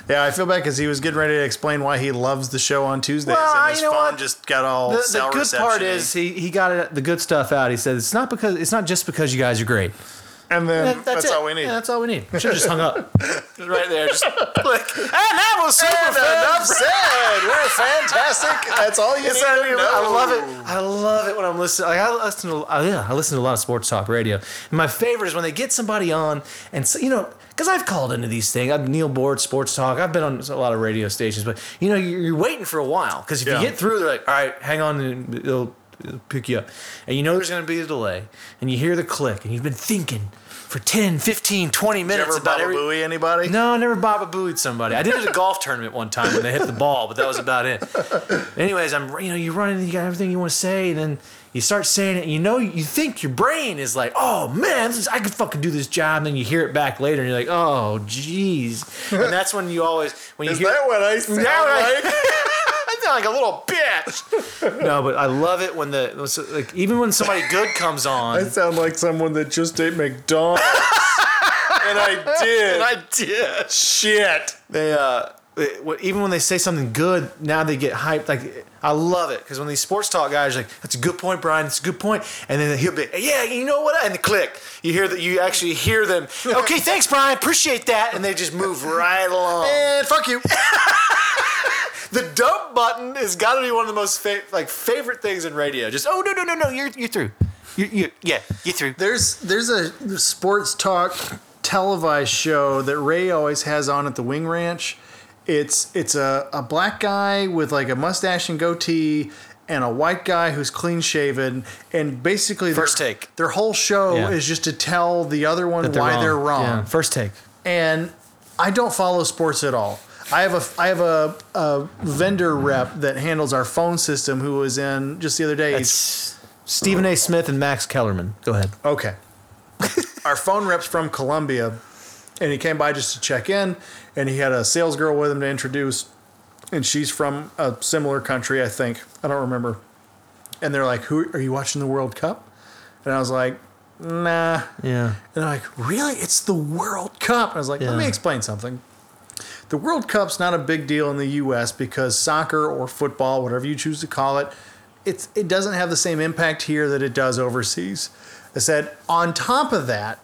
Yeah, I feel bad because he was getting ready to explain why he loves the show on Tuesdays,
Well,
and
I-
his
you know
phone
what?
just got all
The,
cell
the good part
reception-y.
is he, he got it, the good stuff out. He said it's not because it's not just because you guys are great.
and then
That-
that's,
it. Uh,
all we need.
Yeah, that's all we need. Should have just hung up. Just right there. Just click. And that was super
And enough said. We're fantastic. That's all you
It's
need
not
to
even-
know.
I love it. I love it when I'm listening. Like I listen to, I, yeah, I listen to a lot of sports talk radio. And my favorite is when they get somebody on, and so, you know, because I've called into these things. I've Neil Board sports talk. I've been on a lot of radio stations, but you know, you're, you're waiting for a while because if
Yeah.
you get through, they're like, all right, hang on, and it'll, it'll pick you up, and you know there's going to be a delay, and you hear the click, and you've been thinking for 10, 15, 20
You
minutes
ever
about
Baba
every.
Booey anybody?
No, I never Baba Booed somebody. I did it at a golf tournament one time when they hit the ball, but that was about it. Anyways, I'm you know you run and you got everything you want to say, and then you start saying it. And you know you think your brain is like, oh man, this is, I could fucking do this job. And then you hear it back later, and you're like, oh jeez. And that's when you always when you
Is
hear
that what I sound
Yeah, right.
like?
I sound like a little bitch. no, but I love it when the so, like even when somebody good comes
I
on.
sound like someone that just ate McDonald's. and I did.
And I did.
Shit.
they uh it- what- even when they say something good, now they get hyped. Like I love it because when these sports talk guys are like, "That's a good point, Brian. It's a good point," and then he'll be, "Yeah, you know what?" And the click, you hear that you actually hear them. Okay, thanks, Brian. Appreciate that, and they just move right along.
And fuck you.
The dump button has got to be one of the most fa- like favorite things in radio. Just oh no no no no, you're you're through. You you yeah you through.
There's there's a sports talk televised show that Ray always has on at the Wing Ranch. It's it's a, a black guy with like a mustache and goatee and a white guy who's clean shaven and basically
First
their,
take.
their whole show
Yeah.
is just to tell the other one why they're wrong.
First take.
and I don't follow sports at all. I have a I have a, a vendor rep that handles our phone system who was in just the other day. He's-
It's Stephen A. Smith and Max Kellerman. Go ahead.
Okay. Our phone rep's from Columbia, and he came by just to check in, and he had a sales girl with him to introduce, and she's from a similar country, I think. I don't remember. And they're like, "Who are you watching the World Cup?" And I was like, "Nah."
Yeah.
And they're like, really? It's the World Cup. And I was like, let
Yeah.
me explain something. The World Cup's not a big deal in the US because soccer or football, whatever you choose to call it, it's it doesn't have the same impact here that it does overseas. I said, on top of that,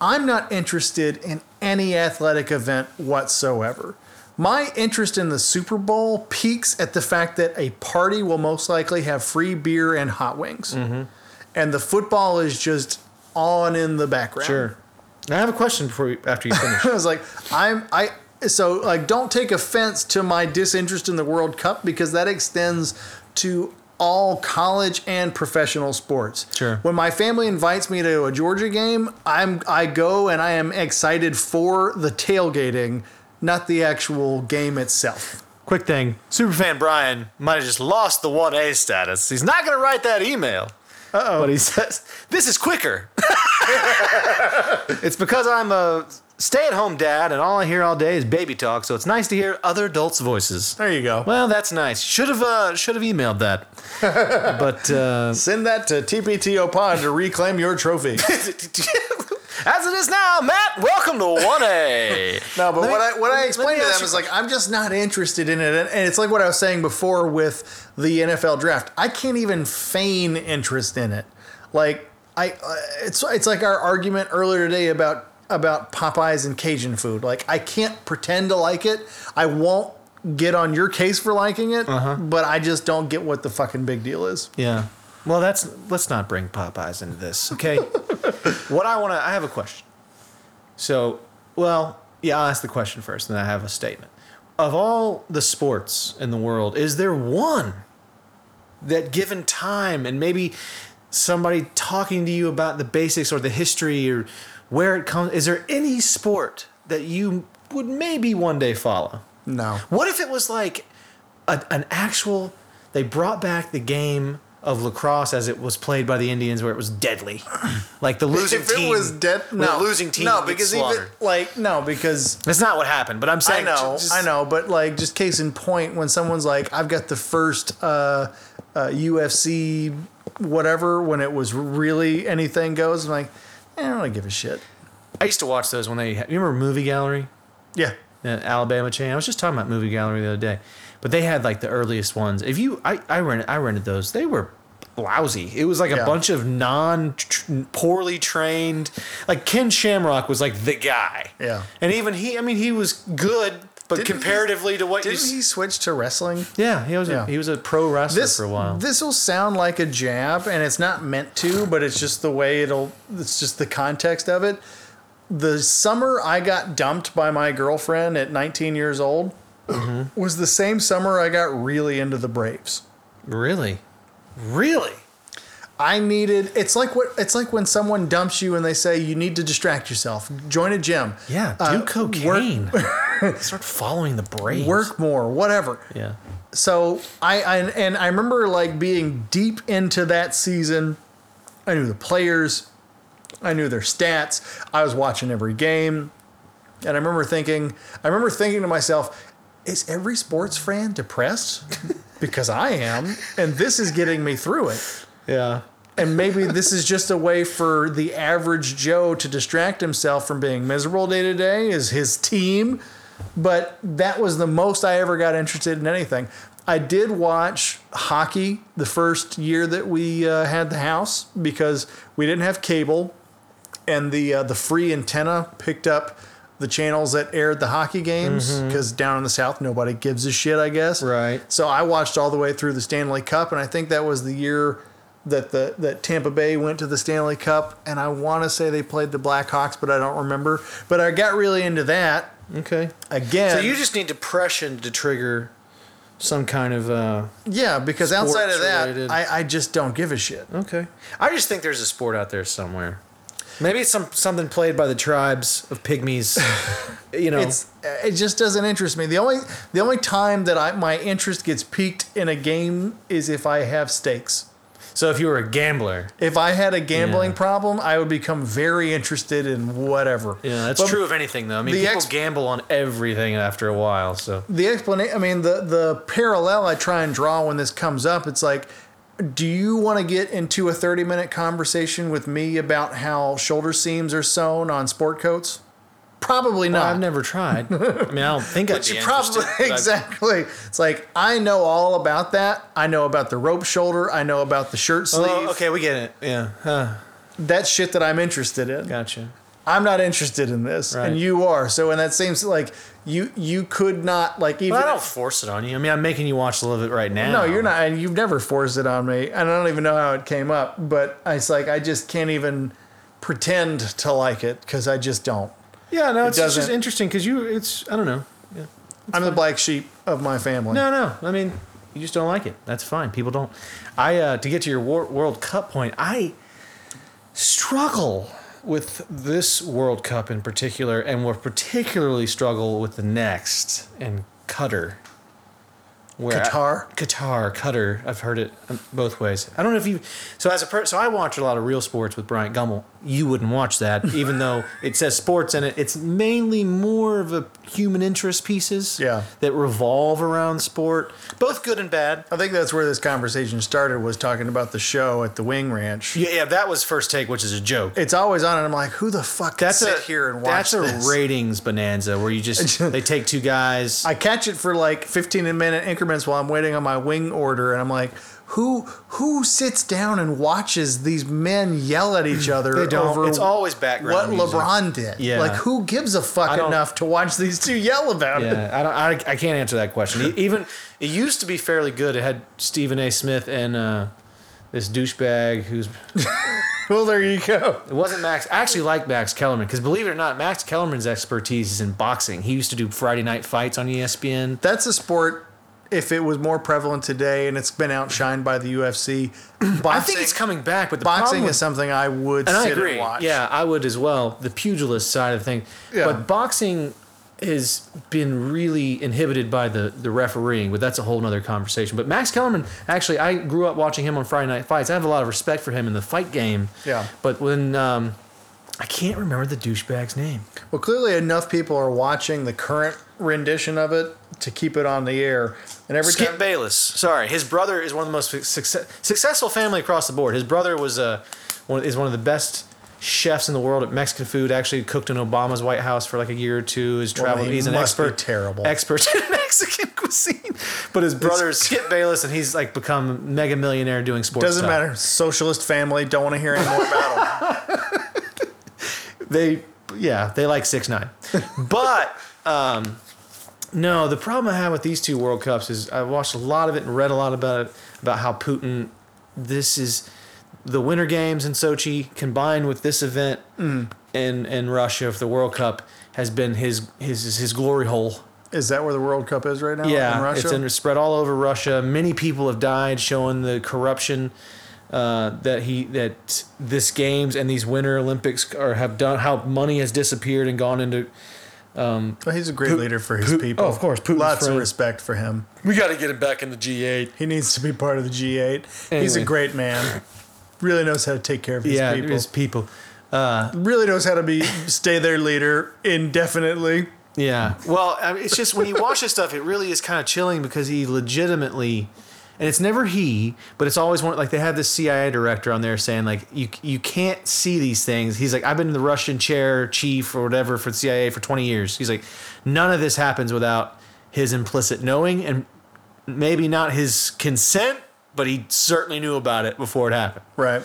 I'm not interested in any athletic event whatsoever. My interest in the Super Bowl peaks at the fact that a party will most likely have free beer and hot wings. And the football is just on in the background.
Sure. I have a question before we, after you finish.
I was like, I'm I so like don't take offense to my disinterest in the World Cup because that extends to all college and professional sports.
Sure.
When my family invites me to a Georgia game, I'm I go and I am excited for the tailgating, not the actual game itself.
Quick thing, superfan Brian might have just lost the one A status. He's not going to write that email.
oh,
But he says this is quicker. it's because I'm a stay-at-home dad, and all I hear all day is baby talk. So it's nice to hear other adults' voices.
There you go.
Well, that's nice. Should have uh, should have emailed that. but uh,
Send that to TPTO Pod to reclaim your trophy.
as it is now, Matt, welcome to one A.
No, but
Let me-
what I
let me-
what I
let me
explained to
ask
them
you-
is like I'm just not interested in it, and and it's like what I was saying before with the NFL draft. I can't even feign interest in it. Like I, uh, it's it's like our argument earlier today about about Popeyes and Cajun food. Like I can't pretend to like it. I won't get on your case for liking it,
Uh-huh.
but I just don't get what the fucking big deal is.
yeah.
Well, that's let's not bring Popeyes into this, okay?
What I want to, I have a question. So, well, yeah, I'll ask the question first, and then I have a statement. Of all the sports in the world, is there one that, given time and maybe somebody talking to you about the basics or the history or where it comes, is there any sport that you would maybe one day follow?
No,
What if it was like a, an actual? They brought back the game of lacrosse as it was played by the Indians, where it was deadly. Like the losing
if
team,
it was dead,
the
no
losing team
no
gets
because even
slaughtered.
like no because
That's not what happened, but I'm
I
saying
know,
just-
I know, but like just case in point, when someone's like, "I've got the first uh, uh, UFC whatever," when it was really anything goes, I'm like, eh, I don't really give a shit.
I used to watch those when they. You remember Movie Gallery,
Yeah,
the Alabama chain? I was just talking about Movie Gallery the other day, but they had like the earliest ones. If you, I, I rented, I rented those. They were lousy. It was like
Yeah.
a bunch of non tr- poorly trained. Like Ken Shamrock was like the guy.
yeah.
And even he, I mean, he was good, but
Didn't he-
comparatively to what you.
Didn't
s-
he switch to wrestling?
yeah, he was
Yeah.
A, he was a pro wrestler
This
for a while.
this will sound like a jab, and it's not meant to, but it's just the way it'll. It's just the context of it. The summer I got dumped by my girlfriend at 19 years old
Mm-hmm.
was the same summer I got really into the Braves.
really, really.
I needed. It's like what it's like when someone dumps you and they say you need to distract yourself. Join a gym.
Yeah, do
Uh,
cocaine. Start following the brain.
Work more, whatever.
Yeah.
So I, I and I remember like being deep into that season. I knew the players. I knew their stats. I was watching every game, and I remember thinking. I remember thinking to myself, "Is every sports fan depressed? because I am, and this is getting me through it."
Yeah.
and maybe this is just a way for the average Joe to distract himself from being miserable day to day is his team. But that was the most I ever got interested in anything. I did watch hockey the first year that we uh, had the house because we didn't have cable, and the uh, the free antenna picked up the channels that aired the hockey games because down in the south nobody gives a shit, I guess.
Mm-hmm. Right.
So I watched all the way through the Stanley Cup, and I think that was the year that the that Tampa Bay went to the Stanley Cup, and I want to say they played the Blackhawks, but I don't remember. But I got really into that
Okay.
again.
So you just need depression to trigger some kind of. uh
yeah, because outside of
Sports-related.
that, I, I just don't give a shit.
Okay. I just think there's a sport out there somewhere. Maybe it's some something played by the tribes of pygmies. you know.
It's it just doesn't interest me. The only the only time that I my interest gets piqued in a game is if I have stakes.
so if you were a gambler,
If I had a gambling
Yeah.
problem, I would become very interested in whatever.
yeah, that's
But
true of anything though. I mean,
the
people
ex-
gamble on everything after a while. So
the explanation i mean the the parallel i try and draw when this comes up it's like do you want to get into a 30 minute conversation with me about how shoulder seams are sewn on sport coats Probably
Well,
not.
I've never tried. I mean, I don't think I'd
But
be
you
interested,
probably
but I-
exactly. It's like I know all about that. I know about the rope shoulder. I know about the shirt sleeve.
Oh, okay, we get it. Yeah, huh,
That's shit that I'm interested in.
gotcha.
I'm not interested in this,
Right.
and you are. So, and that seems like you you could not like even.
But I don't force it on you. I mean, I'm making you watch a little bit right now.
no, you're not, and you've never forced it on me. And I don't even know how it came up, but it's like I just can't even pretend to like it because I just don't.
Yeah, no, it's, it's just
doesn't-
interesting because you. It's I don't know.
I'm the black sheep of my family.
No, no. I mean, you just don't like it. That's fine. People don't. I uh, to get to your wor- World Cup point, I struggle with this World Cup in particular, and will particularly struggle with the next and Qatar. Where
Qatar?
Qatar, Qatar. I've heard it um, both ways. I don't know if you. So as a per, so I watch a lot of real sports with Bryant Gummel. You wouldn't watch that, even though it says sports in it. It's mainly more of a human interest pieces
Yeah.
that revolve around sport, both good and bad.
I think that's where this conversation started. Was talking about the show at the Wing Ranch.
Yeah, yeah, that was first take, which is a joke.
It's always on, and I'm like, who the fuck can
That's
sit
a
here and watch
that's a
this?
ratings bonanza where you just they take two guys.
I catch it for like 15 minute increments while I'm waiting on my wing order, and I'm like, who who sits down and watches these men yell at each other
They don't.
over
It's always background
what
music.
LeBron did?
Yeah.
Like, who gives a fuck
I don't-
enough to watch these two yell about it?
yeah, I don't. I, I can't answer that question. E- Even it used to be fairly good. It had Stephen A. Smith and uh, this douchebag who's
Well, there you go.
It wasn't Max. I actually like Max Kellerman because believe it or not, Max Kellerman's expertise is in boxing. He used to do Friday night fights on E ESPN.
That's a sport. If it was more prevalent today and it's been outshined by the UFC, boxing,
I think it's coming back, but the
boxing
problem
is something I would
and I
sit
agree.
and watch.
Yeah, I would as well. The pugilist side of the thing,
Yeah.
but boxing has been really inhibited by the the refereeing. But that's a whole nother conversation. But Max Kellerman, actually, I grew up watching him on Friday night fights. I have a lot of respect for him in the fight game.
Yeah.
But when um, I can't remember the douchebag's name.
Well, clearly enough people are watching the current rendition of it to keep it on the air. And every
Skip
time
Bayless. Sorry, his brother is one of the most success, successful family across the board. His brother was uh, one, is one of the best chefs in the world at Mexican food. Actually, cooked in Obama's White House for like a year or two. Is traveling.
he
he's an
must be
expert,
terrible.
expert in Mexican cuisine. But his brother is Skip Bayless, and he's like become mega millionaire doing sports.
doesn't
stuff.
matter. Socialist family don't want to hear any more about them.
they yeah they like six nine but um no the problem i have with these two world cups is i watched a lot of it and read a lot about it about how putin this is the winter games in sochi combined with this event in in russia for the world cup has been his his his glory hole
Is that where the World Cup is right now?
yeah,
in Russia.
it's in, spread all over Russia. Many people have died, showing the corruption uh, that he that this games and these Winter Olympics are have done. How money has disappeared and gone into.
Well, he's a great leader for his people.
oh, of course, Putin's
lots
friend.
of respect for him.
We got to get him back in the G8.
He needs to be part of the G8. He's a
Anyway.
great man. Really knows how to take care of his
yeah,
people.
his people.
Really knows how to be stay their leader indefinitely.
Yeah. Well, I mean, it's just when you watch this stuff, it really is kind of chilling because he legitimately, and it's never he, but it's always one like they have this CIA director on there saying like you you can't see these things. He's like I've been in the Russian chair chief or whatever for the CIA for twenty years. He's like none of this happens without his implicit knowing and maybe not his consent, but he certainly knew about it before it happened.
Right.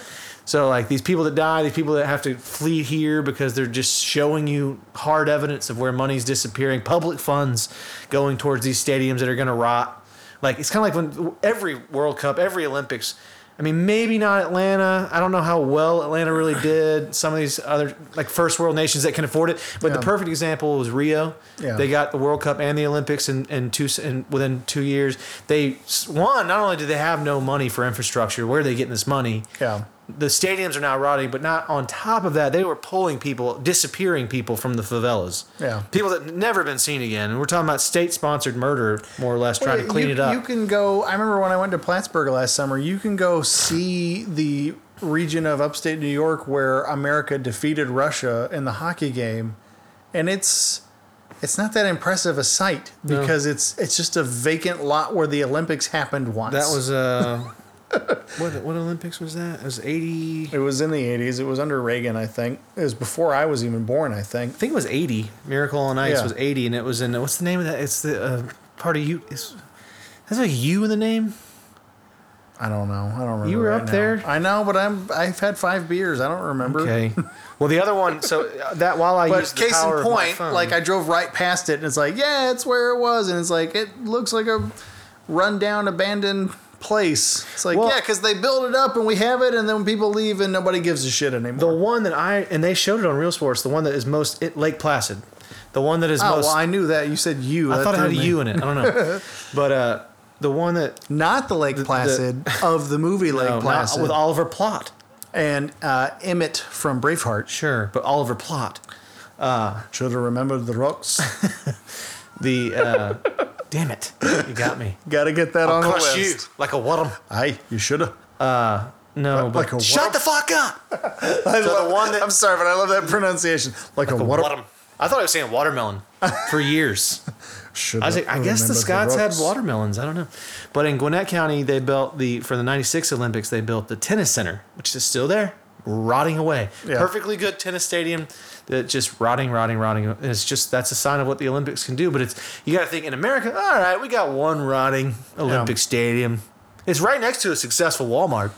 So like these people that die, these people that have to flee here because they're just showing you hard evidence of where money's disappearing, public funds going towards these stadiums that are going to rot. Like it's kind of like when every World Cup, every Olympics. I mean, maybe not Atlanta. I don't know how well Atlanta really did. Some of these other like first world nations that can afford it. But the
Yeah.
perfect example was Rio.
Yeah.
They got the World Cup and the Olympics in, in two in, within two years. They s- one not only do they have no money for infrastructure, where are they getting this money?
Yeah.
the stadiums are now rotting, but not on top of that, they were pulling people, disappearing people from the favelas.
Yeah.
People that never been seen again. And we're talking about state sponsored murder, more or less, trying to
Well,
clean
you-
it up.
You can go. I remember when I went to Plattsburgh last summer. You can go see the region of upstate New York where America defeated Russia in the hockey game, and it's it's not that impressive a sight because it's it's just a vacant lot where the Olympics happened once.
that was uh What what Olympics was that? It was eighty.
It was in the 80s. It was under Reagan, I think. It was before I was even born, I think.
I think it was eighty. Miracle on Ice
Yeah.
was eighty, and it was in what's the name of that? It's the uh, part of you. It's, has a U in the name.
I don't know. I don't remember.
were
right
up
now.
there?
I know, but I'm I've had five beers. I don't remember.
Okay. well, the other one. So uh, that while I
But
used the
case
power
in
of my
point,
phone-
like I drove right past it, and it's like, yeah, it's where it was, and it's like it looks like a rundown, abandoned place. It's like,
Well-
yeah, because they build it up and we have it, and then people leave and nobody gives a shit
The
anymore.
one that I and they showed it on Real Sports. The one that is most it, Lake Placid. The one that is
oh
most.
well, I knew that. You said you.
I
That
thought it had
threw
a
me.
U in it. I don't know. but uh, the one that
not the Lake Placid of the movie Lake
no, not-
Placid
with Oliver Plot.
and uh, Emmett from Braveheart.
Sure, but Oliver Plot.
Should have remembered the rocks.
The uh, damn it, you got me.
Got to get that on the
Crush
list.
you like a worm.
Aye, you should have.
No, but
like a
shut
worm?
the fuck up.
I
the one that-
I'm sorry, but I love that pronunciation. Like, a, water.
Waterm- I thought I was saying watermelon for years.
Should
I was like, I guess the Scots had watermelons. I don't know. But in Gwinnett County, they built the, for the 96 Olympics, they built the tennis center, which is still there, rotting away.
Yeah.
Perfectly good tennis stadium that just rotting, rotting, rotting. And it's just, that's a sign of what the Olympics can do. But it's, you got to think in America, all right, we got one rotting Olympic stadium. It's right next to a successful Walmart.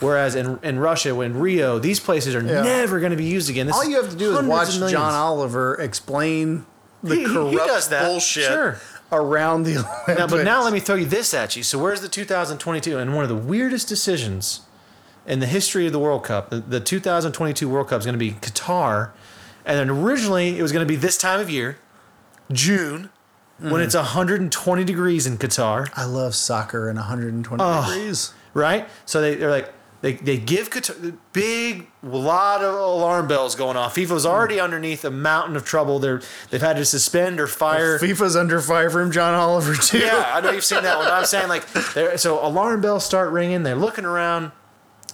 Whereas in, in Russia, in Rio, these places are
Yeah.
never going to be used again. This
All
is
you have to do is
hundreds
watch
of millions.
John Oliver explain the
He- he- he
corrupt
does that.
bullshit
Sure.
around the Olympics.
Now, but now let me throw you this at you. So where's the 2022 and one of the weirdest decisions in the history of the World Cup? The, the 2022 World Cup is going to be Qatar, and then originally it was going to be this time of year, June, when it's 120 degrees in Qatar,
I love soccer in 120 degrees.
right? So they, they're like. They, they give Qatar big lot of alarm bells going off. FIFA's already underneath a mountain of trouble. They're they've had to suspend or fire
FIFA's under fire from John Oliver too.
Yeah, I know you've seen that one. but I'm saying like, there. So alarm bells start ringing. They're looking around.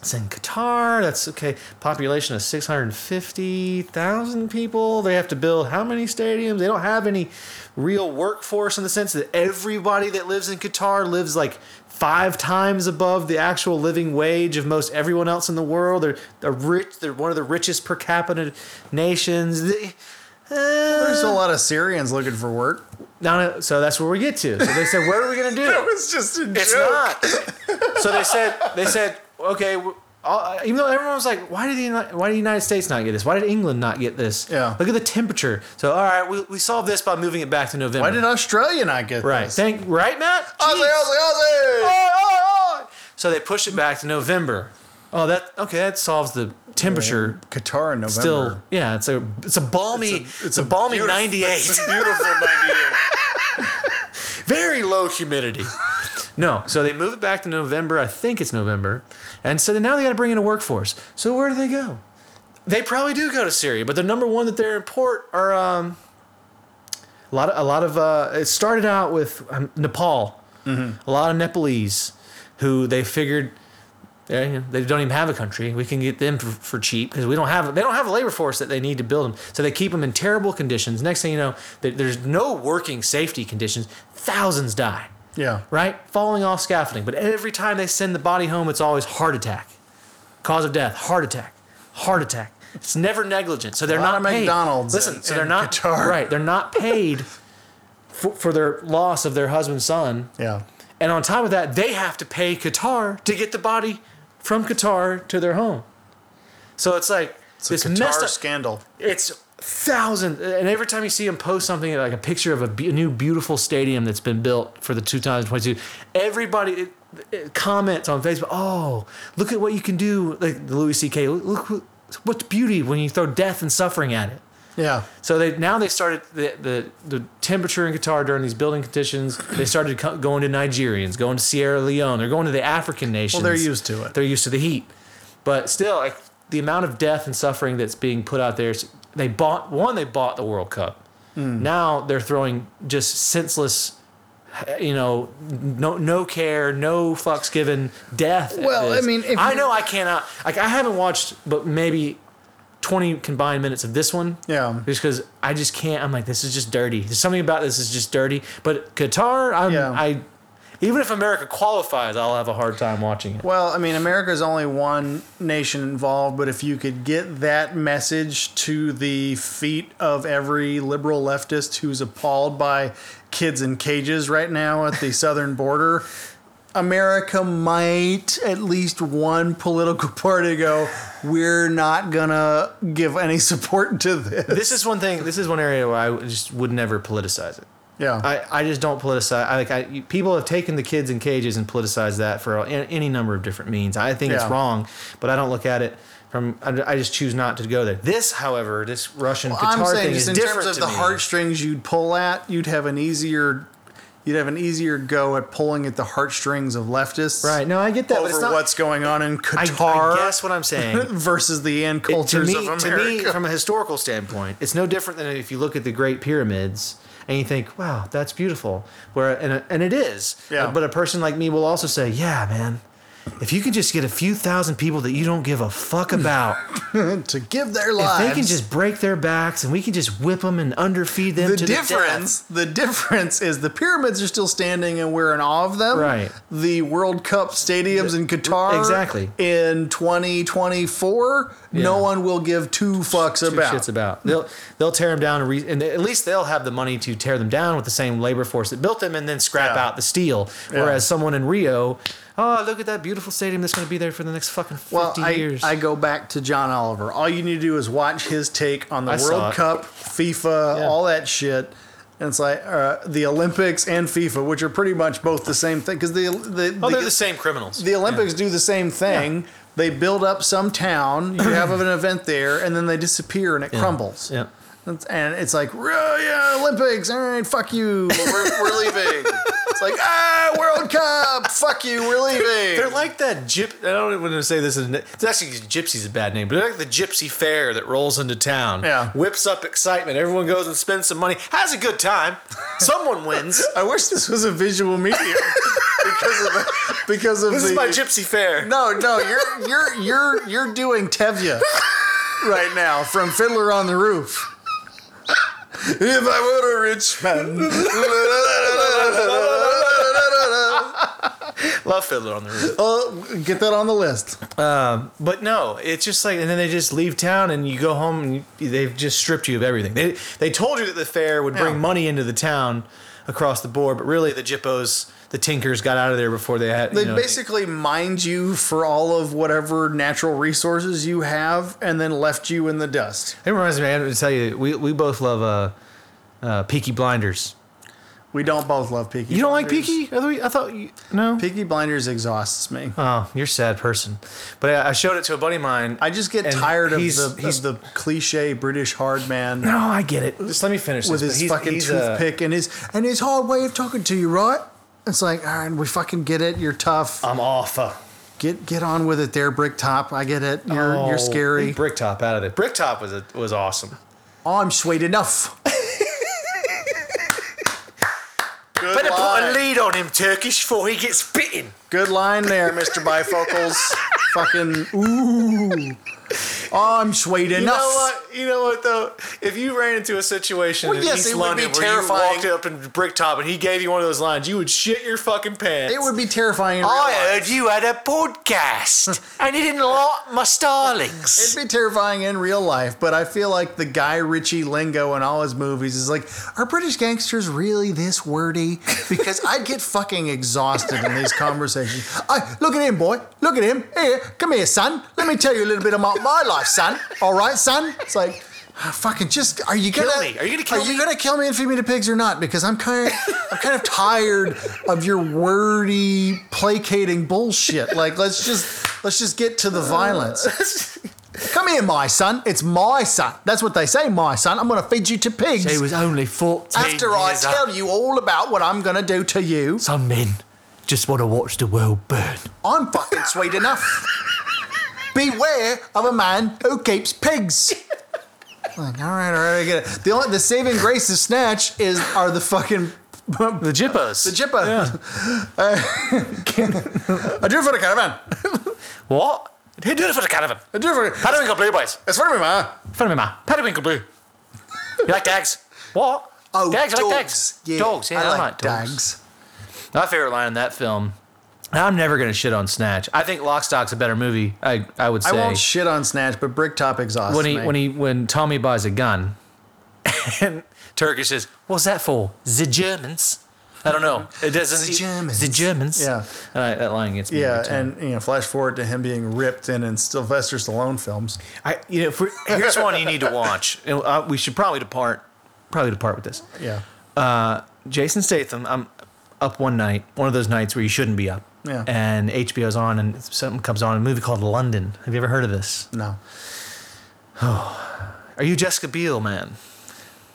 It's in Qatar. That's okay. Population of six hundred fifty thousand people. They have to build how many stadiums? They don't have any real workforce in the sense that everybody that lives in Qatar lives like five times above the actual living wage of most everyone else in the world. They're, they're rich. They're one of the richest per capita nations. They- uh,
There's a lot of Syrians looking for work.
no, no, so that's where we get to. So they said, "What are we gonna do?"
It's just a
It's not. so they said they said okay. w- all- uh, Even though everyone was like, why did the Uni- why did the United States not get this? Why did England not get this?
Yeah.
Look at the temperature. So all right, we, we solved this by moving it back to November.
Why did Australia not get
right?
this?
Thank right, Matt.
Aussie,
Jeez.
Aussie, Aussie!
Oh, oh, oh. So they pushed it back to November. Oh, that okay. That solves the temperature.
Qatar in November.
Still, yeah, it's a it's a balmy it's a, balmy
beautiful-
ninety eight.
It's a beautiful 98.
very low humidity. no, so they move it back to November. I think it's November, and so now they got to bring in a workforce. So where do they go? They probably do go to Syria, but the number one that they're in port are um, a lot. Of, a lot of uh, it started out with um, Nepal, a lot of Nepalese, who they figured. They, you know, they don't even have a country. We can get them for, for cheap because we don't have they don't have a labor force that they need to build them. So they keep them in terrible conditions. Next thing you know, th- there's no working safety conditions. Thousands die,
Yeah.
right? Falling off scaffolding. But every time they send the body home, it's always heart attack. Cause of death: heart attack, heart attack. It's never negligent. So they're
lot
not
of
paid.
McDonald's
Listen,
in-
so they're
in
not
Qatar.
right. They're not paid for, for their loss of their husband, son.
Yeah.
And on top of that, they have to pay Qatar to get the body from Qatar to their home. So it's like this
Qatar
messed up.
scandal.
It's thousand, and every time you see him post something like a picture of a be- new beautiful stadium that's been built for the 2022, everybody it, it comments on Facebook. Oh, look at what you can do! Like the Louis C.K. Look, look what- what's beauty when you throw death and suffering at it.
Yeah.
So they now they started the, the the temperature in Qatar during these building conditions. They started co- going to Nigerians, going to Sierra Leone. They're going to the African nations.
they're used to it.
They're used to the heat, but still, like the amount of death and suffering that's being put out there. is- They bought one. They bought the World Cup.
Mm.
Now they're throwing just senseless, you know, no no care, no fucks given, death. at
Well, I
this.
mean, if
I
you-
know I cannot. Like I haven't watched, but maybe 20 combined minutes of this one.
Yeah.
Just because I just can't. I'm like, this is just dirty. There's something about this is just dirty. But Qatar, I'm,
Yeah.
I, Even if America qualifies, I'll have a hard time watching it.
Well, I mean, America's only one nation involved, but if you could get that message to the feet of every liberal leftist who's appalled by kids in cages right now at the southern border, America might at least one political party go, we're not gonna give any support to this.
This is one thing. This is one area where I just would never politicize it.
Yeah.
I, I just don't politicize. I, like I, you- people have taken the kids in cages and politicized that for a- any number of different means. I think
Yeah.
it's wrong, but I don't look at it from. I, I just choose not to go there. This, however, this Russian
I'm
guitar
saying
thing
just
is
in
different
terms of
to
the
me.
heartstrings you'd pull at, you'd have an easier you'd have an easier go at pulling at the heartstrings of leftists.
Right? No, I get that. but
Over
it's not,
what's going on in
I,
Qatar
I guess what I'm saying.
versus the end
it- to
cultures
me,
of
to me,
America.
from a historical standpoint, it's no different than if you look at the Great Pyramids and you think, "Wow, that's beautiful," where and and it is.
Yeah.
But a person like me will also say, "Yeah, man." If you can just get a few thousand people that you don't give a fuck about,
to give their
if
lives.
they can just break their backs and we can just whip them and underfeed them
the
to
difference, the difference is the pyramids are still standing and we're in awe of them.
Right.
The World Cup stadiums in Qatar,
exactly.
in 2024, no
Yeah.
one will give two fucks
the
about.
death. Shit's about they'll they'll tear them down and, re- and at least they'll have the money to tear them down with the same labor force that built them and then scrap
Yeah.
out the steel. Whereas someone in Rio, oh look at that beautiful stadium that's going to be there for the next fucking fifty
Well, I,
years.
I go back to John Oliver. All you need to do is watch his take on the
I saw
World
it.
Cup, FIFA,
Yeah.
all that shit. And it's like uh, the Olympics and FIFA, which are pretty much both the same thing, because the the,
oh,
the,
they're the same criminals.
the Olympics do the same thing. They build up some town, you have an event there, and then they disappear and it crumbles.
yeah.
That's- And it's like, oh, yeah, Olympics, all right, fuck you, we're, we're leaving. It's like, ah, World Cup, fuck you, we're leaving.
They're like that gyp. I don't even want to say this. Is, it's actually gypsy's a bad name, but they're like the gypsy fair that rolls into town.
Yeah.
whips up excitement. Everyone goes and spends some money, has a good time. Someone wins.
I wish this was a visual medium because of the, because of
This
the
is my gypsy fair.
no no you're you're you're you're doing Tevya right now from Fiddler on the Roof. If I were a rich man,
Love fiddler on the roof.
oh, get that on the list.
But no, it's just like, and then they just leave town, and you go home, and you, they've just stripped you of everything. They they told you that the fair would bring
Yeah.
money into the town across the board, but really the jippos, the tinkers, got out of there before they had. you
They
know,
basically mined you for all of whatever natural resources you have, and then left you in the dust.
It reminds me. I have to tell you, we we both love uh, uh Peaky Blinders.
We don't both love Peaky.
You don't like
Blinders.
Peaky? Other week- I thought you no.
Peaky Blinders exhausts me.
Oh, you're a sad person. But I, I showed it to a buddy of mine.
I just get
and
tired of
he's-
the
he's-
of the cliche British hard man
No, I get it. Just let me finish
with
this.
his
But he's-
fucking
he's, uh,
toothpick and his and his hard way of talking to you, right? It's like, all right, we fucking get it. You're tough.
I'm off. uh,
Get get on with it, there, brick top. I get it. You're
Oh,
you're scary.
leave Bricktop out of there. Bricktop was a, was awesome.
I'm sweet enough. Good
Better put a
line.
lead on him, Turkish, before he gets bitten.
Good line there, Mr. Bifocals. fucking ooh. I'm sweet enough.
You know what? You know what though? If you ran into a situation
Well,
in
yes,
East
it would
London
be
where you walked
terrifying.
up in Bricktop and he gave you one of those lines, you would shit your fucking pants.
It would be terrifying. in real
I
life.
heard you had a podcast and you didn't like my starlings.
It'd be terrifying in real life, but I feel like the Guy Ritchie lingo in all his movies is like, are British gangsters really this wordy? Because I'd get fucking exhausted in these conversations. I, look at him, boy. Look at him. Here, come here, son. Let me tell you a little bit about my life, son. All right, son? It's like, "Ah, fucking just are you
Kill
gonna
me. Are you gonna kill
are you
me?"
gonna kill me and feed me to pigs or not? Because I'm kind I'm kind of tired of your wordy placating bullshit. Like let's just let's just get to the violence. Come here, my son. It's my son. That's what they say, my son. I'm going to feed you to pigs.
was uh, only 14.
after I tell you all about what I'm going to do to you,
Some men just want to watch the world burn.
I'm fucking sweet enough. Beware of a man who keeps pigs. Like, all right, all right, I get it. The only the saving grace of Snatch is are the fucking
The Jippos.
the jipper. I do it for the caravan.
What? Who did it for the caravan?
I do it for the.
Periwinkle Blue Boys.
It's for me, man.
Follow me, ma. Periwinkle Blue. You like dags? What?
Oh,
dags,
dogs.
I like dags.
Yeah,
Oh, dogs, yeah,
I like,
dogs.
dags.
My favorite line in that film. and I'm never gonna shit on Snatch. I think Lock, Stock's a better movie. I I would say
I won't shit on Snatch, but Bricktop exhausts
when he
me.
when he when Tommy buys a gun, and Turkish says, "What's that for?" The Germans. I don't know. It doesn't.
The Germans.
The Germans.
Yeah.
And I, that line gets me. every
yeah,
time.
and you know, flash forward to him being ripped in in Sylvester Stallone films.
I you know for, here's one you need to watch. And, uh, we should probably depart. Probably depart with this.
Yeah,
Jason Statham. I'm up one night, one of those nights where you shouldn't be up.
Yeah.
And HBO's on, and something comes on. A movie called London. Have you ever heard of this?
no.
Are you Jessica Biel, man?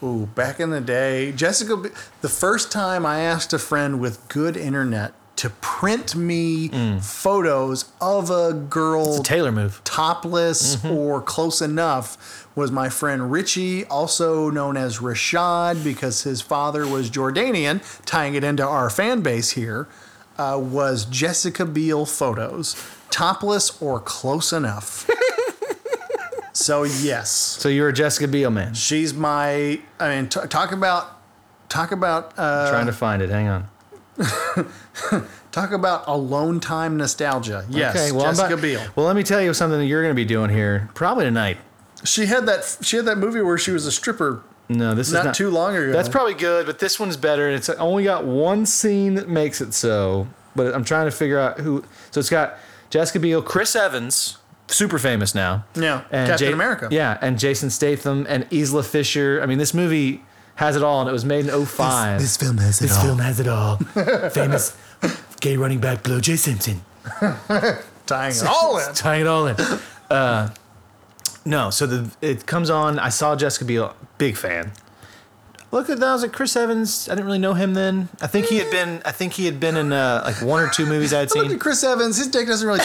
Ooh, back in the day, Jessica. B- The first time I asked a friend with good internet to print me photos of a girl
Taylor move.
topless or close enough was my friend Richie, also known as Rashad, because his father was Jordanian, tying it into our fan base here, uh, was Jessica Biel photos, topless or close enough. so, yes,
So you're a Jessica Biel man.
she's my, I mean, t- talk about. Talk about uh,
Trying to find it. Hang on.
talk about alone time nostalgia. Yes,
I'm
Jessica
about-
Biel.
Well, let me tell you something that you're going to be doing here probably tonight.
She had that. She had that movie where she was a stripper
No, this
not,
is not
too long ago.
That's probably good, but this one's better, and it's only got one scene that makes it so. But I'm trying to figure out who. So it's got Jessica Biel, Chris Evans, super famous now.
Yeah, Captain
Ja-
America.
Yeah, and Jason Statham and Isla Fisher. I mean, this movie has it all, and it was made in 05.
film has it all.
has it all. famous gay running back Blue Jay Simpson.
Tying it all in.
Tying it all in. Uh, no, so the it comes on. I saw Jessica Biel, big fan. Look at that was like Chris Evans. I didn't really know him then. I think he had been. I think he had been in uh, like one or two movies I had
I looked
seen.
at Chris Evans. His dick doesn't really.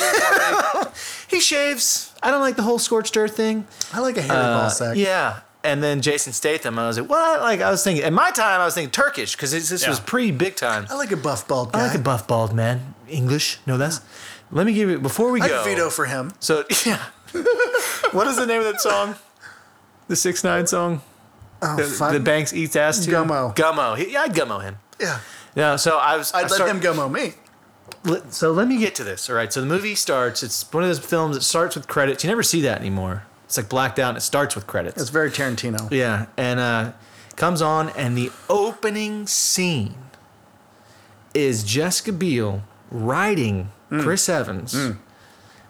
He shaves. I don't like the whole scorched earth thing.
I like a hairy
Uh,
ball sack.
yeah. And then Jason Statham. I was like, what? Like I was thinking. At my time, I was thinking Turkish because this was pre big time.
I like a buff bald guy.
I like a buff bald man. English. No, that's. Let me give you before we
I'd
go.
veto for him.
So yeah. what is the name of that song? The six nine song.
Oh,
The,
fuck.
the Banks eats ass too.
Gummo.
Gummo. He- yeah, I'd gummo him.
yeah.
No, so I was. I
I'd let
start-
him go mow me.
let- So let me get to this. All right. So the movie starts. It's one of those films that starts with credits. You never see that anymore. It's like blacked out. and It starts with credits.
It's very Tarantino.
Yeah, and uh, comes on, and the opening scene is Jessica Biel riding Chris Evans,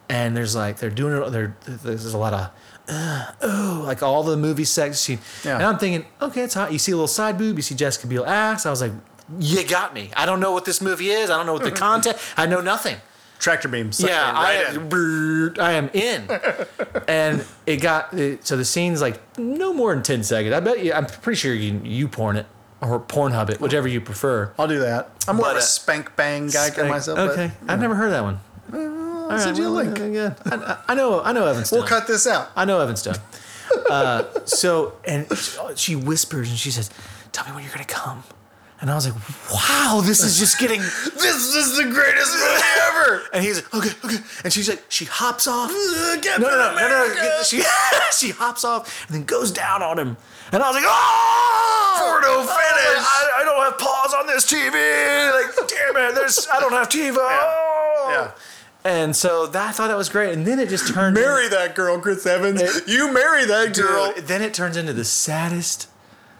and there's like they're doing it. They're, there's a lot of uh, oh, like all the movie sex scene,
Yeah.
and I'm thinking, okay, it's hot. You see a little side boob, you see Jessica Biel ass. I was like, you got me. I don't know what this movie is. I don't know what the content. I know nothing
Tractor beams.
yeah, I, am, brrr, I am in. and it got it, so the scene's like no more than ten seconds. I bet you. I'm pretty sure you you porn it or Pornhub it, whichever you prefer.
I'll do that. I'm more
But,
of a
uh,
spank bang guy than myself.
okay, I've never heard that one.
But I'll send you a link.
Yeah, I, I- I know. I know Evan Stone.
We'll cut this out.
I know Evan Stone. uh, so and she whispers and she says, "Tell me when you're gonna come." And I was like, "Wow, this is just getting."
This is the greatest movie ever.
And he's like, "Okay, okay." And she's like, she hops off.
Captain
no, no, no, no, no,
America.
no. She, she hops off and then goes down on him. And I was like, oh!
Fordo finish.
I, I don't have paws on this TV. Like, damn it, there's, I don't have
Yeah.
TiVo. Oh. And so that, I thought that was great. And then it just turned
Marry that girl, Chris Evans. you marry that girl.
Dude, then it turns into the saddest.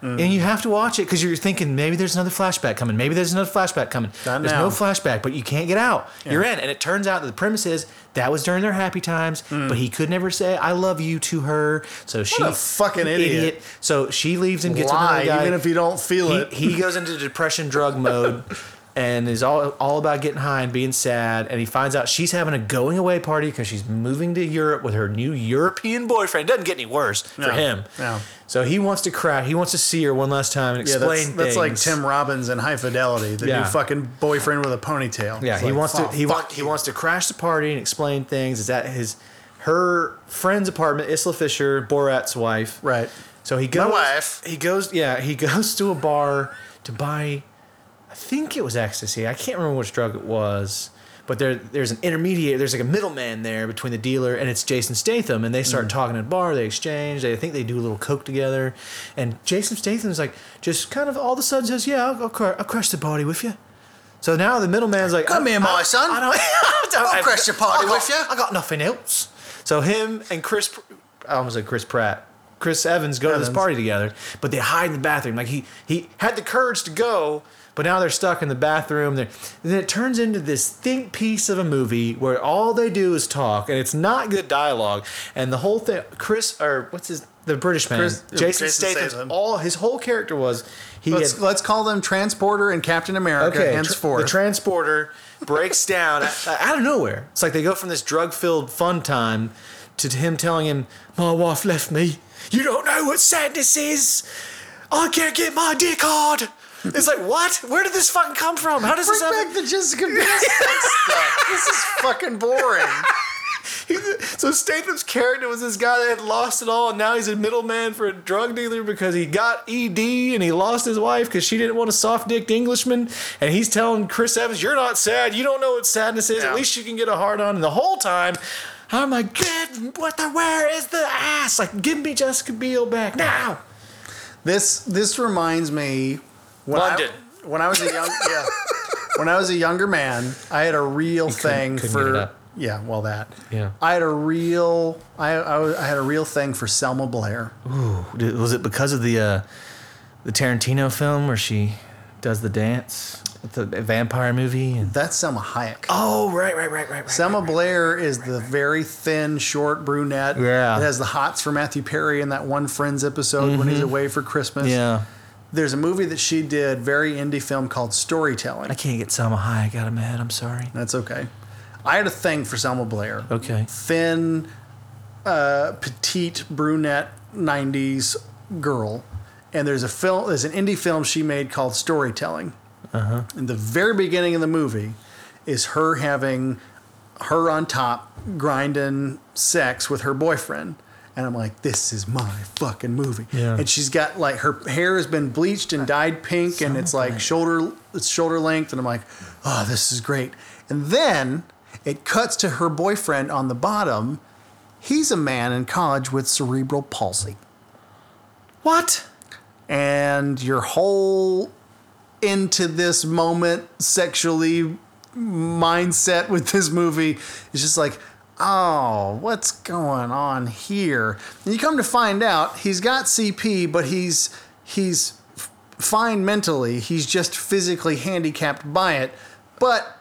And you have to watch it because you're thinking maybe there's another flashback coming. Maybe there's another flashback coming.
Not
there's
now.
no flashback, but you can't get out. You're in. And it turns out that the premise is that was during their happy times, but he could never say "I love you" to her. So she
Mm. a fucking idiot.
So she leaves and gets
Lie,
another guy.
even if you don't feel
He-
it.
he, goes into depression drug mode and is all, all about getting high and being sad and he finds out she's having a going away party because she's moving to europe with her new european boyfriend doesn't get any worse for
No,
him
no.
so he wants to cry he wants to see her one last time and
yeah,
explain
that's, that's like
things.
Tim Robbins in High Fidelity, the new
Yeah.
fucking boyfriend with a ponytail.
yeah
It's
he
like,
wants to
"Fuck,
he,
fuck
want, he wants to crash the party and explain things is at his her friend's apartment isla fisher borat's wife
Right.
So he goes.
wife.
He goes. Yeah, he goes to a bar to buy. I think it was ecstasy. I can't remember which drug it was. But there, there's an intermediate. There's like a middleman there between the dealer and it's Jason Statham. And they
Mm.
start talking at a bar. They exchange. They I think they do a little coke together. And Jason Statham's like, just kind of all of a sudden says, "Yeah, I'll, I'll, cr- I'll crush the body with you." So now the middleman's like,
Come
I-
here, my
I-
son.
I don't, I don't-
I'll
I've-
crash your party
I got-
with you.
I got nothing else. So him and Chris, Pr- I almost said Chris Pratt, Chris Evans go to this
Evans.
party together, but they hide in the bathroom. Like he he had the courage to go, but now they're stuck in the bathroom. They're, and then it turns into this think piece of a movie where all they do is talk, and it's not good dialogue. And the whole thing, Chris or what's his the British man,
Chris-
Jason,
Jason
Statham.
Statham.
All his whole character was he
Let's
had
let's call them Transporter and Captain America
Okay, tr-
henceforth.
the transporter breaks down out, out of nowhere. It's like they go from this drug-filled fun time to him telling him, "My wife left me. You don't know what sadness is. I can't get my dick hard." It's like, what? Where did this fucking come from? How does this
Bring
happen?
back the Jessica Biel stuff. This is fucking boring.
So Statham's character was this guy that had lost it all, and now he's a middleman for a drug dealer because he got ED and he lost his wife because she didn't want a soft-dicked Englishman. And he's telling Chris Evans, "You're not sad. You don't know what sadness is. At least you can get a hard on." And the whole time, I'm like, "Good. What the? Where is the ass? Like, give me Jessica Biel back now."
This this reminds me when
London.
I, when I was a young yeah, when I was a younger man, I had a real thing
couldn't get it
for
up.
yeah, well that
Yeah.
I had a real I, I was- I had a real thing for Selma Blair.
Was it because of the uh, the Tarantino film where she does the dance with the vampire movie? And
That's Selma Hayek.
oh, right, right, right, right, right.
Selma Blair is the very thin, short brunette
Yeah.
that has the hots for Matthew Perry in that one Friends episode when he's away for Christmas.
Mm-hmm. Yeah.
There's a movie that she did, very indie film called Storytelling.
I can't get Selma Hayek out of my head. I'm sorry.
That's okay. I had a thing for Selma Blair.
Okay.
Thin, uh, petite brunette '90s girl, and there's a film. There's an indie film she made called Storytelling. Uh-huh. In the very beginning of the movie, is her having her on top grinding sex with her boyfriend. And I'm like, this is my fucking movie.
Yeah.
And she's got like her hair has been bleached and dyed pink, and it's like shoulder it's shoulder length. And I'm like, oh, this is great. And then it cuts to her boyfriend on the bottom. He's a man in college with cerebral palsy,
What?
and your whole into this moment sexually mindset with this movie is just like, oh, what's going on here? And you come to find out he's got CP, but he's he's f- fine mentally. He's just physically handicapped by it. But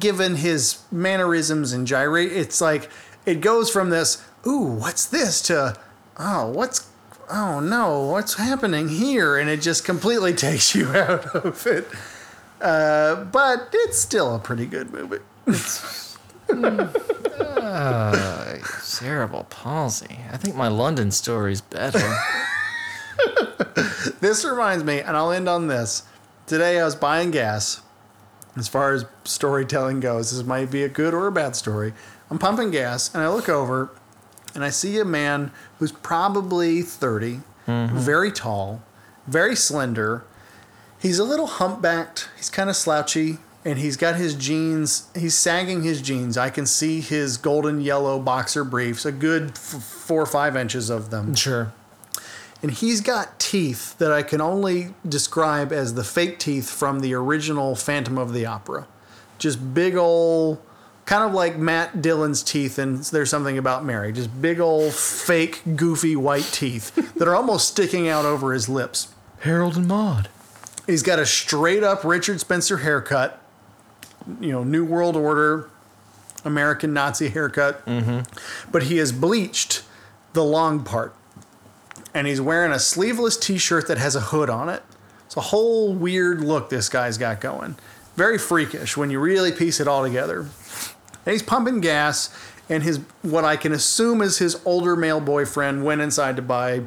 given his mannerisms and gyrate, it's like it goes from this, ooh, what's this to oh, what's oh no, what's happening here? And it just completely takes you out of it Uh, but it's still a pretty good movie.
Cerebral palsy.
I think my London story's better.
This reminds me, and I'll end on this. Today I was buying gas. As far as storytelling goes, this might be a good or a bad story. I'm pumping gas, and I look over, and I see a man who's probably 30, very tall, very slender. He's a little humpbacked. He's kind of slouchy, and he's got his jeans. He's sagging his jeans. I can see his golden yellow boxer briefs, a good f- four or five inches of them.
sure.
and he's got teeth that I can only describe as the fake teeth from the original Phantom of the Opera. Just big old, kind of like Matt Dillon's teeth, and there's something about Mary. Just big old fake goofy white teeth that are almost sticking out over his lips.
Harold and Maude.
He's got a straight up Richard Spencer haircut, you know, New World Order, American Nazi haircut.
Mm-hmm.
But he has bleached the long part. And he's wearing a sleeveless t shirt that has a hood on it. It's a whole weird look this guy's got going. Very freakish when you really piece it all together. And he's pumping gas, and his what I can assume is his older male boyfriend went inside to buy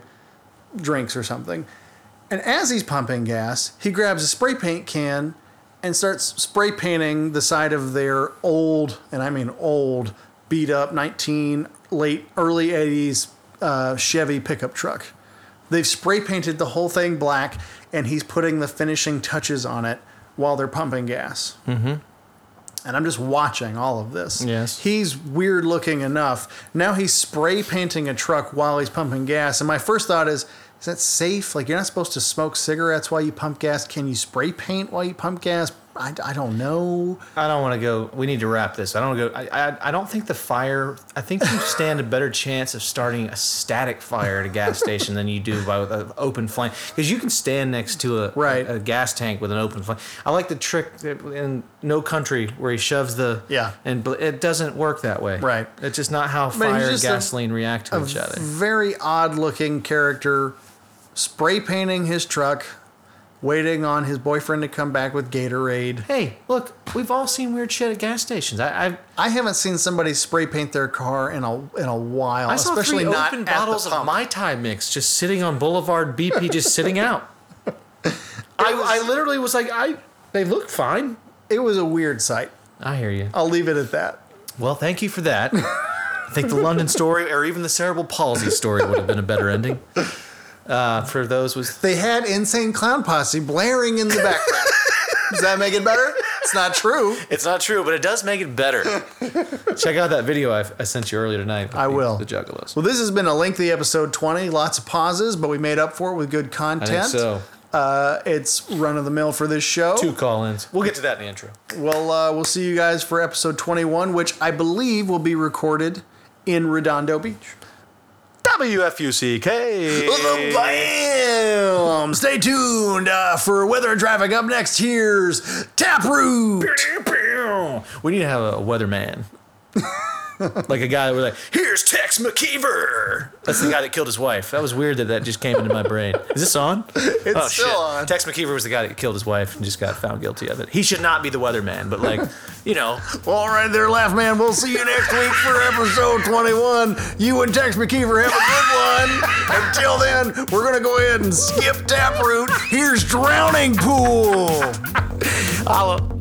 drinks or something. And as he's pumping gas, he grabs a spray paint can and starts spray painting the side of their old, and I mean old, beat up 19, late, early 80s uh, Chevy pickup truck. They've spray painted the whole thing black and he's putting the finishing touches on it while they're pumping gas. Mm-hmm. And I'm just watching all of this.
Yes.
He's weird looking enough. Now he's spray painting a truck while he's pumping gas. And my first thought is, is that safe? Like, you're not supposed to smoke cigarettes while you pump gas. Can you spray paint while you pump gas? I, I don't know.
I don't want to go. We need to wrap this. I don't wanna go. I, I I don't think the fire. I think you stand a better chance of starting a static fire at a gas station than you do by an open flame because you can stand next to a
Right.
a, gas tank with an open flame. I like the trick that- in No Country where he shoves the
Yeah.
and bl- it doesn't work that way.
Right.
It's just not how
mean, he's
fire and
just a-
gasoline react to each other.
Very odd looking character, spray painting his truck, waiting on his boyfriend to come back with Gatorade.
Hey, look, we've all seen weird shit at gas stations. I, I've
I haven't seen somebody spray paint their car in a in a while,
I saw
especially
three
not
open
at the
bottles of
pump.
Mai Tai mix just sitting on Boulevard BP, just sitting out. I, I literally was like, I they look fine.
It was a weird sight.
I hear you.
I'll leave it at that.
Well, thank you for that. I think the London story, or even the cerebral palsy story, would have been a better ending. Uh, for those with
They had insane clown posse blaring in the background. Does that make it better? It's not true.
it's not true, but it does make it better. Check out that video I, I sent you earlier tonight. with
I
the-
will.
The Juggalos.
Well, this has been a lengthy episode 20, lots of pauses, but we made up for it with good
I
content.
think so.
Uh, it's run of the mill for this show.
Two call-ins. We'll get to that in the intro.
Well, uh, we'll see you guys for episode 21, which I believe will be recorded in Redondo Beach.
WFUCK.
Bam! Stay tuned uh, for weather and traffic up next. Here's Taproot.
We need to have a weatherman. like a guy we're like, here's Tex McKeever. That's the guy that killed his wife. That was weird that that just came into my brain. Is this on? It's
still on.
Tex McKeever was the guy that killed his wife and just got found guilty of it. He should not be the weatherman, but like, you know,
All right, there, Laugh Man. We'll see you next week for episode 21. You and Tex McKeever have a good one. Until then, we're going to go ahead and skip Taproot. Here's Drowning Pool.
I'll-